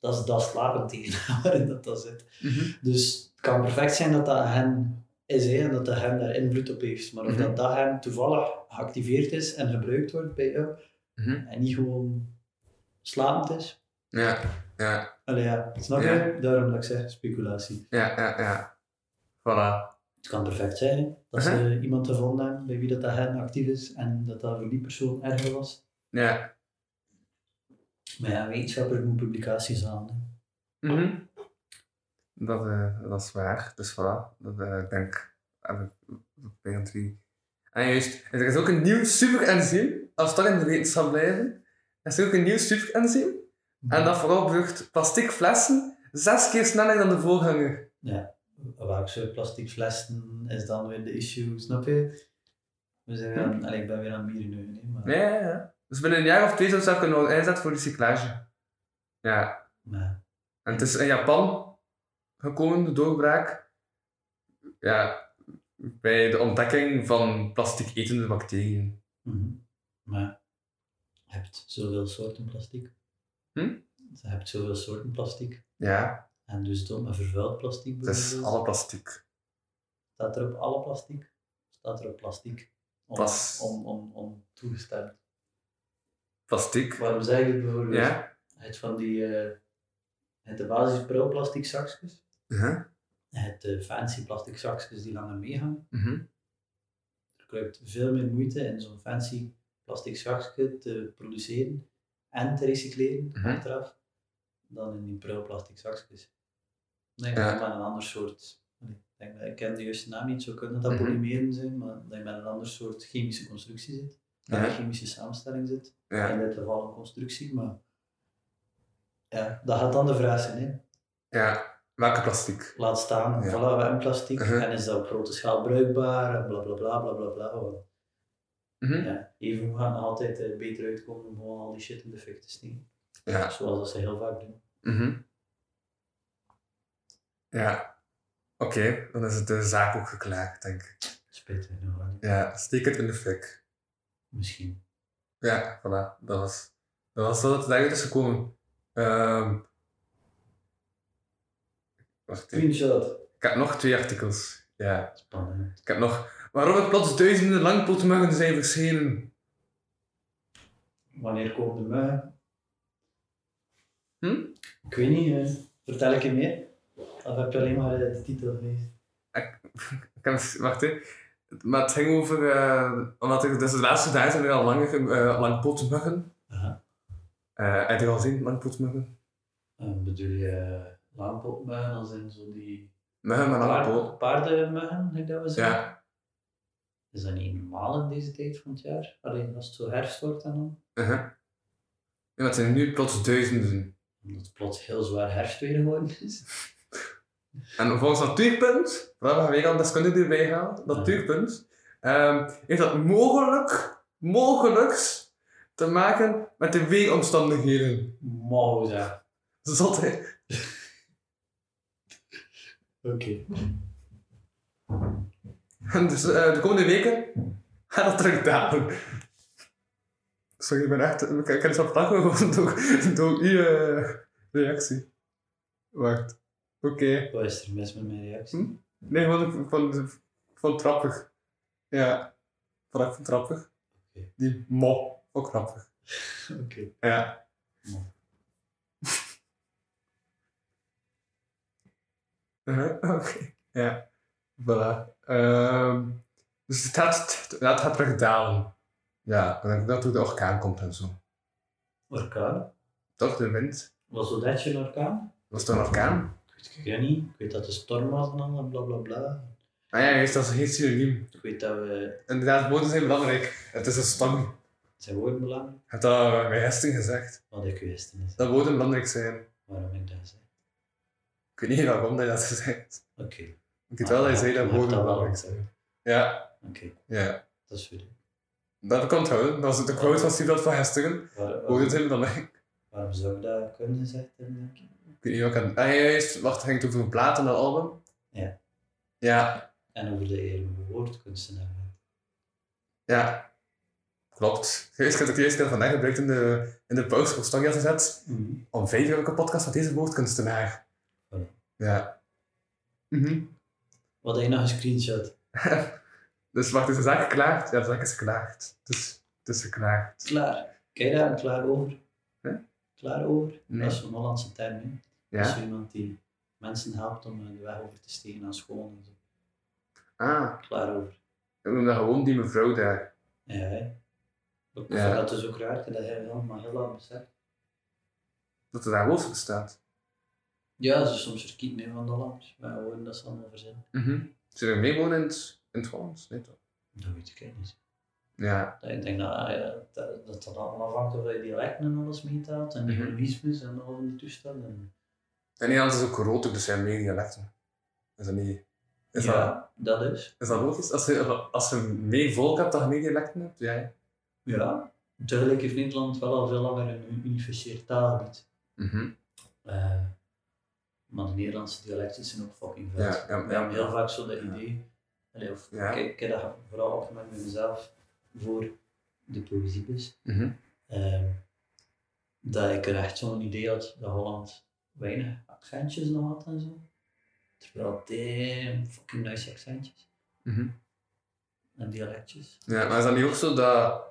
Speaker 3: Dat is dat slapend DNA waarin dat, dat zit.
Speaker 4: Mhm.
Speaker 3: Dus het kan perfect zijn dat dat hen is hè, en dat dat hen daar invloed op heeft. Maar of
Speaker 4: Mhm.
Speaker 3: dat dat hen toevallig geactiveerd is en gebruikt wordt bij jou
Speaker 4: Mhm.
Speaker 3: en niet gewoon slapend is.
Speaker 4: Ja, ja,
Speaker 3: Allee, ja, snap je?
Speaker 4: Ja.
Speaker 3: Daarom dat ik zeg speculatie.
Speaker 4: ja, ja, ja. Voilà.
Speaker 3: Het kan perfect zijn hè, dat ze
Speaker 4: Mhm.
Speaker 3: iemand gevonden hebben bij wie dat, dat hen actief is en dat dat voor die persoon erger was.
Speaker 4: Ja.
Speaker 3: Maar ja, wetenschappers moeten publicaties aan. hè.
Speaker 4: Mhm. dat, eh, dat is waar. Dus voilà. Dat eh, ik denk. heb ik bij een drie. En Ah, juist, er is ook een nieuw superenzym. Als we toch in de wetenschap blijven, er is ook een nieuw superenzym. En dat veroorzaakt plastic flessen zes keer sneller dan de voorganger.
Speaker 3: Waar ik zo plastic flessen is dan weer de issue, snap je? We zijn weer aan, allee, ik ben weer aan het bieren nu, hè, maar...
Speaker 4: Mhm. Ja, ja, ja. Dus binnen een jaar of twee zou ze kunnen worden inzet voor recyclage. Ja.
Speaker 3: maar
Speaker 4: En het is in Japan gekomen, de doorbraak. Ja, bij de ontdekking van plastic etende bacteriën.
Speaker 3: Mhm. Maar je hebt zoveel soorten plastic.
Speaker 4: Hm?
Speaker 3: Je hebt zoveel soorten plastic.
Speaker 4: Ja,
Speaker 3: En dus dan een vervuild plastic
Speaker 4: het is
Speaker 3: bijvoorbeeld.
Speaker 4: alle plastic.
Speaker 3: Staat er op alle plastic? Staat er op plastic? Om,
Speaker 4: Plas-
Speaker 3: om, om, om toegestemd.
Speaker 4: Plastic.
Speaker 3: Waarom zeg ik dit bijvoorbeeld?
Speaker 4: Ja.
Speaker 3: Het van die... eh het de basis plastic zakjes.
Speaker 4: Uh-huh.
Speaker 3: Het de fancy plastic zakjes die langer meegaan.
Speaker 4: Mhm.
Speaker 3: Er kruipt veel meer moeite in zo'n fancy plastic zakje te produceren en te recycleren
Speaker 4: Mhm.
Speaker 3: achteraf dan in die pruilplastic zakjes. Nee,
Speaker 4: Ja.
Speaker 3: maar een ander soort. Ik, denk dat, ik ken de juiste naam niet, zo kunnen dat
Speaker 4: Mhm.
Speaker 3: polymeren zijn, maar dat je met een ander soort chemische constructie zit. Dat
Speaker 4: Ja.
Speaker 3: een chemische samenstelling zit.
Speaker 4: Ja.
Speaker 3: In dit geval een constructie, maar ja, dat gaat dan de vraag zijn. Hè.
Speaker 4: Ja. Welke plastic?
Speaker 3: Laat staan,
Speaker 4: Ja.
Speaker 3: voilà, we hebben plastic
Speaker 4: Mhm.
Speaker 3: en is dat op grote schaal bruikbaar en bla bla bla bla bla bla. want
Speaker 4: Mhm.
Speaker 3: ja, even gaan er altijd eh, beter uitkomen om gewoon al die shit in de fik te steken.
Speaker 4: Ja.
Speaker 3: Zoals dat ze heel vaak doen.
Speaker 4: Mhm. Ja. Oké, dan is het de zaak ook geklaagd, denk ik.
Speaker 3: Spijt me nog wel.
Speaker 4: Ja, steek het in de fik.
Speaker 3: Misschien.
Speaker 4: Ja, voilà. Dat was, dat was dat het daaruit is gekomen. Ehm wacht even.
Speaker 3: Screenshot.
Speaker 4: Ik heb nog twee artikels. Ja,
Speaker 3: Spannend.
Speaker 4: ik heb nog... Waarom er plots duizenden langpotmuggen zijn verschenen.
Speaker 3: Wanneer komen de muggen?
Speaker 4: Hm?
Speaker 3: Ik weet niet, eh, vertel ik je meer? Of heb je alleen maar eh, de titel gelezen?
Speaker 4: Ik heb, wacht hè. Maar het ging over... eh, omdat ik dus de laatste dagen zijn er al lange, eh langpotmuggen.
Speaker 3: Aha.
Speaker 4: Eh, heb je al gezien, langpotmuggen?
Speaker 3: Eh, bedoel je laanpotmuggen als in zo die
Speaker 4: Muggen met lange
Speaker 3: paard-
Speaker 4: poot.
Speaker 3: paardenmuggen, denk ik dat we zeggen?
Speaker 4: Ja.
Speaker 3: Is dat niet normaal in deze tijd van het jaar? Alleen als het zo herfst wordt en dan?
Speaker 4: Uh-huh. maar het zijn nu plots duizenden.
Speaker 3: Omdat het plots heel zwaar herfstweer geworden is.
Speaker 4: En volgens Natuurpunt, waar we gaan weer aan deskundigen erbij gaan, Natuurpunt, ehm heeft dat mogelijk, mogelijk te maken met de weeromstandigheden.
Speaker 3: Mauw zeg.
Speaker 4: Zot, hè?
Speaker 3: Oké.
Speaker 4: En dus eh, de komende weken gaat dat terug dalen. Sorry, ik ben echt... Ik ik kan het op lachen gewoon door, door uw eh, reactie. Wacht. Oké.
Speaker 3: Wat is er mis met mijn reactie?
Speaker 4: Hm? Nee, want ik vond, ik vond het grappig. Ja. Vond ik vond het grappig.
Speaker 3: Oké.
Speaker 4: Die mo. Ook grappig.
Speaker 3: Oké.
Speaker 4: Ja.
Speaker 3: Mo.
Speaker 4: Eh, Oké. Ja. Voilà. Ehm, dus het gaat, het gaat terug dalen. Ja, ik denk dat er de orkaan komt en zo.
Speaker 3: Orkaan?
Speaker 4: Toch, de wind.
Speaker 3: Was dat je een orkaan?
Speaker 4: Was het een orkaan?
Speaker 3: Ik weet, ik weet niet. Ik weet dat de storm was en al, bla bla bla.
Speaker 4: Ah ja, juist, dat is geen synoniem.
Speaker 3: Ik weet dat we...
Speaker 4: Inderdaad, woorden zijn belangrijk. Het is een storm.
Speaker 3: Zijn woorden belangrijk?
Speaker 4: Ik heb dat bij mijn gasten gezegd.
Speaker 3: Wat ik wist niet
Speaker 4: Dat woorden belangrijk zijn.
Speaker 3: waarom ik dat zei.
Speaker 4: Ik weet niet waarom dat je dat gezegd.
Speaker 3: Oké. Ah,
Speaker 4: Ik weet wel dat je zei dat
Speaker 3: Je hebt
Speaker 4: woorden
Speaker 3: dat wel
Speaker 4: belangrijk zijn. Ja,
Speaker 3: Oké,
Speaker 4: ja.
Speaker 3: dat is goed.
Speaker 4: Dat komt houden. Dat was de quote van Steve van gisteren.
Speaker 3: Waar-
Speaker 4: Woorden
Speaker 3: waarom,
Speaker 4: zijn belangrijk.
Speaker 3: waarom zou ik dat kunnen zeggen, denk ik?
Speaker 4: Ik weet niet wat ik aan... Ah, juist. Wacht, ging het over een plaat en een album?
Speaker 3: Ja.
Speaker 4: Ja,
Speaker 3: En over de eerlijke woordkunstenaar.
Speaker 4: ja. Klopt. Juist, Ik heb het eerste keer vandaag gebruikt in de, in de post voor Story gezet. Om vijf uur heb ik een podcast van deze woordkunstenaar.
Speaker 3: Voilà.
Speaker 4: Ja. Mhm.
Speaker 3: Wat heb je nog een screenshot?
Speaker 4: Dus wacht, is de zaak geklaagd? Ja, de zaak is geklaagd. Dus, het is geklaagd.
Speaker 3: Klaar. Kijk daar een klaar over.
Speaker 4: Hè?
Speaker 3: Klaar over?
Speaker 4: Nee.
Speaker 3: Dat is een Hollandse term. hè. Dat is
Speaker 4: Ja.
Speaker 3: zo iemand die mensen helpt om eh, de weg over te steken aan school en zo.
Speaker 4: Ah.
Speaker 3: Klaar over.
Speaker 4: Ik noem dat gewoon die mevrouw daar.
Speaker 3: Ja, hè. Ik
Speaker 4: Ja.
Speaker 3: vind Dat is ook raar, ik heb dat heb je maar heel lang beseft.
Speaker 4: dat er daar wolf bestaat.
Speaker 3: Ja, ze soms verkieten hè, van de Hollanders. Maar horen dat ze allemaal verzinnen.
Speaker 4: Zullen we meewonen in het, in het Hollands? Nee, toch?
Speaker 3: Dat weet ik eigenlijk niet.
Speaker 4: Ja.
Speaker 3: Dat Ik denk dat, ah, ja, dat, dat dat allemaal afhangt of je dialecten en alles meetaalt en de
Speaker 4: Mhm.
Speaker 3: egoïsmes en al die toestanden. En,
Speaker 4: En Nederlands is ook groter, dus er zijn meer dialecten. Is dat niet... Is, dat,
Speaker 3: ja, dat is.
Speaker 4: is dat logisch? Als je, als je meer volk hebt, dan je meer dialecten hebt? Ja. ja.
Speaker 3: Ja. Tegelijk heeft Nederland wel al veel langer een universeer taalgebied.
Speaker 4: Mhm.
Speaker 3: Eh, maar de Nederlandse dialecten zijn ook fucking vet.
Speaker 4: Ja, ja,
Speaker 3: We hebben
Speaker 4: ja.
Speaker 3: heel vaak zo dat
Speaker 4: Ja.
Speaker 3: idee, allee, of
Speaker 4: Ja.
Speaker 3: ik, ik heb dat vooral ook met mezelf voor de poëziebus,
Speaker 4: Mhm.
Speaker 3: Ehm, dat ik er echt zo'n idee had dat Holland weinig accentjes nog had en zo. Terwijl damn fucking nice accentjes
Speaker 4: Mhm.
Speaker 3: en dialectjes.
Speaker 4: ja. Maar is dat niet ook zo dat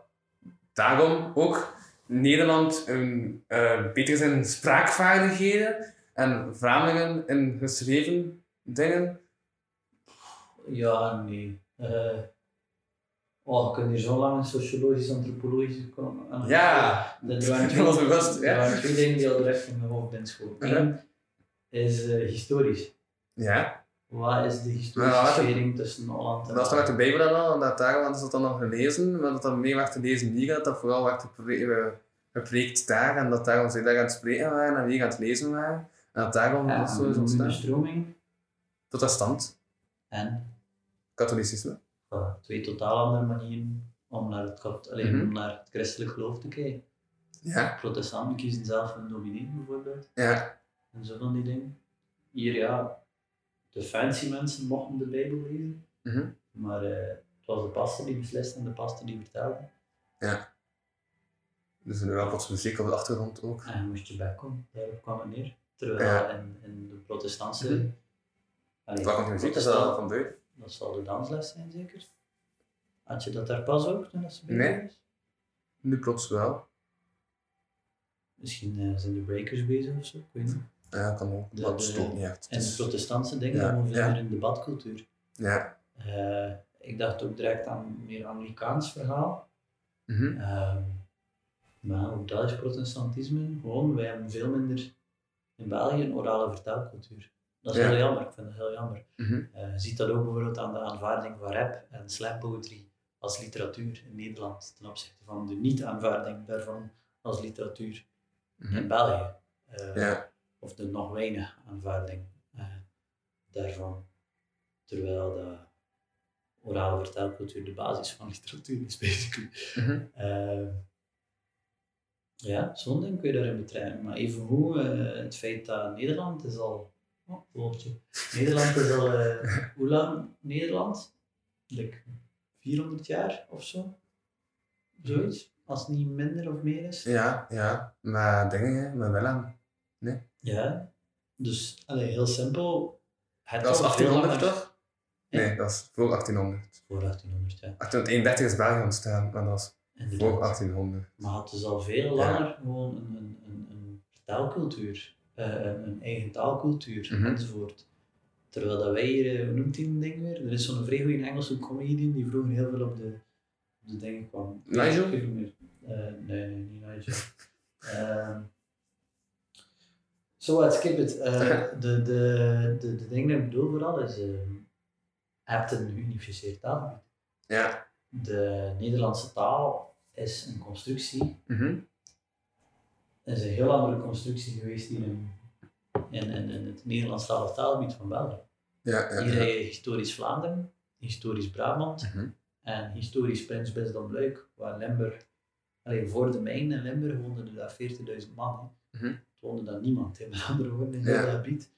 Speaker 4: daarom ook Nederland een, eh, beter is in spraakvaardigheden en Vlamingen in geschreven dingen?
Speaker 3: Ja, en nee. Eh, oh, ik kan hier zo lang sociologisch, antropologisch komen. En-
Speaker 4: Ja!
Speaker 3: Dat waren
Speaker 4: Dat was mijn best,
Speaker 3: er
Speaker 4: ja.
Speaker 3: waren twee dingen die al direct in mijn hoofd in school.
Speaker 4: Ja.
Speaker 3: Eén is eh, historisch.
Speaker 4: Ja.
Speaker 3: Wat is de historische
Speaker 4: Ja, wat-
Speaker 3: schering tussen Holland en
Speaker 4: En dat is dan met de Bijbel en al, en dat daar want is dat dan nog gelezen, maar dat dan mee werd gelezen hier, dat dat vooral werd gepre- eh, gepreekt daar, en dat daarom zij daar aan het spreken waren en hier aan het lezen waren, en dat daarom
Speaker 3: Ja, mm-hmm.
Speaker 4: dat zo is
Speaker 3: de
Speaker 4: ontstaan.
Speaker 3: stroming
Speaker 4: Tot dat stand,
Speaker 3: en
Speaker 4: katholicisme.
Speaker 3: eh, twee totaal andere manieren om naar het, kat- allee,
Speaker 4: Mhm.
Speaker 3: om naar het christelijk geloof te kijken.
Speaker 4: Ja.
Speaker 3: Protestanten kiezen zelf hun dominee bijvoorbeeld,
Speaker 4: Ja.
Speaker 3: en zo van die dingen. Hier ja, de fancy mensen mochten de Bijbel lezen,
Speaker 4: Mhm.
Speaker 3: maar eh, het was de pastor die besliste en de pastor die vertelde.
Speaker 4: Dus nu wel plots muziek op de achtergrond ook.
Speaker 3: En je moest je bek om, daarop kwam het neer. Terwijl
Speaker 4: Ja.
Speaker 3: in, in de protestantse...
Speaker 4: Mhm.
Speaker 3: Allee,
Speaker 4: Waar komt die muziek? Is dat
Speaker 3: protestant-
Speaker 4: van buiten?
Speaker 3: dat zal de dansles zijn zeker? Had je dat daar pas ook toen dat ze bij
Speaker 4: Nee.
Speaker 3: was?
Speaker 4: Nu plots wel.
Speaker 3: Misschien eh, zijn de breakers bezig of zo, ik weet niet.
Speaker 4: Ja, kan ook.
Speaker 3: De-
Speaker 4: Maar het
Speaker 3: de-
Speaker 4: stopt niet echt.
Speaker 3: En de protestantse dingen
Speaker 4: Ja,
Speaker 3: dan hebben we veel
Speaker 4: ja.
Speaker 3: meer in debatcultuur.
Speaker 4: Ja.
Speaker 3: Eh, ik dacht ook direct aan een meer Amerikaans verhaal.
Speaker 4: Mhm.
Speaker 3: Ehm, maar ook dat is protestantisme. Gewoon, wij hebben veel minder in België een orale vertaalcultuur. Dat is
Speaker 4: Ja.
Speaker 3: heel jammer, ik vind dat heel jammer.
Speaker 4: Mhm.
Speaker 3: Eh, je ziet dat ook bijvoorbeeld aan de aanvaarding van rap en slam poetry als literatuur in Nederland ten opzichte van de niet-aanvaarding daarvan als literatuur in België. Eh,
Speaker 4: Ja.
Speaker 3: Of de nog weinig aanvaarding eh, daarvan. Terwijl de orale vertelcultuur de basis van literatuur is, basically.
Speaker 4: Mhm.
Speaker 3: Eh, ja, zo'n ding kun je daarin betrekken. Maar even hoe, eh, het feit dat Nederland is al. Oh, woordje. Nederland is al. eh, hoe lang Nederland? Like 400 jaar of zo? Zoiets. Als het niet minder of meer is.
Speaker 4: Ja, ja. Maar dingen, hè, maar wel aan.
Speaker 3: Ja, dus allee, heel simpel. Het
Speaker 4: Dat is
Speaker 3: al veel
Speaker 4: 1800
Speaker 3: langer-
Speaker 4: toch? Nee, dat is voor 1800.
Speaker 3: Voor 1800, ja.
Speaker 4: 1831 is België ontstaan, maar dat is
Speaker 3: Inderdaad.
Speaker 4: voor 1800.
Speaker 3: Maar het is al veel langer gewoon een, een, een, een taalcultuur, eh, een, een eigen taalcultuur
Speaker 4: Mhm.
Speaker 3: enzovoort. Terwijl dat wij hier, eh, hoe noemt die ding weer? Er is zo'n vrij goede Engelse comedian die vroeger heel veel op de, op de dingen kwam.
Speaker 4: Nigel?
Speaker 3: Ik weet het niet meer. Eh, nee, nee, niet Nigel. Ehm, Zo, what, skip it. Eh, de, de, de, de ding die ik bedoel vooral is, ehm je hebt een universeel taalgebied
Speaker 4: Ja.
Speaker 3: de Nederlandse taal is een constructie.
Speaker 4: Mhm.
Speaker 3: is een heel andere constructie geweest die in, in, in, in het Nederlandstalig taalgebied van België.
Speaker 4: Ja, ja,
Speaker 3: Hier heb
Speaker 4: ja.
Speaker 3: je historisch Vlaanderen, historisch Brabant
Speaker 4: Mhm.
Speaker 3: en historisch Prins Bisdom Luik, waar Limburg, alleen voor de mijn in Limburg woonden er daar 40.000 man. hè.
Speaker 4: Mhm.
Speaker 3: Het woonde daar niemand, hè, met andere woorden, in
Speaker 4: Ja.
Speaker 3: dat gebied.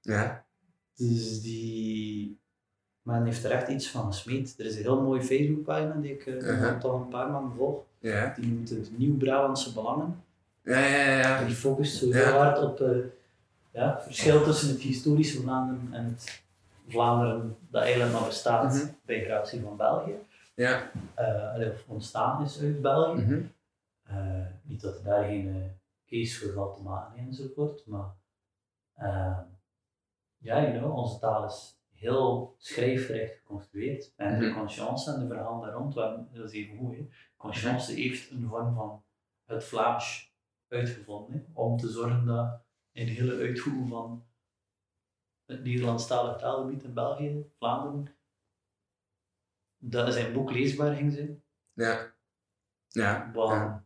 Speaker 4: ja.
Speaker 3: Dus die. Men heeft er echt iets van gesmeed. Er is een heel mooie Facebookpagina die ik eh,
Speaker 4: Mhm.
Speaker 3: al een paar maanden volg.
Speaker 4: Ja,
Speaker 3: Die noemt het Nieuw-Brabantse Belangen.
Speaker 4: ja, ja.
Speaker 3: En
Speaker 4: ja.
Speaker 3: die focust zo
Speaker 4: Ja.
Speaker 3: heel hard op eh, ja, het verschil tussen het historische Vlaanderen en het Vlaanderen dat eigenlijk nog bestaat
Speaker 4: Mhm.
Speaker 3: bij gratie van België.
Speaker 4: ja.
Speaker 3: Eh, allee, of ontstaan is uit België.
Speaker 4: Mhm.
Speaker 3: Eh, niet dat er daar geen eh, case voor valt te maken enzovoort, maar eh, ja, you know, onze taal is heel schrijfrecht geconstrueerd. En de
Speaker 4: Mhm.
Speaker 3: conscience en de verhaal daar rond, waren- dat is even hoe. hè. Conscience heeft een vorm van het Vlaams uitgevonden, hè, om te zorgen dat in de hele uitvoering van het Nederlandstalig taalgebied in België, Vlaanderen, dat zijn boek leesbaar ging zijn.
Speaker 4: Ja. Ja.
Speaker 3: Want
Speaker 4: ja.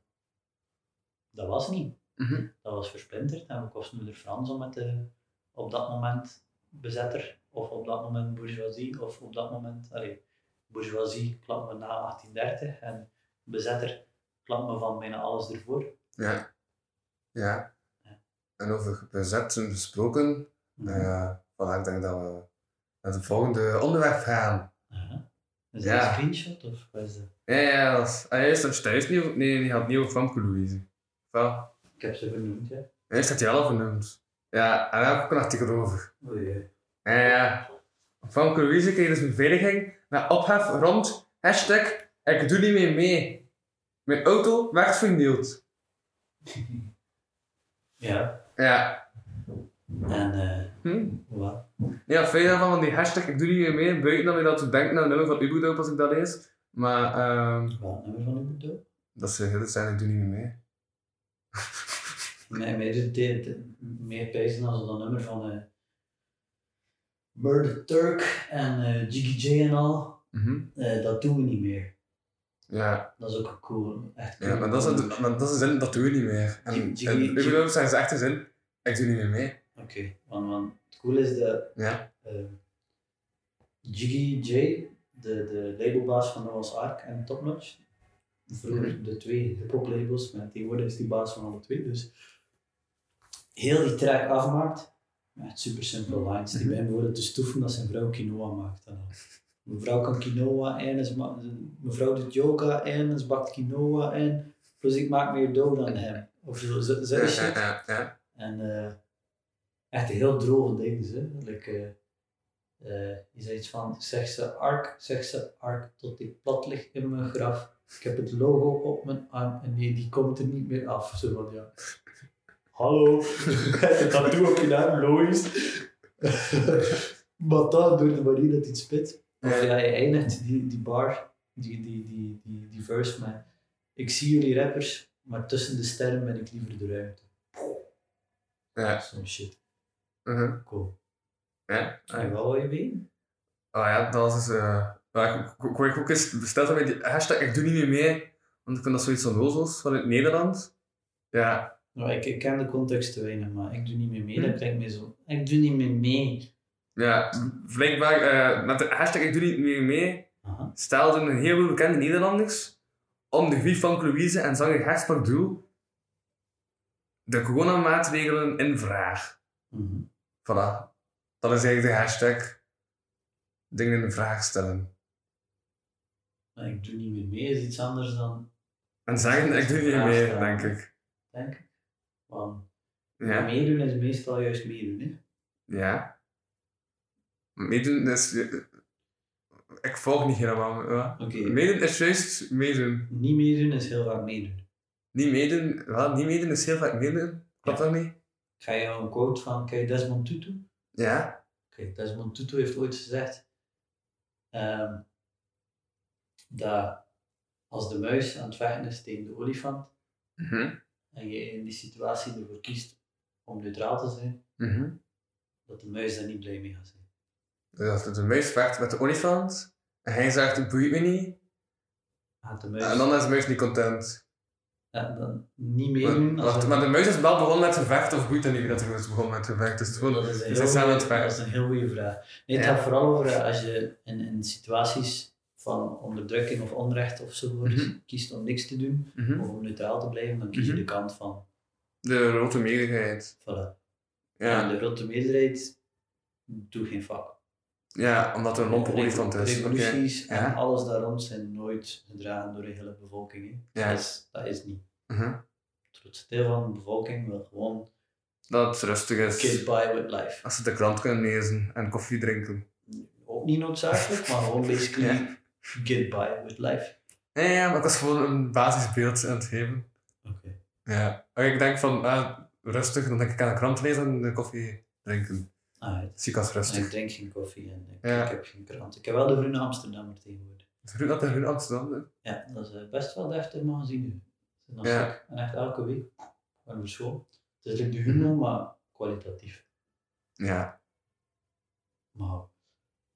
Speaker 3: dat was niet.
Speaker 4: Mhm.
Speaker 3: Dat was versplinterd en we kosten er Frans om met de op dat moment bezetter of op dat moment bourgeoisie of op dat moment, allee, bourgeoisie klappen we na 1830 en bezetter klappen we van bijna alles ervoor.
Speaker 4: Ja. Ja.
Speaker 3: Ja.
Speaker 4: En over bezetten gesproken, eh vandaag denk ik dat we naar het volgende onderwerp gaan.
Speaker 3: Aha. Is dat
Speaker 4: Ja.
Speaker 3: een screenshot of wat is dat?
Speaker 4: Ja, ja, dat is... Ah, eerst had je thuis nieuw... Nee, die had nieuwe filmpje gelezen. Enfin,
Speaker 3: Ik heb ze genoemd, ja.
Speaker 4: eerst had hij al vernoemd. Ja, en daar heb ik ook een artikel over.
Speaker 3: Oei,
Speaker 4: Ja, ja. Op filmpje Eh, Louise kreeg dus een beveiliging na ophef rond hashtag ik doe niet meer mee. Mijn auto werd vernield.
Speaker 3: Ja.
Speaker 4: Ja.
Speaker 3: En eh,
Speaker 4: Hm?
Speaker 3: wat?
Speaker 4: Ja, fijn daarvan, want die hashtag ik doe niet meer mee, buiten dat we dat te denken aan het nummer van Ubudo als ik dat lees. Maar ehm
Speaker 3: Wat nummer van uw dood?
Speaker 4: dat is de hele tijd, ik doe niet meer mee.
Speaker 3: Mij, mij doet dit meer pijzen als dat nummer van eh Murder Turk en eh, Jiggy J en al.
Speaker 4: Mhm.
Speaker 3: Eh, dat doen we niet meer.
Speaker 4: Ja,
Speaker 3: Dat is ook cool. Echt cool.
Speaker 4: ja maar, dat is, een- maar dat is een zin, dat doen we niet meer. En,
Speaker 3: Die- die-
Speaker 4: en
Speaker 3: die-
Speaker 4: Ubudo zijn ze echt een zin, ik doe niet meer mee.
Speaker 3: Oké, want, want het cool is dat
Speaker 4: Ja.
Speaker 3: eh, Jiggy J, de, de labelbaas van Noah's Ark en Top Notch, vroeger de twee hip-hop labels, maar tegenwoordig is die baas van alle twee. Dus heel die track afmaakt met super simpele lines. Die bij hem worden te stoeven dat zijn vrouw quinoa maakt. En dan, mevrouw kan quinoa en is ma- mevrouw doet yoga en is bakt quinoa en. Plus ik maak meer dood dan hem. Of zo, zo, zo
Speaker 4: Ja,
Speaker 3: is
Speaker 4: ja,
Speaker 3: het.
Speaker 4: ja, ja.
Speaker 3: En eh, echt een heel droge dingen. Hè? Like, eh, eh, je zei iets van, zeg ze ark, zeg ze ark, tot ik plat lig in mijn graf. Ik heb het logo op mijn arm en nee, die komt er niet meer af. Zo van, ja. Hallo, dat doe op je arm, logisch. maar dan door de manier dat hij het spit. Of ja, je eindigt die, die bar, die, die, die, die, die verse met, ik zie jullie rappers, maar tussen de sterren ben ik liever de ruimte.
Speaker 4: Ja.
Speaker 3: Some shit.
Speaker 4: Mhm.
Speaker 3: Cool.
Speaker 4: Ja.
Speaker 3: Ga je wel eh, wat je weet?
Speaker 4: Oh ja, dat is dus... eh, ja, ik- ik- ik word ook eens besteld met die hashtag ik doe niet meer mee, want ik vind dat zoiets onnozels van het Nederland. Ja,
Speaker 3: Nou, ik, ik ken de context te weinig, maar ik doe niet meer mee. Dat klinkt mij zo. Ik doe niet meer mee.
Speaker 4: ja. Blijkbaar, eh, met de hashtag ik doe niet meer mee,
Speaker 3: Aha.
Speaker 4: stelden een heleboel bekende Nederlanders om de grief van Louise en zanger Gert Pardoel de coronamaatregelen in vraag.
Speaker 3: Mhm.
Speaker 4: Voilà. Dat is eigenlijk de hashtag dingen in vraag stellen.
Speaker 3: Maar ik doe niet meer mee is iets anders dan,
Speaker 4: En zeggen ik doe niet
Speaker 3: Vraag
Speaker 4: meer,
Speaker 3: stellen.
Speaker 4: denk ik.
Speaker 3: denk ik. Want
Speaker 4: Ja.
Speaker 3: meedoen is meestal juist meedoen, hè.
Speaker 4: Ja. Meedoen is... eh, Ik volg niet helemaal. Ja.
Speaker 3: Oké.
Speaker 4: Meedoen is juist meedoen.
Speaker 3: Niet meedoen is heel vaak meedoen.
Speaker 4: Niet meedoen, wel, niet meedoen is heel vaak meedoen. Klopt dat niet?
Speaker 3: Ik ga jou een quote van, kijk, Desmond Tutu.
Speaker 4: Ja.
Speaker 3: Oké, Desmond Tutu heeft ooit gezegd ehm, dat als de muis aan het vechten is tegen de olifant
Speaker 4: Mhm.
Speaker 3: en je in die situatie ervoor kiest om neutraal te zijn,
Speaker 4: Mhm.
Speaker 3: dat de muis daar niet blij mee gaat zijn.
Speaker 4: Dus als het een muis vecht met de olifant, en hij zegt het boeit me niet,
Speaker 3: Gaat de muis
Speaker 4: en dan is de muis niet content.
Speaker 3: ja, dan niet meedoen?
Speaker 4: Maar,
Speaker 3: als
Speaker 4: wacht,
Speaker 3: we-
Speaker 4: maar de muis is wel begonnen met gevecht, of boeit dat niet dat de muis begon met gevecht? Dus het is gewoon,
Speaker 3: Dat is een
Speaker 4: ze
Speaker 3: heel
Speaker 4: zijn aan het
Speaker 3: goeie- dat is
Speaker 4: vechten.
Speaker 3: een heel goede vraag. Nee, het
Speaker 4: Ja.
Speaker 3: gaat vooral over eh, als je in, in situaties van onderdrukking of onrecht of zo kiest om niks te doen
Speaker 4: Mhm.
Speaker 3: of om neutraal te blijven, dan kies je
Speaker 4: Mhm.
Speaker 3: de kant van.
Speaker 4: De rode meerderheid.
Speaker 3: Voilà. En
Speaker 4: Ja.
Speaker 3: de grote meerderheid doet geen vak.
Speaker 4: ja, omdat er een lompe olifant is. Oké.
Speaker 3: Revoluties en
Speaker 4: Ja.
Speaker 3: alles daarom zijn nooit gedragen door de hele bevolking. hè.
Speaker 4: Ja.
Speaker 3: Dat, is, dat is niet.
Speaker 4: Mhm.
Speaker 3: Het grootste deel van de bevolking wil gewoon
Speaker 4: Dat het rustig is.
Speaker 3: get by with life.
Speaker 4: Als ze de krant kunnen lezen en koffie drinken.
Speaker 3: Ook niet noodzakelijk, maar gewoon basically
Speaker 4: Ja.
Speaker 3: get by with life.
Speaker 4: Nee, ja, maar dat is gewoon een basisbeeld aan het geven.
Speaker 3: Oké.
Speaker 4: Ja. Als ik denk van, ah, rustig, dan denk ik aan de krant lezen en de koffie drinken.
Speaker 3: Ah, het-
Speaker 4: Dat zie ik als
Speaker 3: Maar ik
Speaker 4: rustig.
Speaker 3: drink geen koffie en ik,
Speaker 4: Ja.
Speaker 3: ik heb geen krant. Ik heb wel de Groene Amsterdammer tegenwoordig.
Speaker 4: Vroeg dat er in Amsterdam hè?
Speaker 3: Ja, dat is eh, best wel deftig magazine. nu. Het is nog
Speaker 4: Ja.
Speaker 3: stuk. En echt elke week. En voor school. Het is like de
Speaker 4: Mhm.
Speaker 3: humor, maar kwalitatief.
Speaker 4: Ja.
Speaker 3: Maar,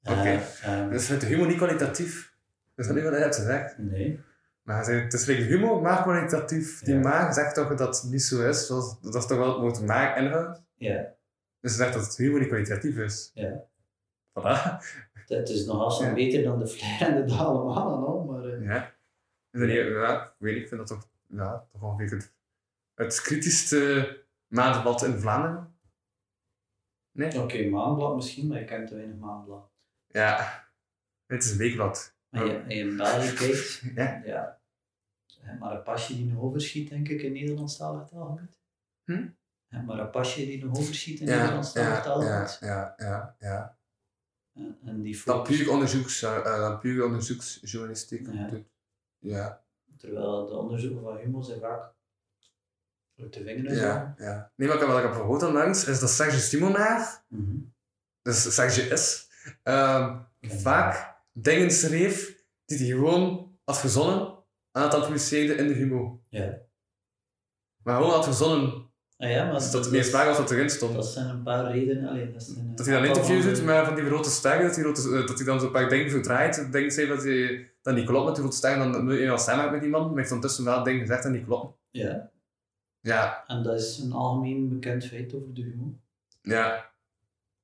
Speaker 3: eh,
Speaker 4: Oké.
Speaker 3: ehm,
Speaker 4: Dus vindt de humor niet kwalitatief? Dat is dat niet wat hij hebt gezegd.
Speaker 3: nee.
Speaker 4: Maar hij zei, het is like humor, maar kwalitatief. Die
Speaker 3: Ja.
Speaker 4: maar zegt toch dat het niet zo is. zoals- dat is toch wel het woord maar inhoudt.
Speaker 3: Ja,
Speaker 4: Dus hij zegt dat het humor niet kwalitatief is.
Speaker 3: Ja.
Speaker 4: Voilà.
Speaker 3: het is nog alsnog
Speaker 4: Ja.
Speaker 3: beter dan de Flair en de Daleman en al, maar... eh,
Speaker 4: Ja. Is dat niet- ja, ik weet niet, ik vind dat toch, ja, toch wel een beetje het, het kritischste maandblad in Vlaanderen. Nee?
Speaker 3: Oké, maanblad misschien, maar ik ken te weinig maanblad.
Speaker 4: Ja. Het is een weekblad.
Speaker 3: Maar je,
Speaker 4: Oh.
Speaker 3: en je in België kijkt,
Speaker 4: Ja.
Speaker 3: ja. Je hebt Maar een pasje die nog overschiet, denk ik, in Nederlandstalig taalgebied.
Speaker 4: Hm?
Speaker 3: Je hebt Maar een pasje die nog overschiet in
Speaker 4: Ja,
Speaker 3: Nederlandstalig
Speaker 4: ja, ja,
Speaker 3: taalgebied.
Speaker 4: ja, ja, ja.
Speaker 3: En- En die
Speaker 4: Dat
Speaker 3: focus,
Speaker 4: puur, onderzoeks, eh, eh, dat puur onderzoeksjournalistiek
Speaker 3: Ja.
Speaker 4: doet. Ja,
Speaker 3: terwijl de onderzoeken van humor zijn vaak uit de vingeren
Speaker 4: ja, ja. Nee, maar ik heb- wat ik heb gehoord onlangs is dat Serge Simonaar,
Speaker 3: Mhm.
Speaker 4: dus Serge S, ehm, vaak dingen schreef die hij gewoon had verzonnen en het dan publiceerde in de humo.
Speaker 3: Ja.
Speaker 4: Maar gewoon had verzonnen,
Speaker 3: Ah, ja, maar
Speaker 4: dus dat het meest waar was wat erin stond.
Speaker 3: dat zijn een paar redenen. Allee, dat, zijn een
Speaker 4: Dat hij dan
Speaker 3: aantal
Speaker 4: interviews
Speaker 3: van
Speaker 4: doet
Speaker 3: de-
Speaker 4: met van die grote sterren, dat hij, grote, eh, dat hij dan zo'n paar dingen verdraait. Denkt zei dat hij dat niet klopt met die grote sterren, dan moet je wel samen met die man, maar heeft ondertussen wel dingen gezegd dat niet klopt.
Speaker 3: Ja,
Speaker 4: Ja,
Speaker 3: en dat is een algemeen bekend feit over de humor.
Speaker 4: ja,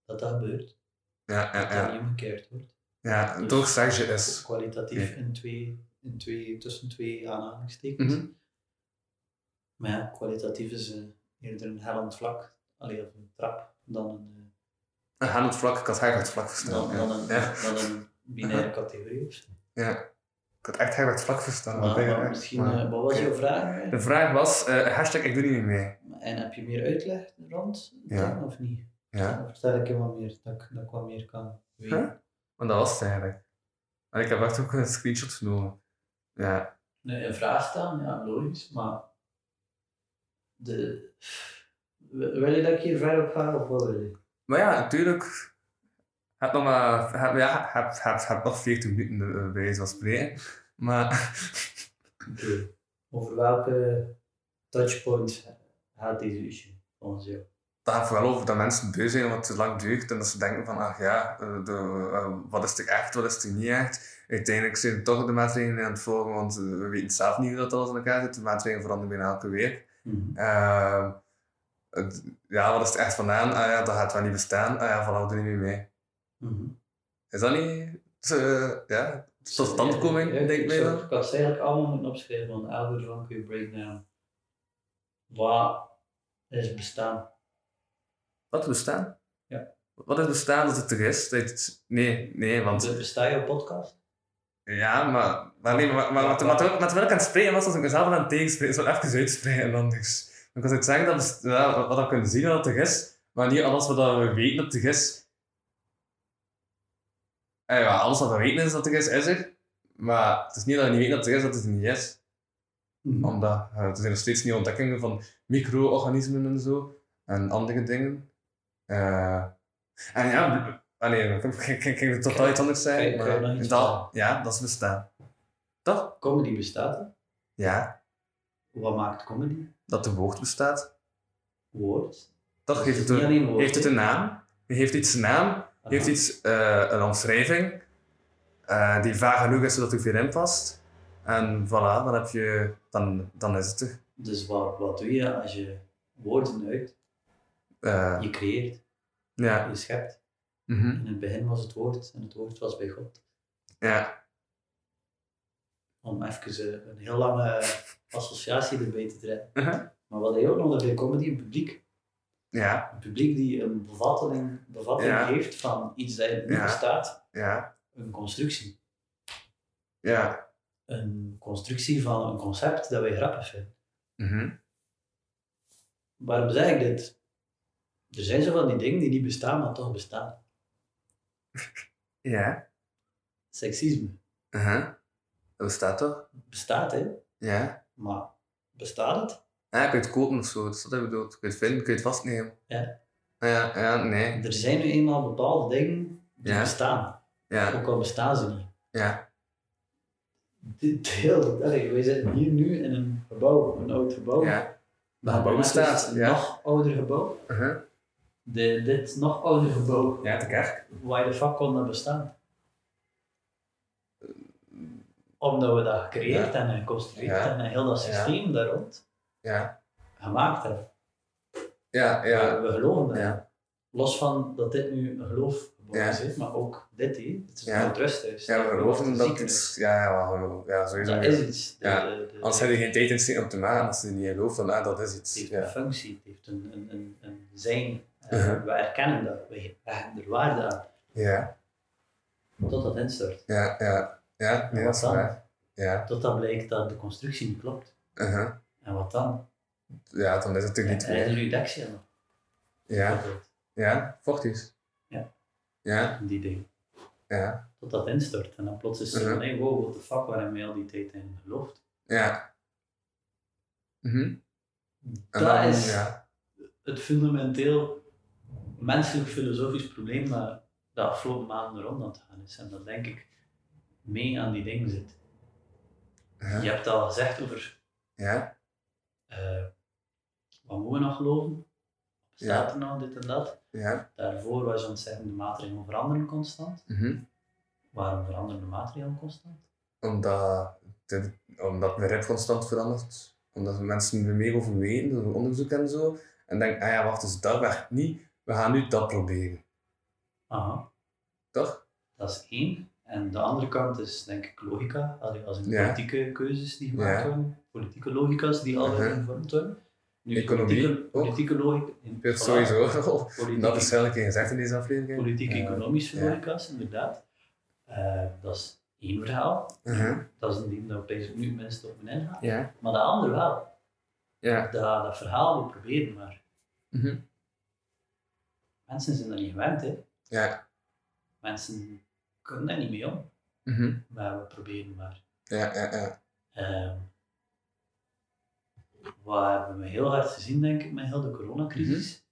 Speaker 3: Dat dat gebeurt.
Speaker 4: ja, ja,
Speaker 3: Dat dat
Speaker 4: ja.
Speaker 3: niet omgekeerd wordt.
Speaker 4: ja.
Speaker 3: Dus-
Speaker 4: Toch Serge S.
Speaker 3: kwalitatief
Speaker 4: Ja.
Speaker 3: in twee, in twee, tussen twee aanhalingstekens.
Speaker 4: Mhm.
Speaker 3: Maar ja, kwalitatief is eh, eerder een hellend vlak, alleen of een trap, dan een,
Speaker 4: En gaan het vlak, ik had haar het vlak
Speaker 3: eh,
Speaker 4: verstaan.
Speaker 3: dan,
Speaker 4: Ja.
Speaker 3: dan een,
Speaker 4: Ja.
Speaker 3: dan een binaire categorie of zo.
Speaker 4: Ik had echt haar het vlak verstaan.
Speaker 3: Maar,
Speaker 4: ik-
Speaker 3: maar misschien,
Speaker 4: maar-
Speaker 3: eh, wat was
Speaker 4: oké.
Speaker 3: jouw vraag? eh?
Speaker 4: De vraag was, eh, hashtag ik doe niet meer mee.
Speaker 3: En heb je meer uitleg rond
Speaker 4: Ja.
Speaker 3: dan, of niet?
Speaker 4: Ja,
Speaker 3: Of vertel ik je wat meer, dat ik, dat ik wat meer kan weten?
Speaker 4: Huh? want dat was het eigenlijk. En ik heb echt ook een screenshot genomen. Ja,
Speaker 3: Nee, een vraag stellen, ja, logisch, maar de... Wil wil je dat ik hier verder op ga, of wat wil je?
Speaker 4: maar ja, natuurlijk. Heb nog maar, heb, ja, heb, heb, heb nog 14 minuten eh, bij wijze van spreken. Maar,
Speaker 3: Oké. Over welke touchpoint gaat deze issue volgens jou?
Speaker 4: dat gaat vooral over dat mensen beu zijn omdat het te lang duurt en dat ze denken van, ach ja, eh, de, eh, wat is er echt, wat is er niet echt. Uiteindelijk zijn het toch de maatregelen aan het volgen, want eh, we weten zelf niet hoe dat alles in elkaar zit. De maatregelen veranderen bijna elke week. Ehm, het- ja, wat is het echt vandaan? Ah ja, dat gaat wel niet bestaan. Ah ja, voilà, we doen niet meer mee.
Speaker 3: Mhm.
Speaker 4: Is dat niet... eh, ja, tot stand komen,
Speaker 3: Ja,
Speaker 4: denk ik mij
Speaker 3: zou-
Speaker 4: dan.
Speaker 3: Ik had ze eigenlijk allemaal moeten opschrijven, want elke ervan kun je breakdown. Wat is bestaan?
Speaker 4: Wat bestaan?
Speaker 3: Ja.
Speaker 4: Wat is bestaan dat het er is? Dat het- nee, nee, want...
Speaker 3: Want besta je op podcast?
Speaker 4: Ja, maar... Maar, nee, maar, maar, maar, maar, terwijl- maar terwijl ik aan het spreken was, was ik mezelf aan het tegenspreken. Zo even uitspreken anders. Ik was aan het zeggen dat best- ja, wat we kunnen zien dat het er is, maar niet alles wat we weten dat er is. En Eh, ja, alles wat we weten is dat er is, is er. Maar het is niet dat we niet weten dat er is, dat het er niet is. Omdat eh, er zijn nog steeds nieuwe ontdekkingen van micro-organismen en zo. En andere dingen. Eh, en ja, b- ah nee, ik- ik ik- ik wil totaal iets anders
Speaker 3: Kan
Speaker 4: zijn.
Speaker 3: je- kan je
Speaker 4: Maar
Speaker 3: nog iets
Speaker 4: dat, ja, dat is bestaan. Toch?
Speaker 3: Comedy bestaat er.
Speaker 4: Ja,
Speaker 3: Wat maakt comedy?
Speaker 4: dat de woord bestaat.
Speaker 3: Woord.
Speaker 4: Toch
Speaker 3: Dus
Speaker 4: heeft
Speaker 3: het
Speaker 4: het
Speaker 3: is niet alleen
Speaker 4: een,
Speaker 3: woord,
Speaker 4: heeft het
Speaker 3: hè?
Speaker 4: een naam. Heeft iets een naam. Heeft iets eh, een omschrijving. eh, die vaag genoeg is zodat er veel in past. En voilà, dan, heb je, dan, dan is het er.
Speaker 3: Dus wat, wat doe je als je woorden uit,
Speaker 4: Eh,
Speaker 3: je creëert,
Speaker 4: ja.
Speaker 3: je schept.
Speaker 4: Mhm.
Speaker 3: In het begin was het woord en het woord was bij God.
Speaker 4: ja.
Speaker 3: Om even eh, een heel lange associatie erbij te trekken.
Speaker 4: Mhm.
Speaker 3: Maar wat hij ook nog bij comedy, een publiek.
Speaker 4: Ja.
Speaker 3: Een publiek die een bevatting, bevatting
Speaker 4: Ja.
Speaker 3: heeft van iets dat niet
Speaker 4: Ja.
Speaker 3: bestaat.
Speaker 4: Ja.
Speaker 3: Een constructie.
Speaker 4: Ja.
Speaker 3: Een constructie van een concept dat wij grappig vinden.
Speaker 4: Mhm.
Speaker 3: Waarom zeg ik dit? Er zijn zo van die dingen die niet bestaan, maar toch bestaan.
Speaker 4: Ja.
Speaker 3: Seksisme
Speaker 4: Uh-huh. Dat bestaat toch?
Speaker 3: bestaat, hè?
Speaker 4: Ja.
Speaker 3: Maar bestaat het?
Speaker 4: Ja, kun je het kopen of zo, dat is wat ik bedoel. Kun je het vinden, kun je het vastnemen. Ah,
Speaker 3: Ja.
Speaker 4: Ja, ja, nee.
Speaker 3: Er zijn nu eenmaal bepaalde dingen die
Speaker 4: Ja.
Speaker 3: bestaan,
Speaker 4: Ja,
Speaker 3: ook al bestaan ze niet.
Speaker 4: ja,
Speaker 3: Dit heel, allee, wij zitten hier nu in een gebouw, een oud gebouw.
Speaker 4: ja.
Speaker 3: Maar
Speaker 4: gebouw
Speaker 3: daarnaast is
Speaker 4: bestaat,
Speaker 3: het Een
Speaker 4: ja.
Speaker 3: nog ouder gebouw.
Speaker 4: Uh-huh.
Speaker 3: De, dit nog ouder gebouw,
Speaker 4: Ja, de kerk.
Speaker 3: waar de fuck kon dat bestaan? Omdat we dat gecreëerd en geconstrueerd
Speaker 4: Ja.
Speaker 3: en heel dat systeem daar rond
Speaker 4: Ja.
Speaker 3: gemaakt hebben.
Speaker 4: Ja, ja.
Speaker 3: We geloven daarin.
Speaker 4: Ja.
Speaker 3: Los van dat dit nu een geloof
Speaker 4: Ja.
Speaker 3: is, maar ook dit hier, het is
Speaker 4: Ja.
Speaker 3: een rusthuis.
Speaker 4: Ja, we geloven dat iets... Ja, ja, we geloven- ja sowieso.
Speaker 3: Dat is iets. De-
Speaker 4: Ja.
Speaker 3: de- de-
Speaker 4: Anders heb je geen tijd in steken om te maken als je niet gelooft van, ah, dat is
Speaker 3: het
Speaker 4: iets.
Speaker 3: heeft
Speaker 4: Ja.
Speaker 3: een functie, het heeft een, een, een, een zijn. Eh,
Speaker 4: Uh-huh.
Speaker 3: We erkennen dat, we hechten er waarde aan,
Speaker 4: Ja,
Speaker 3: tot dat instort.
Speaker 4: ja, ja. Ja, nee,
Speaker 3: En
Speaker 4: dat
Speaker 3: wat
Speaker 4: is
Speaker 3: dan?
Speaker 4: waar. Ja.
Speaker 3: Tot dat blijkt dat de constructie niet klopt.
Speaker 4: Uh-huh.
Speaker 3: En wat dan?
Speaker 4: Ja, dan is het er niet
Speaker 3: En de
Speaker 4: meer.
Speaker 3: reductie nog.
Speaker 4: Ja,
Speaker 3: bijvoorbeeld,
Speaker 4: ja. Vochtig.
Speaker 3: Ja.
Speaker 4: Ja,
Speaker 3: Die dingen.
Speaker 4: ja,
Speaker 3: Tot dat instort. En dan plots is het zo
Speaker 4: Uh-huh.
Speaker 3: van, hey, wow, what the fuck, waar hebben we al die tijd in geloofd?
Speaker 4: ja. Mhm. En
Speaker 3: Dat
Speaker 4: dan,
Speaker 3: is...
Speaker 4: Ja,
Speaker 3: het fundamenteel menselijk filosofisch probleem dat de afgelopen maanden rond aan het gaan is. En dat denk ik mee aan die dingen zit.
Speaker 4: Ja.
Speaker 3: Je hebt al gezegd over
Speaker 4: ja,
Speaker 3: eh, wat moeten we nog geloven? Bestaat er nou dit en dat?
Speaker 4: ja.
Speaker 3: Daarvoor was je aan het zeggen de maatregelen veranderen constant.
Speaker 4: Mhm.
Speaker 3: Waarom veranderen de maatregelen constant?
Speaker 4: Omdat, de, omdat mijn rap constant verandert. Omdat mensen er meer over weten, door onderzoek en zo. En denk, ah ja, wacht, dus dat werkt niet. We gaan nu dat proberen.
Speaker 3: Aha,
Speaker 4: Toch?
Speaker 3: dat is één. En de andere kant is denk ik logica, Allee, als in
Speaker 4: Ja.
Speaker 3: politieke keuzes die gemaakt
Speaker 4: Ja.
Speaker 3: worden, politieke logica's die altijd
Speaker 4: Mhm.
Speaker 3: gevormd worden. Nu,
Speaker 4: Economie
Speaker 3: politieke,
Speaker 4: ook.
Speaker 3: politieke logica. in-
Speaker 4: Dat
Speaker 3: voilà.
Speaker 4: is sowieso al. Dat is
Speaker 3: Politieke,
Speaker 4: wel een keer gezegd in deze aflevering.
Speaker 3: politieke
Speaker 4: Ja.
Speaker 3: economische
Speaker 4: ja.
Speaker 3: logica's, inderdaad. Eh, dat is één verhaal.
Speaker 4: Mhm.
Speaker 3: Dat is een ding dat op deze nu mensen op mijn ingaan.
Speaker 4: Ja.
Speaker 3: Maar de andere wel.
Speaker 4: Ja.
Speaker 3: Dat, dat verhaal we proberen, maar
Speaker 4: Mhm.
Speaker 3: mensen zijn daar niet gewend, hè.
Speaker 4: Ja.
Speaker 3: Mensen kunnen daar niet mee om.
Speaker 4: Mhm.
Speaker 3: Maar we proberen maar.
Speaker 4: Ja, ja, ja.
Speaker 3: Ehm, wat hebben we heel hard gezien, denk ik, met heel de coronacrisis,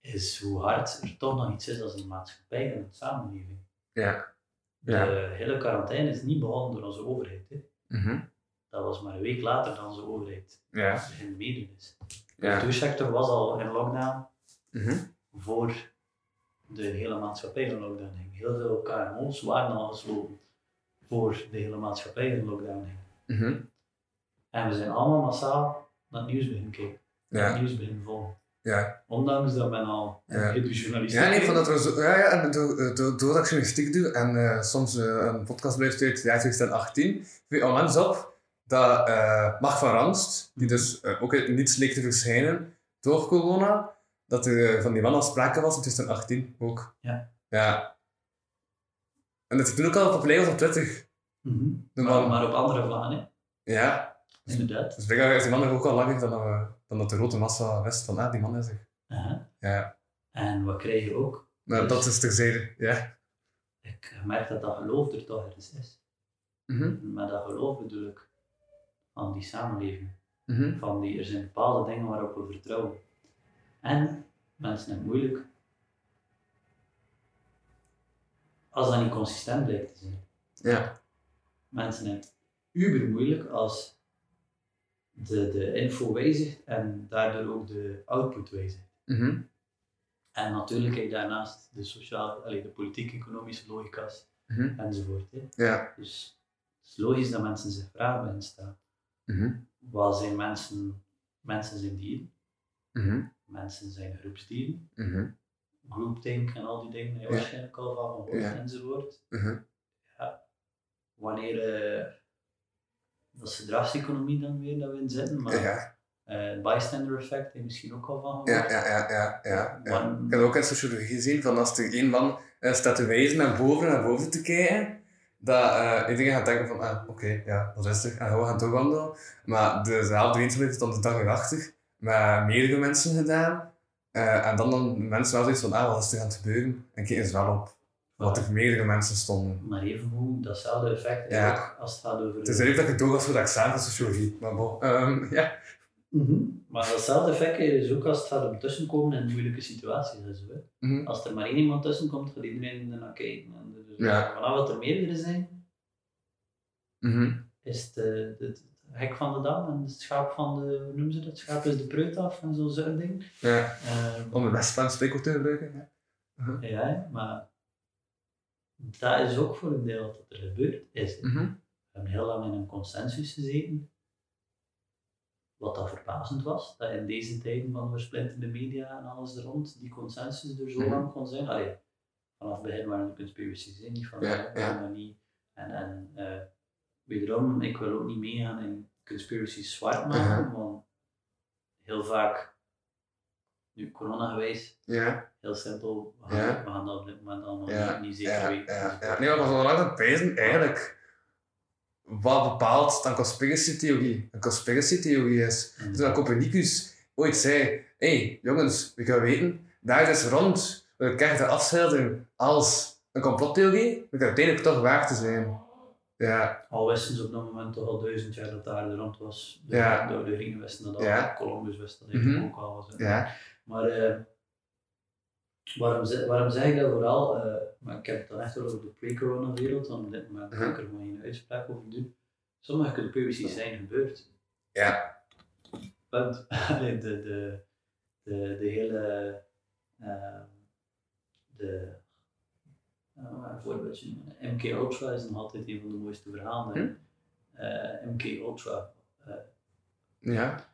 Speaker 3: is hoe hard er toch nog iets is als een maatschappij en een samenleving.
Speaker 4: Ja.
Speaker 3: De
Speaker 4: Ja.
Speaker 3: hele quarantaine is niet begonnen door onze overheid. Hè.
Speaker 4: Mhm.
Speaker 3: Dat was maar een week later dan onze overheid
Speaker 4: Ja.
Speaker 3: in meedoen is. De
Speaker 4: Ja.
Speaker 3: toursector was al in lockdown
Speaker 4: Mhm.
Speaker 3: voor de hele maatschappij in lockdown ging. Heel veel KMO's waren al gesloten voor de hele maatschappij in lockdown ging.
Speaker 4: Mhm.
Speaker 3: En we zijn allemaal massaal naar het nieuws begin kijken.
Speaker 4: Ja.
Speaker 3: Het nieuws begin volgen.
Speaker 4: Ja.
Speaker 3: Ondanks dat men al
Speaker 4: Ja.
Speaker 3: ja. journalisten
Speaker 4: Ja, nee, van dat er zo, ja, ja, en do- eh, do- doordat ik journalistiek doe en eh, soms eh, een podcast luister uit het jaar 2018, vind ik al mensen op dat eh Mark van Ranst, die dus eh, ook uit niets leek te verschijnen door corona, dat er eh, van die man al sprake was in 2018 ook.
Speaker 3: Ja.
Speaker 4: Ja. En dat hij toen ook al populair was op Twitter.
Speaker 3: Mhm.
Speaker 4: De
Speaker 3: maar,
Speaker 4: man.
Speaker 3: maar op andere vlakken,
Speaker 4: Ja.
Speaker 3: hè. inderdaad.
Speaker 4: Dus blijkbaar is die man er ook al langer dan, dat we- dan dat de grote massa wist van, ah, die man is er.
Speaker 3: Aha.
Speaker 4: Ja.
Speaker 3: En wat krijg je ook?
Speaker 4: Nou, dat is terzijde. Ja.
Speaker 3: Ik merk dat dat geloof er toch ergens is. Met dat geloof bedoel ik van die samenleving.
Speaker 4: Mhm.
Speaker 3: Van die, er zijn bepaalde dingen waarop we vertrouwen. En mensen hebben het moeilijk. Als dat niet consistent blijkt te zijn.
Speaker 4: Ja.
Speaker 3: Mensen hebben het uber moeilijk als de, de info wijzigt en daardoor ook de output wijzigt.
Speaker 4: Mhm.
Speaker 3: En natuurlijk heb je daarnaast de sociaal, allee, de politiek-economische logica's
Speaker 4: Mhm.
Speaker 3: enzovoort. Hè.
Speaker 4: Ja.
Speaker 3: Dus het is logisch dat mensen zich vragen bij hen stellen.
Speaker 4: Mhm.
Speaker 3: Wat zijn mensen? Mensen zijn dieren,
Speaker 4: Mhm.
Speaker 3: mensen zijn groepsdieren,
Speaker 4: Mhm.
Speaker 3: groupthink en al die dingen, daar heb je
Speaker 4: Ja.
Speaker 3: waarschijnlijk al van gehoord
Speaker 4: Ja.
Speaker 3: enzovoort.
Speaker 4: Mhm.
Speaker 3: Ja. Wanneer, eh, dat is gedragseconomie dan weer dat we in zitten, maar eh
Speaker 4: Ja,
Speaker 3: het bystander effect heb je misschien ook al van gehoord.
Speaker 4: ja, ja, ja, ja, ja, ja.
Speaker 3: Wan-
Speaker 4: Ik heb ook in sociologie gezien van als er één man eh, staat te wijzen naar boven naar boven te kijken, dat eh iedereen gaat denken van, ah, oké, ja, dat is er, en we gaan doorwandelen. Maar dezelfde eenzaamheid heeft dan de dag erachter met meerdere mensen gedaan. Eh, en dan dan mensen wel zoiets van, ah, wat is er aan het gebeuren? En kijk eens wel op wat er meerdere mensen stonden.
Speaker 3: Maar evengoed, datzelfde effect
Speaker 4: Ja.
Speaker 3: ook als het gaat over...
Speaker 4: Het is eigenlijk dat ik door was voor dat examen van sociologie, maar bon. ehm, ja.
Speaker 3: Mhm. Maar datzelfde effect is ook als het gaat om tussenkomen in moeilijke situaties. en zo, hè.
Speaker 4: Mhm.
Speaker 3: Als er maar één iemand tussenkomt, gaat iedereen ernaar kijken. En dus
Speaker 4: Ja.
Speaker 3: Vanaf dat er meerdere zijn,
Speaker 4: Mhm.
Speaker 3: is het, eh, het hek van de dam en het schaap van de... Hoe noemen ze dat? Het schaap is de preut af en zo'n soort ding.
Speaker 4: ja.
Speaker 3: Eh,
Speaker 4: Om de Westland spreekwoord te gebruiken. ja.
Speaker 3: ja, maar dat is ook voor een deel wat er gebeurd is.
Speaker 4: Mhm.
Speaker 3: We hebben heel lang in een consensus gezeten. Wat dat verbazend was, dat in deze tijden van versplinterde media en alles er rond, die consensus er zo
Speaker 4: Mhm.
Speaker 3: lang kon zijn. Allee, vanaf het begin waren er conspiracies in, die van
Speaker 4: Ja,
Speaker 3: ja,
Speaker 4: ja.
Speaker 3: maar niet. En, en eh, wederom, ik wil ook niet meegaan in conspiracies zwart maken, want heel vaak, nu corona geweest,
Speaker 4: Ja.
Speaker 3: heel simpel, we gaan,
Speaker 4: Ja.
Speaker 3: we gaan dat op dit moment allemaal
Speaker 4: Ja,
Speaker 3: niet, niet zeker
Speaker 4: Ja,
Speaker 3: weten.
Speaker 4: ja, ja. Nee, maar van lang dat pijzen eigenlijk wat bepaalt dan conspiracy theorie. Een conspiracy theorie is.
Speaker 3: Mhm.
Speaker 4: Dus dat Copernicus ooit zei: hé hey, jongens, we gaan weten, daar is rond. We krijgen de afschildering als een complottheorie, maar kan uiteindelijk toch waar te zijn. Ja,
Speaker 3: Al wisten ze op dat moment toch al duizend jaar dat daar de rand was. De,
Speaker 4: Ja.
Speaker 3: de, de Ringen wisten dat al,
Speaker 4: Ja.
Speaker 3: Columbus wist dat
Speaker 4: Mhm.
Speaker 3: eigenlijk ook al. Was, hè.
Speaker 4: ja.
Speaker 3: Maar eh, waarom, ze- waarom zeg ik dat vooral? eh, maar ik heb het dan echt wel over de pre-corona wereld, want op dit moment kan ik er gewoon geen uitspraak over doen. Sommige conspiraties zijn gebeurd.
Speaker 4: Ja.
Speaker 3: Want de, de, de, de hele. eh, de, eh, maar een voorbeeldje noemen. MK Ultra is nog altijd een van de mooiste verhalen. hè. Eh, MK Ultra,
Speaker 4: Ja.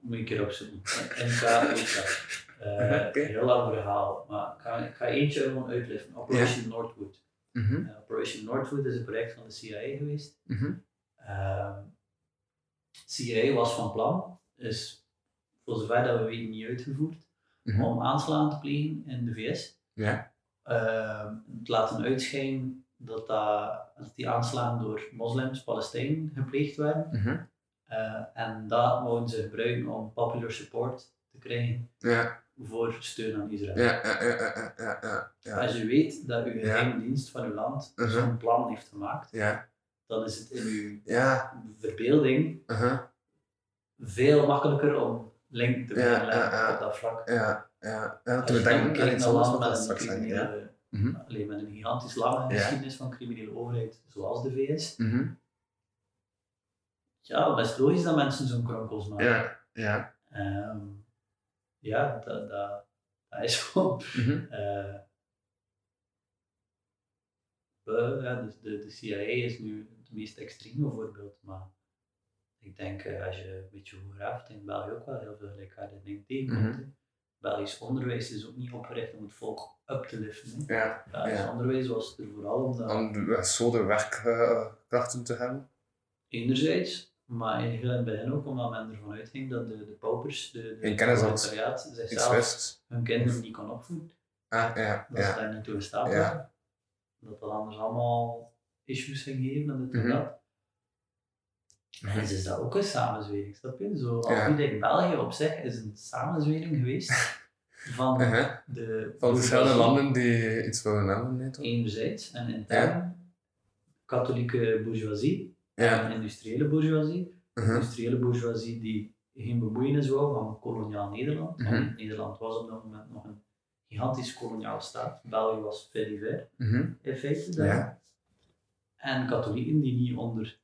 Speaker 3: moet ik een keer opzoeken. MK Ultra. Eh,
Speaker 4: Oké.
Speaker 3: Heel lang verhaal, maar ik ga, ik ga eentje gewoon uitleggen. Operation Northwood.
Speaker 4: Mhm.
Speaker 3: Eh, Operation Northwood is een project van de CIA geweest.
Speaker 4: Mhm.
Speaker 3: Ehm, CIA was van plan, is voor zover dat we weten niet uitgevoerd,
Speaker 4: Mhm.
Speaker 3: om aanslagen te plegen in de VS.
Speaker 4: Ja.
Speaker 3: Ehm, te laten uitschijnen dat, dat, dat die aanslagen door moslims, Palestijnen gepleegd werden.
Speaker 4: Mhm.
Speaker 3: Eh, en dat wouden ze gebruiken om popular support te krijgen
Speaker 4: Ja,
Speaker 3: voor steun aan Israël.
Speaker 4: ja, ja, ja, ja, ja, ja, ja.
Speaker 3: Als je weet dat uw
Speaker 4: Ja.
Speaker 3: geheime dienst van uw land
Speaker 4: Mhm.
Speaker 3: zo'n plan heeft gemaakt,
Speaker 4: Ja,
Speaker 3: dan is het in uw
Speaker 4: ja,
Speaker 3: verbeelding
Speaker 4: uh-huh.
Speaker 3: veel makkelijker om link te
Speaker 4: Ja,
Speaker 3: leggen
Speaker 4: ja, ja.
Speaker 3: op dat vlak.
Speaker 4: ja, ja, ja.
Speaker 3: Als
Speaker 4: Toen
Speaker 3: je
Speaker 4: we
Speaker 3: dan
Speaker 4: denken
Speaker 3: kijkt
Speaker 4: aan iets
Speaker 3: naar
Speaker 4: anders,
Speaker 3: landen
Speaker 4: wat dat
Speaker 3: met een
Speaker 4: straks zeggen, ja.
Speaker 3: criminele-
Speaker 4: Mhm.
Speaker 3: alleen met een gigantisch lange
Speaker 4: Ja.
Speaker 3: geschiedenis van criminele overheid, zoals de VS.
Speaker 4: Mhm.
Speaker 3: Ja, dan is het logisch dat mensen zo'n kronkels maken.
Speaker 4: Ja, ja.
Speaker 3: Ehm, ja, dat, dat, dat is gewoon.
Speaker 4: Mhm.
Speaker 3: eh, we- ja, dus de, de CIA is nu het meest extreme voorbeeld, maar Ik denk, eh, als je een beetje hoeraaft, in België ook wel heel veel gelijkaardige dingen
Speaker 4: Mhm.
Speaker 3: tegenkomt. hè. Belgisch onderwijs is ook niet opgericht om het volk up te liften. hè.
Speaker 4: Ja.
Speaker 3: Belgisch
Speaker 4: Ja.
Speaker 3: onderwijs was er vooral om dat
Speaker 4: Om de- zo de werkkrachten te hebben.
Speaker 3: enerzijds, maar in heel in het begin ook omdat men ervan uitging dat de, de paupers, de, de
Speaker 4: In kennis had.
Speaker 3: proletariaat,
Speaker 4: Iets
Speaker 3: zichzelf
Speaker 4: wist.
Speaker 3: hun kinderen niet kon opvoeden.
Speaker 4: Ah, ja,
Speaker 3: dat ze
Speaker 4: ja.
Speaker 3: daar niet toe in staat
Speaker 4: Ja.
Speaker 3: waren. Dat dat anders allemaal issues ging geven en dit en
Speaker 4: Mhm.
Speaker 3: dat. En dus is dat ook een samenzwering, snap je? Zo, al
Speaker 4: Ja.
Speaker 3: goed in België op zich is een samenzwering geweest van
Speaker 4: Uh-huh.
Speaker 3: de
Speaker 4: Van verschillende
Speaker 3: bourgeoisie
Speaker 4: landen die iets willen hebben, nee toch?
Speaker 3: enerzijds en intern katholieke bourgeoisie
Speaker 4: Ja.
Speaker 3: en industriële bourgeoisie
Speaker 4: Mhm.
Speaker 3: industriële bourgeoisie die geen bemoeienis wou van koloniaal Nederland. Want
Speaker 4: Mhm.
Speaker 3: Nederland was op dat moment nog een gigantisch koloniale staat. België was ver die ver,
Speaker 4: Mhm.
Speaker 3: in feite. daar.
Speaker 4: Ja.
Speaker 3: En katholieken die niet onder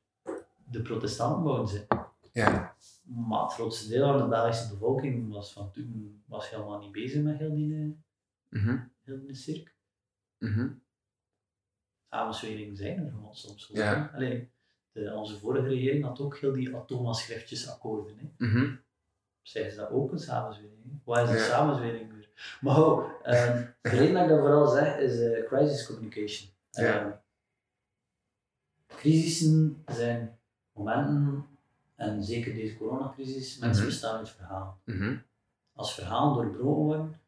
Speaker 3: de protestanten wouden zijn.
Speaker 4: Ja.
Speaker 3: Maar het grootste deel van de Belgische bevolking was van toen was helemaal niet bezig met heel die, eh,
Speaker 4: Mhm.
Speaker 3: heel die cirk.
Speaker 4: Mhm.
Speaker 3: Samenzweringen zijn er gewoon soms. gewoon,
Speaker 4: Ja.
Speaker 3: hè. Allee, de, onze vorige regering had ook heel die Atoma-schriftjesakkoorden. hè.
Speaker 4: Mhm.
Speaker 3: Zij ze dat ook een samenzwering? Waar is een
Speaker 4: Ja.
Speaker 3: samenzwering weer? Maar oh, ehm, de reden dat ik dat vooral zeg is eh, crisis communication. Ehm,
Speaker 4: Ja.
Speaker 3: crisissen zijn momenten, en zeker deze coronacrisis, mensen
Speaker 4: Mhm.
Speaker 3: bestaan uit verhalen.
Speaker 4: Mhm.
Speaker 3: Als verhalen doorbroken worden,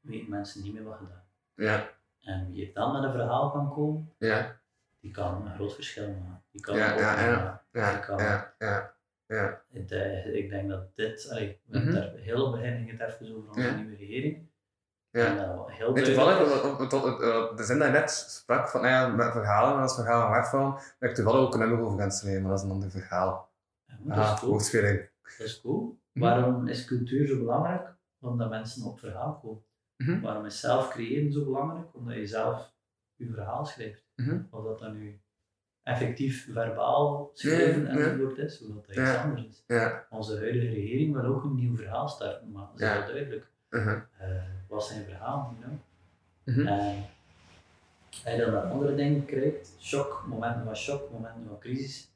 Speaker 3: weten mensen niet meer wat gedaan.
Speaker 4: Ja.
Speaker 3: En wie er dan met een verhaal kan komen,
Speaker 4: Ja.
Speaker 3: die kan een groot verschil maken. Die kan
Speaker 4: Ja,
Speaker 3: een
Speaker 4: ja,
Speaker 3: opening
Speaker 4: ja.
Speaker 3: maken.
Speaker 4: Ja.
Speaker 3: Ik kan-
Speaker 4: Ja. Ja.
Speaker 3: Het, eh, ik denk dat dit, allee, we hebben
Speaker 4: Mhm.
Speaker 3: daar heel op het begin ging het even over onze
Speaker 4: Ja.
Speaker 3: nieuwe regering.
Speaker 4: Ja.
Speaker 3: En, eh, wat heel
Speaker 4: Nee,
Speaker 3: duidelijk
Speaker 4: toevallig,
Speaker 3: is-
Speaker 4: want- want- want- want, eh, de zin dat je net sprak van nou ja, met verhalen, en als verhalen wegvallen, heb ik toevallig ook een nummer over gaan schrijven, maar dat is een ander verhaal.
Speaker 3: Ja, maar dat,
Speaker 4: Ah,
Speaker 3: is cool.
Speaker 4: woordspeling.
Speaker 3: dat is cool.
Speaker 4: Mhm.
Speaker 3: Waarom is cultuur zo belangrijk? Omdat mensen op verhaal komen.
Speaker 4: Mhm.
Speaker 3: Waarom is zelf creëren zo belangrijk? Omdat je zelf je verhaal schrijft.
Speaker 4: Mhm.
Speaker 3: Of dat dan nu effectief verbaal schrijven
Speaker 4: Ja, ja.
Speaker 3: enzovoort is, omdat dat iets
Speaker 4: Ja.
Speaker 3: anders is.
Speaker 4: Ja.
Speaker 3: Onze huidige regering wil ook een nieuw verhaal starten, maar dat is
Speaker 4: Ja.
Speaker 3: wel duidelijk.
Speaker 4: Mhm.
Speaker 3: eh wat zijn verhaal, you know?
Speaker 4: Mhm.
Speaker 3: En hij dan naar andere dingen kijkt, shock, momenten van shock, momenten van crisis,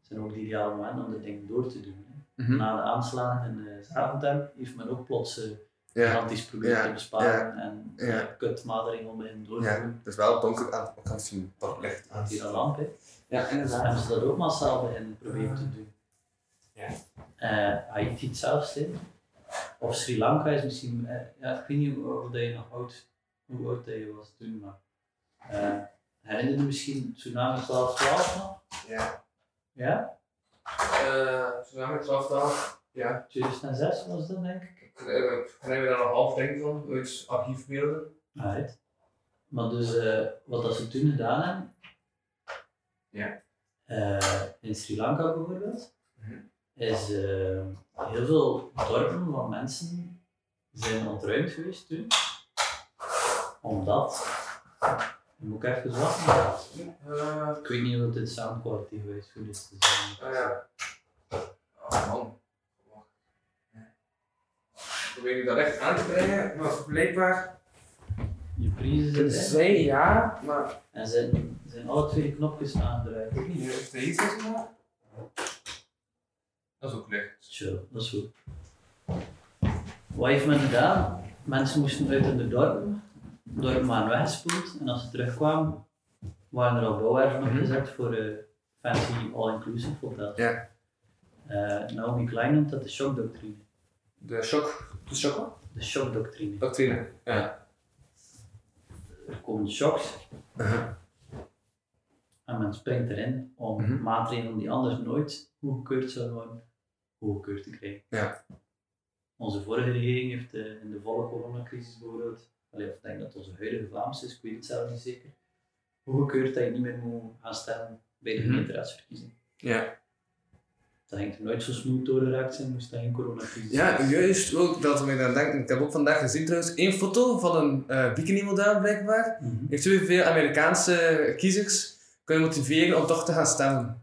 Speaker 3: zijn ook de ideale momenten om de dingen door te doen. hè.
Speaker 4: Mhm.
Speaker 3: Na de aanslagen in uh, Zaventem heeft men ook plots eh,
Speaker 4: Ja.
Speaker 3: gigantisch proberen
Speaker 4: ja,
Speaker 3: te besparen en
Speaker 4: ja.
Speaker 3: eh, kutmaatregelen om hen door te
Speaker 4: Ja.
Speaker 3: doen.
Speaker 4: Het is wel donker aan ik kan zien dat licht
Speaker 3: Had hier een lamp, hè.
Speaker 4: Ja,
Speaker 3: Dan hebben ze Dus dat ook massaal beginnen proberen te doen.
Speaker 4: Ja.
Speaker 3: Eh, Haiti hetzelfde. hè. Of Sri Lanka is misschien, eh, ja, ik weet niet hoe oud dat je nog oud, hoe oud dat je was toen, maar eh herinner je misschien tsunami 12 12 nog?
Speaker 4: Ja.
Speaker 3: Ja,
Speaker 5: Eh, Zo namelijk 12 dagen.
Speaker 3: 2006 was dat denk ik.
Speaker 5: Krijgen we daar nog half ding van, uit archiefbeelden?
Speaker 3: Right. Maar dus eh, wat dat ze toen gedaan hebben,
Speaker 5: Ja.
Speaker 3: eh, in Sri Lanka bijvoorbeeld,
Speaker 5: Mhm.
Speaker 3: is eh, heel veel dorpen van mensen zijn ontruimd geweest toen, omdat, je moet even wachten,
Speaker 5: Eh,
Speaker 3: ik weet niet of dit soundquality geweest goed is te zijn.
Speaker 5: Ah ja. Oh man. Ik probeer je dat echt aan te brengen, maar blijkbaar.
Speaker 3: Je prijzen zitten in
Speaker 5: Zij ja, maar.
Speaker 3: en zijn, zijn alle twee de knopjes aangedraaid.
Speaker 5: Ik weet niet, is deze is maar. Dat is ook licht.
Speaker 3: Chill, dat is goed. Wat heeft men gedaan? Mensen moesten uit in de dorpen, dorpen waren weggespoeld en als ze terugkwamen, waren er al bouwwerven opgezet voor eh, fancy all-inclusive hotels.
Speaker 4: Ja.
Speaker 3: Eh, Naomi Klein noemt dat de shockdoctrine.
Speaker 4: De shock. De shock?
Speaker 3: De shockdoctrine.
Speaker 4: Doctrine. Ja.
Speaker 3: Er komen shocks
Speaker 4: Mhm.
Speaker 3: en men springt erin om
Speaker 4: Mhm.
Speaker 3: maatregelen die anders nooit goedgekeurd zouden worden, goedgekeurd te krijgen.
Speaker 4: Ja.
Speaker 3: Onze vorige regering heeft eh, in de volle coronacrisis bijvoorbeeld, allee, of ik denk dat onze huidige Vlaamse is, ik weet het zelf niet zeker, goedgekeurd dat je niet meer moet gaan stemmen bij de
Speaker 4: Mhm.
Speaker 3: gemeenteraadsverkiezingen.
Speaker 4: Ja.
Speaker 3: Dat ging er nooit zo smooth door geraakt zijn, moest dat geen coronacrisis
Speaker 4: Ja,
Speaker 3: zijn.
Speaker 4: juist ook dat we mij daar denken. Ik heb ook vandaag gezien trouwens één foto van een eh bikini-model blijkbaar.
Speaker 3: Mhm.
Speaker 4: Heeft u veel Amerikaanse kiezers kunnen motiveren om toch te gaan stemmen?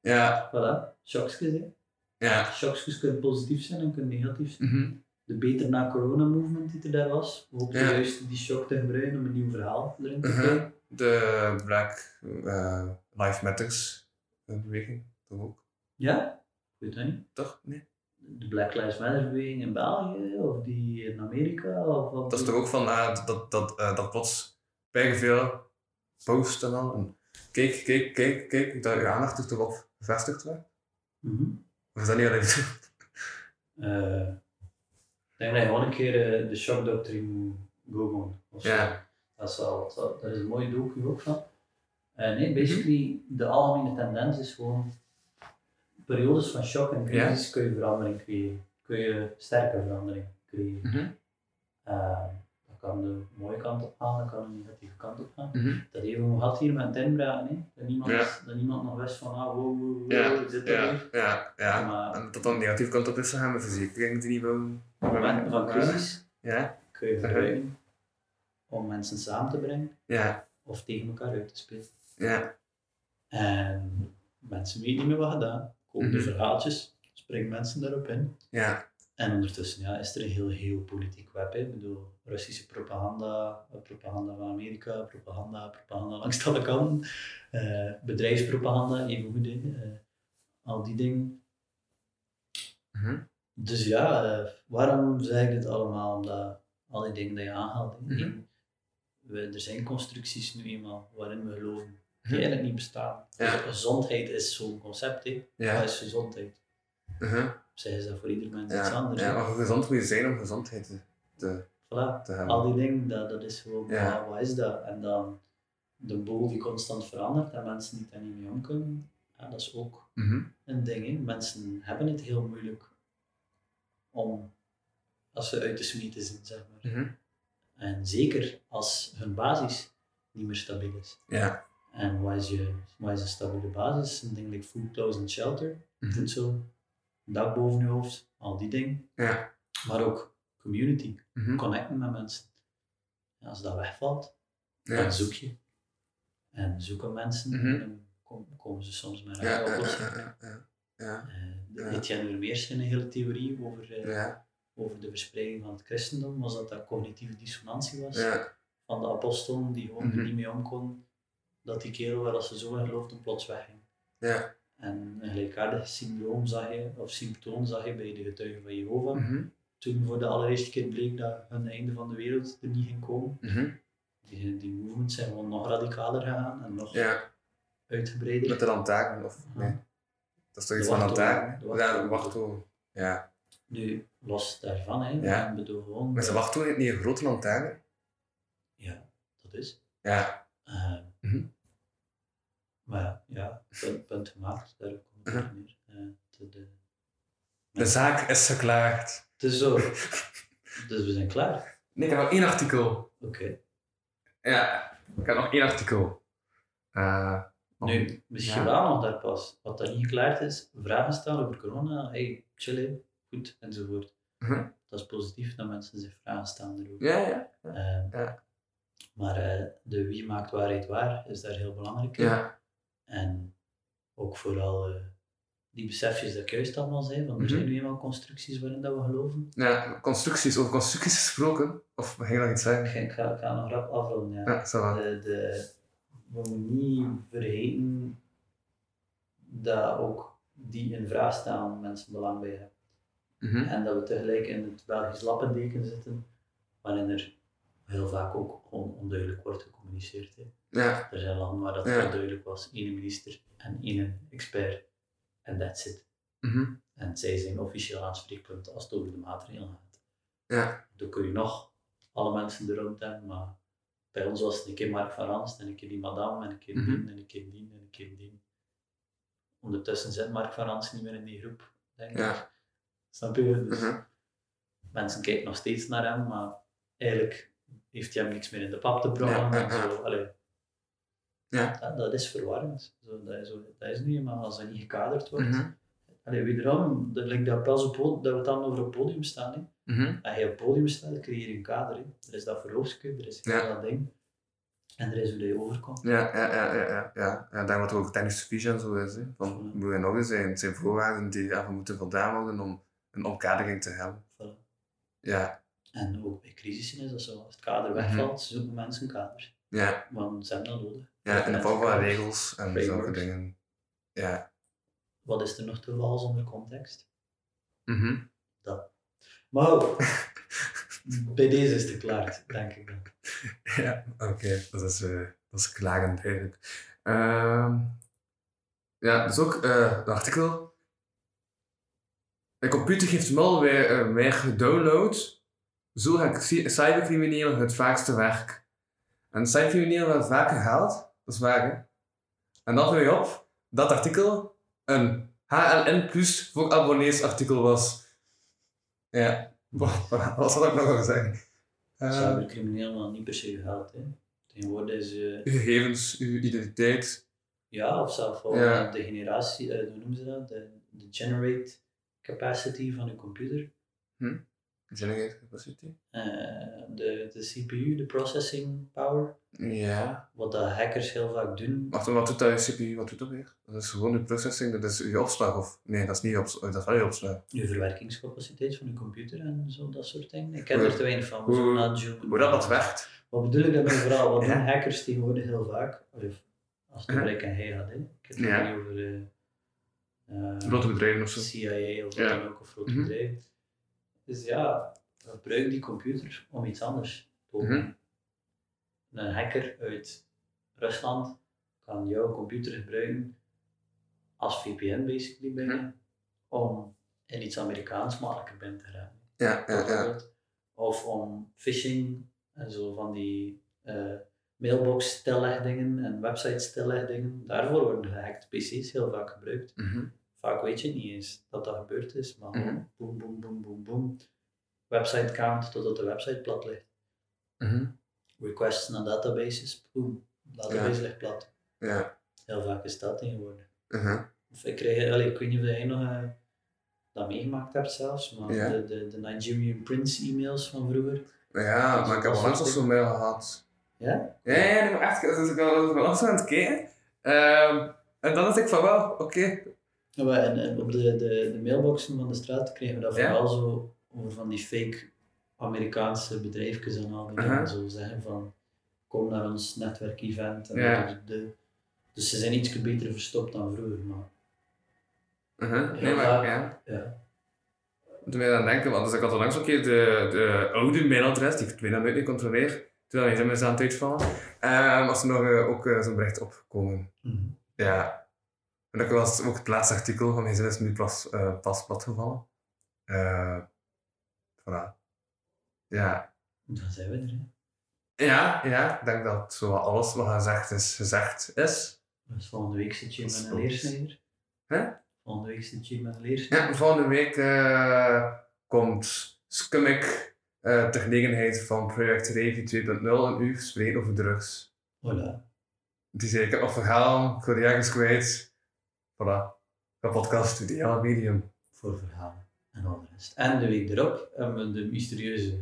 Speaker 4: Ja,
Speaker 3: Voilà, shocksjes hè.
Speaker 4: ja.
Speaker 3: Shocksjes kunnen positief zijn en kunnen negatief zijn.
Speaker 4: Mhm.
Speaker 3: De beter na corona movement die er daar was, we hoopten
Speaker 4: Ja.
Speaker 3: juist die shock te gebruiken om een nieuw verhaal erin te
Speaker 4: Mhm.
Speaker 3: brengen.
Speaker 4: De Black eh Lives Matters eh, beweging, toch ook?
Speaker 3: Ja? Ik weet dat niet.
Speaker 4: Toch? Nee.
Speaker 3: De Black Lives Matter beweging in België of die in Amerika of wat?
Speaker 4: Dat is toch ook van ah, dat, dat, eh, dat plots veel posts en al. En kijk, kijk, kijk, kijk, dat je aandacht er toch op gevestigd werd.
Speaker 3: Mhm.
Speaker 4: Of is dat niet alleen
Speaker 3: Eh, ik denk dat je gewoon een keer eh, de shock doctrine moet googlen. of zo.
Speaker 4: Ja.
Speaker 3: Dat is wel, dat zal- daar is een mooie docu ook van. Eh, nee,
Speaker 4: Mhm.
Speaker 3: basically, de algemene tendens is gewoon periodes van shock en
Speaker 4: Ja.
Speaker 3: crisis kun je verandering creëren. Kun je sterke verandering creëren.
Speaker 4: Mhm.
Speaker 3: Eh, dat kan de mooie kant op gaan, dat kan de negatieve kant op gaan.
Speaker 4: Mhm.
Speaker 3: Dat hebben we gehad hier met Denbra, nee? dat, niemand,
Speaker 4: Ja.
Speaker 3: dat niemand nog wist van, ah, wow, wow, wow,
Speaker 4: Ja,
Speaker 3: ik zit er
Speaker 4: ja,
Speaker 3: weer.
Speaker 4: ja, ja.
Speaker 3: Maar
Speaker 4: En dat dan negatief kant op is gegaan met verzekering die niet wil.
Speaker 3: momenten van crisis
Speaker 4: Ja,
Speaker 3: kun je
Speaker 4: Mhm.
Speaker 3: gebruiken om mensen samen te brengen
Speaker 4: ja,
Speaker 3: of tegen elkaar uit te spelen.
Speaker 4: ja.
Speaker 3: En mensen weten niet meer wat gedaan. Komen de
Speaker 4: Mhm.
Speaker 3: verhaaltjes, springen mensen daarop in.
Speaker 4: Ja,
Speaker 3: En ondertussen ja, is er een heel, heel politiek web. Hè. Ik bedoel, Russische propaganda, eh, propaganda van Amerika, propaganda, propaganda langs alle kanten. Eh, bedrijfspropaganda, even goed in. eh, al die dingen.
Speaker 4: Mhm.
Speaker 3: Dus ja, eh, waarom zeg ik dit allemaal? Omdat al die dingen die je aanhaalt. hè.
Speaker 4: Mhm.
Speaker 3: Eén, we, er zijn constructies nu eenmaal waarin we geloven die
Speaker 4: Mhm.
Speaker 3: eigenlijk niet bestaan.
Speaker 4: Ja.
Speaker 3: Dus gezondheid is zo'n concept. Hè.
Speaker 4: ja.
Speaker 3: Wat is gezondheid?
Speaker 4: mhm.
Speaker 3: Op zich is dat voor ieder mens iets
Speaker 4: Ja,
Speaker 3: anders.
Speaker 4: ja,
Speaker 3: hè.
Speaker 4: maar hoe gezond moet je zijn om gezondheid te, te,
Speaker 3: Voilà.
Speaker 4: te hebben?
Speaker 3: Al die dingen, dat, dat is gewoon,
Speaker 4: Ja.
Speaker 3: ja, wat is dat? En dan de boel die constant verandert en mensen die daar niet mee om kunnen, ja, dat is ook
Speaker 4: Mhm.
Speaker 3: een ding. hè. Mensen hebben het heel moeilijk om, als ze uit de smeten zijn, zeg maar.
Speaker 4: Mhm.
Speaker 3: En zeker als hun basis niet meer stabiel is.
Speaker 4: Ja.
Speaker 3: En wat is, je, wat is een stabiele basis? Een ding like food, clothes and shelter,
Speaker 4: Mhm.
Speaker 3: voedsel, een dak boven je hoofd, al die dingen.
Speaker 4: Ja.
Speaker 3: Maar ook community
Speaker 4: Mhm.
Speaker 3: connecten met mensen. En als dat wegvalt,
Speaker 4: Ja.
Speaker 3: dan zoek je. En zoeken mensen
Speaker 4: Mhm.
Speaker 3: en dan kom- komen ze soms met
Speaker 4: Ja,
Speaker 3: een
Speaker 4: ja,
Speaker 3: oplossing.
Speaker 4: ja, ja, ja, ja.
Speaker 3: Uh, Etienne Vermeers zijn een hele theorie over, eh,
Speaker 4: ja,
Speaker 3: over de verspreiding van het christendom, was dat dat cognitieve dissonantie was
Speaker 4: ja,
Speaker 3: van de apostelen die gewoon
Speaker 4: Mhm.
Speaker 3: er niet mee om kon, dat die kerel waar dat ze zo in geloofden plots wegging.
Speaker 4: ja.
Speaker 3: En een gelijkaardig syndroom zag je, of symptoom zag je bij de getuigen van Jehovah.
Speaker 4: Mhm.
Speaker 3: Toen voor de allereerste keer bleek dat hun einde van de wereld er niet ging komen.
Speaker 4: Mhm.
Speaker 3: die, die movements zijn gewoon nog radicaler gegaan en nog
Speaker 4: Ja,
Speaker 3: uitgebreider.
Speaker 4: met de lantaarn of nee. Dat is toch iets
Speaker 3: De
Speaker 4: van
Speaker 3: wachttoren,
Speaker 4: lantaarn?
Speaker 3: de
Speaker 4: hè? Ja,
Speaker 3: wachttoren.
Speaker 4: de wachttoren. Ja.
Speaker 3: Nu, los daarvan, hè,
Speaker 4: Ja.
Speaker 3: ik bedoel gewoon...
Speaker 4: Maar ze
Speaker 3: dat-
Speaker 4: wachttoren heeft niet een grote lantaarn.
Speaker 3: Ja, dat is.
Speaker 4: Ja.
Speaker 3: Eh,
Speaker 4: Mhm.
Speaker 3: Maar ja, punt, punt gemaakt, daar komt het
Speaker 4: Mhm.
Speaker 3: op neer. Eh, de- de-
Speaker 4: De zaak is geklaagd.
Speaker 3: Het is zo. dus we zijn klaar.
Speaker 4: Nee, ik heb nog één artikel.
Speaker 3: Oké.
Speaker 4: Ja, ik heb nog één artikel. Eh, om-
Speaker 3: Nu, misschien
Speaker 4: Ja.
Speaker 3: wel nog daar pas. Wat dat niet geklaard is, vragen stellen over corona. Hey, chill, hè, goed, enzovoort.
Speaker 4: Mhm.
Speaker 3: Dat is positief dat mensen zich vragen stellen erover.
Speaker 4: Ja, ja.
Speaker 3: Eh,
Speaker 4: Ja.
Speaker 3: Maar eh, de wie maakt waarheid waar is daar heel belangrijk in.
Speaker 4: Ja.
Speaker 3: En ook vooral eh, die besefjes dat ik juist allemaal zei, want
Speaker 4: Mhm.
Speaker 3: er zijn nu eenmaal constructies waarin dat we geloven.
Speaker 4: ja. Constructies, over constructies gesproken. Of mag je nog iets
Speaker 3: Ik
Speaker 4: zeggen?
Speaker 3: ga, ik ga, ik ga nog rap afronden. Ja.
Speaker 4: Ja, zal wel.
Speaker 3: De, eh, de, we moeten niet vergeten dat ook die in vraag staan mensen belang bij hebben.
Speaker 4: Mhm.
Speaker 3: En dat we tegelijk in het Belgisch lappendeken zitten, waarin er heel vaak ook gewoon onduidelijk wordt gecommuniceerd. Hè.
Speaker 4: Ja.
Speaker 3: Er zijn landen waar dat
Speaker 4: Ja.
Speaker 3: heel duidelijk was: één minister en één expert, en that's it.
Speaker 4: Mhm.
Speaker 3: En zij zijn officieel aanspreekpunt als het over de maatregelen gaat.
Speaker 4: Ja.
Speaker 3: Dan kun je nog alle mensen de rond hebben, maar bij ons was het een keer Mark van Ranst, en een keer die madame, en een keer
Speaker 4: Mhm.
Speaker 3: die, en een keer die, en een keer die. Ondertussen zit Mark van Ranst niet meer in die groep, denk ik.
Speaker 4: Ja.
Speaker 3: Snap je? Dus
Speaker 4: Mhm.
Speaker 3: mensen kijken nog steeds naar hem, maar eigenlijk heeft hij hem niks meer in de pap te brengen.
Speaker 4: Ja, ja,
Speaker 3: en zo. Allee.
Speaker 4: Ja.
Speaker 3: Dat, dat is verwarrend. Zo, dat, is, dat is nu eenmaal als dat niet gekaderd wordt.
Speaker 4: Mhm.
Speaker 3: Allee, wederom, dat lijkt dat, pas op, dat we het dan over een podium staan. Hè.
Speaker 4: Mhm.
Speaker 3: Als je op het podium staat, creëer je een kader. Hè. Er is dat verloofstuk, er is heel
Speaker 4: Ja.
Speaker 3: dat ding. En er is hoe dat je overkomt.
Speaker 4: Ja, ja, ja, ja, ja, ja. ja daar wat ook technische visie en zo is. Hè. Van, moet je nog eens zijn, het zijn voorwaarden die ervan moeten voldaan worden om een omkadering te hebben.
Speaker 3: Voilà.
Speaker 4: Ja,
Speaker 3: En ook bij crisissen is dat zo. Als het kader
Speaker 4: Mhm.
Speaker 3: wegvalt, zoeken mensen kaders.
Speaker 4: ja,
Speaker 3: Want ze hebben dat nodig.
Speaker 4: ja. In de vorm van regels en zulke
Speaker 3: Frameworks.
Speaker 4: dingen. Ja,
Speaker 3: Wat is er nog toeval zonder context?
Speaker 4: Mhm.
Speaker 3: Dat. Maar goed, bij deze is het geklaard, denk ik dan.
Speaker 4: Ja, oké. Dat, is, eh dat is klagend eigenlijk. Ehm, ja, dus ook eh een artikel. De computer geeft malware eh, meer gedownload. Zo haakt cy- cybercriminelen het vaakste werk. En cybercriminelen hebben het vaak gehaald. Dat is waar, hè? En dan viel je op dat artikel een HLN Plus voor abonnees artikel was. Ja, wat zal ik nog wel zeggen? Eh,
Speaker 3: Cybercrimineel, maar niet per se geld. Hè. Tegenwoordig is... eh,
Speaker 4: uw gegevens, uw identiteit.
Speaker 3: Ja, of zelfs wel
Speaker 4: Ja.
Speaker 3: de generatie, eh, hoe noemen ze dat? De, de generate capacity van de computer.
Speaker 4: Generate capacity.
Speaker 3: Eh, de, de CPU, de processing power.
Speaker 4: Ja.
Speaker 3: Wat dat hackers heel vaak doen.
Speaker 4: Wacht, wat doet dat je CPU? Wat doet dat weer? Dat is gewoon de processing, dat is je opslag of... Nee, dat is niet je opslag, dat is wel je opslag.
Speaker 3: Je verwerkingscapaciteit van de computer en zo, dat soort dingen. Ik ken
Speaker 4: Hoe-
Speaker 3: er te weinig van. we
Speaker 4: hoe-
Speaker 3: zullen naar zoomen.
Speaker 4: Hoe dat, dat werkt.
Speaker 3: Wat bedoel ik daarmee vooral? Wat
Speaker 4: Ja.
Speaker 3: doen hackers tegenwoordig heel vaak? Of, als het
Speaker 4: Ja.
Speaker 3: over ik en hij gaat, hè. Ik heb het
Speaker 4: Ja.
Speaker 3: niet over eh, eh,
Speaker 4: Grote bedrijven of zo.
Speaker 3: CIA of
Speaker 4: Ja.
Speaker 3: wat dan ook, of grote
Speaker 4: Mhm.
Speaker 3: bedrijven. Dus ja, gebruik die computer om iets anders te doen.
Speaker 4: Mhm.
Speaker 3: Een hacker uit Rusland kan jouw computer gebruiken als VPN,
Speaker 4: Mhm.
Speaker 3: basically, bijna, om in iets Amerikaans makkelijker binnen te raken.
Speaker 4: Ja, ja, ja.
Speaker 3: bijvoorbeeld. Of om phishing en zo van die eh, mailbox stillegdingen en website stillegdingen. Daarvoor worden gehackt PC's heel vaak gebruikt.
Speaker 4: Mhm.
Speaker 3: Vaak weet je het niet eens dat dat gebeurd is, maar gewoon
Speaker 4: Mhm.
Speaker 3: boem, boem, boem, boem, boem. Website count totdat de website plat ligt.
Speaker 4: Mhm.
Speaker 3: Requests naar databases, boem, database ligt plat.
Speaker 4: Ja.
Speaker 3: Heel vaak is dat tegenwoordig.
Speaker 4: Mhm.
Speaker 3: Of ik, kreeg, allee, ik weet niet of jij nog eh, dat meegemaakt hebt zelfs, maar
Speaker 4: Ja.
Speaker 3: de, de, de Nigerian Prince e-mails van vroeger.
Speaker 4: Ja, maar ik heb al langs al zo'n mail gehad.
Speaker 3: Ja?
Speaker 4: Ja, ja, nee, maar echt, dat is ik wel dat is wel langs aan het kijken. Ehm, en dan dacht ik van wel, oké.
Speaker 3: Ja, maar en, en op de, de, de mailboxen van de straat kregen we dat
Speaker 4: Ja?
Speaker 3: vooral zo over van die fake Amerikaanse bedrijfjes en al die dingen.
Speaker 4: Aha.
Speaker 3: Zo zeggen van, kom naar ons netwerkevent. En
Speaker 4: Ja.
Speaker 3: dat- de, dus ze zijn iets beter verstopt dan vroeger, maar
Speaker 4: Mhm. Nee, maar ja.
Speaker 3: ja.
Speaker 4: Toen ben ik aan het denken, want dus ik had onlangs ook keer de, de oude mailadres, die ik weet dat nooit meer controleer, toen dan SMS aan het uitvallen, Ehm als er nog eh, ook eh, zo'n bericht opkomen.
Speaker 3: Mhm.
Speaker 4: Ja. En dat was ook het laatste artikel van mijn SMS nu pas, eh, pas platgevallen. Eh voilà. Ja.
Speaker 3: Dan zijn we er, hè.
Speaker 4: Ja, ja, ik denk dat zo wat alles wat gezegd is, gezegd is.
Speaker 3: Dus volgende week zit je
Speaker 4: Dat is
Speaker 3: met een
Speaker 4: goed.
Speaker 3: leersnijder.
Speaker 4: Hè?
Speaker 3: Volgende week zit je met een leersnijder.
Speaker 4: Ja, volgende week eh, komt Skummick eh ter gelegenheid van Project Revy 2.0 een uur spreken over drugs.
Speaker 3: Voilà.
Speaker 4: Die zei, ik heb nog verhaal, ik wil die ergens kwijt. Voilà. Een podcast, ideaal medium.
Speaker 3: Voor verhalen en al de rest. En de week erop hebben we de mysterieuze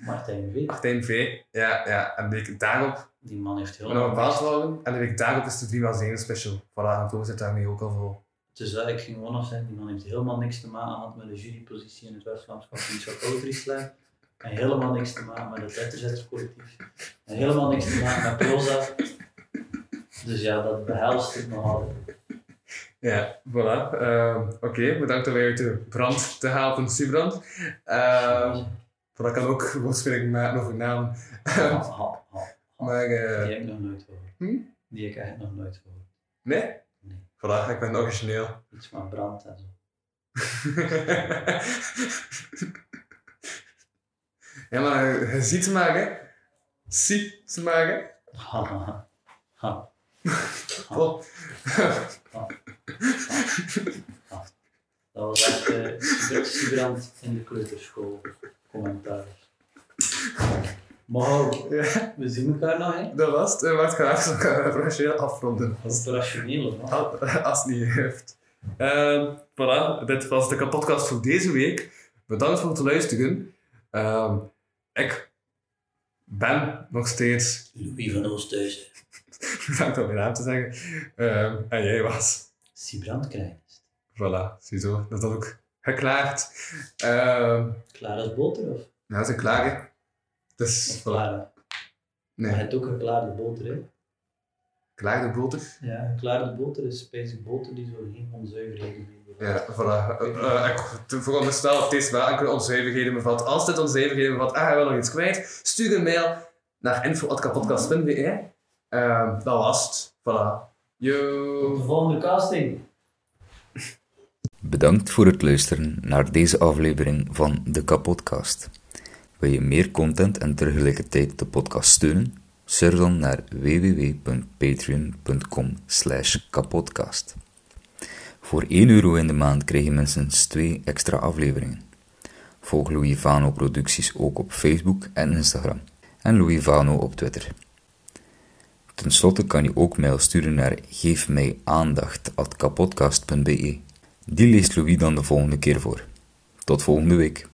Speaker 3: Martijn V.
Speaker 4: Martijn V. Ja, ja. En de week daarop,
Speaker 3: Die man heeft heel
Speaker 4: we nog een
Speaker 3: lang
Speaker 4: baas houden. En de week daarop is de 3 x 7 special. Voilà, en toen zit daarmee ook al vol.
Speaker 3: Dus dat, ik ging gewoon afzeggen, die man heeft helemaal niks te maken gehad met de jurypositie in het West-Vlaams kampioenschap Oudrieslaan. En helemaal niks te maken met het letterzetterscollectief. En helemaal niks te maken met proza. Dus ja, dat behelst het nogal.
Speaker 4: Ja, voilà. Ehm, Oké, bedankt om mij uit de brand te halen van Sibrand. Ehm dat kan ook woordspeling maken over naam.
Speaker 3: Ha, ha, ha.
Speaker 4: Maar, eh,
Speaker 3: Die heb ik nog nooit gehoord.
Speaker 4: Hm?
Speaker 3: Die heb ik echt nog nooit gehoord.
Speaker 4: nee?
Speaker 3: Nee.
Speaker 4: Voilà, ik ben origineel.
Speaker 3: Iets van brand en zo.
Speaker 4: ja, maar je ziet maken. Ziet maken.
Speaker 3: Ha, ha, ha. Ha. Ha,
Speaker 4: Vol.
Speaker 3: ha. Dat was echt eh, Sibrand- Sibrand in de kleuterschool. Commentaar. Maar
Speaker 4: ja,
Speaker 3: We zien elkaar nog, hè?
Speaker 4: dat was het. Eh, Maar het gaat even elkaar professioneel afronden
Speaker 3: Dat is
Speaker 4: als,
Speaker 3: het rationeel, man.
Speaker 4: als- Ah, als het niet heeft. Ehm voilà, dit was de podcast voor deze week. Bedankt voor het luisteren. Ehm, ik ben nog steeds.
Speaker 3: Louis van Oosthuizen.
Speaker 4: Bedankt om mijn naam te zeggen. Ehm, en jij was.
Speaker 3: Sibrand Krijnst.
Speaker 4: Voilà, ziezo. Dat is dan ook geklaagd. Ehm
Speaker 3: Klaar als boter, of?
Speaker 4: ja, ze klagen. Dus,
Speaker 3: Of Clara?
Speaker 4: Nee.
Speaker 3: Maar het ook een klaarde boter, hè?
Speaker 4: Klaar de boter.
Speaker 3: Ja, klaarde boter is spijzig boter die zo geen onzuiverheden meer bevat.
Speaker 4: Ja, voilà. Eh, eh, ik te- veronderstel dat deze wel enkele onzuiverheden bevat. Als dit onzuiverheden bevat en je wil nog iets kwijt, stuur een mail naar info.kapodcast.be. Ehm dat was het. Voilà. Yo.
Speaker 3: Tot de volgende casting.
Speaker 9: Bedankt voor het luisteren naar deze aflevering van de Kapodcast. Wil je meer content en tegelijkertijd de podcast steunen? Surf dan naar www.patreon.com kapodcast. Voor 1 euro in de maand krijg je minstens 2 extra afleveringen. Volg Louis Vano producties ook op Facebook en Instagram. En Louis Vano op Twitter. Ten slotte kan je ook mail sturen naar geefmijaandacht.kapodcast.be. Die leest Louis dan de volgende keer voor. Tot volgende week.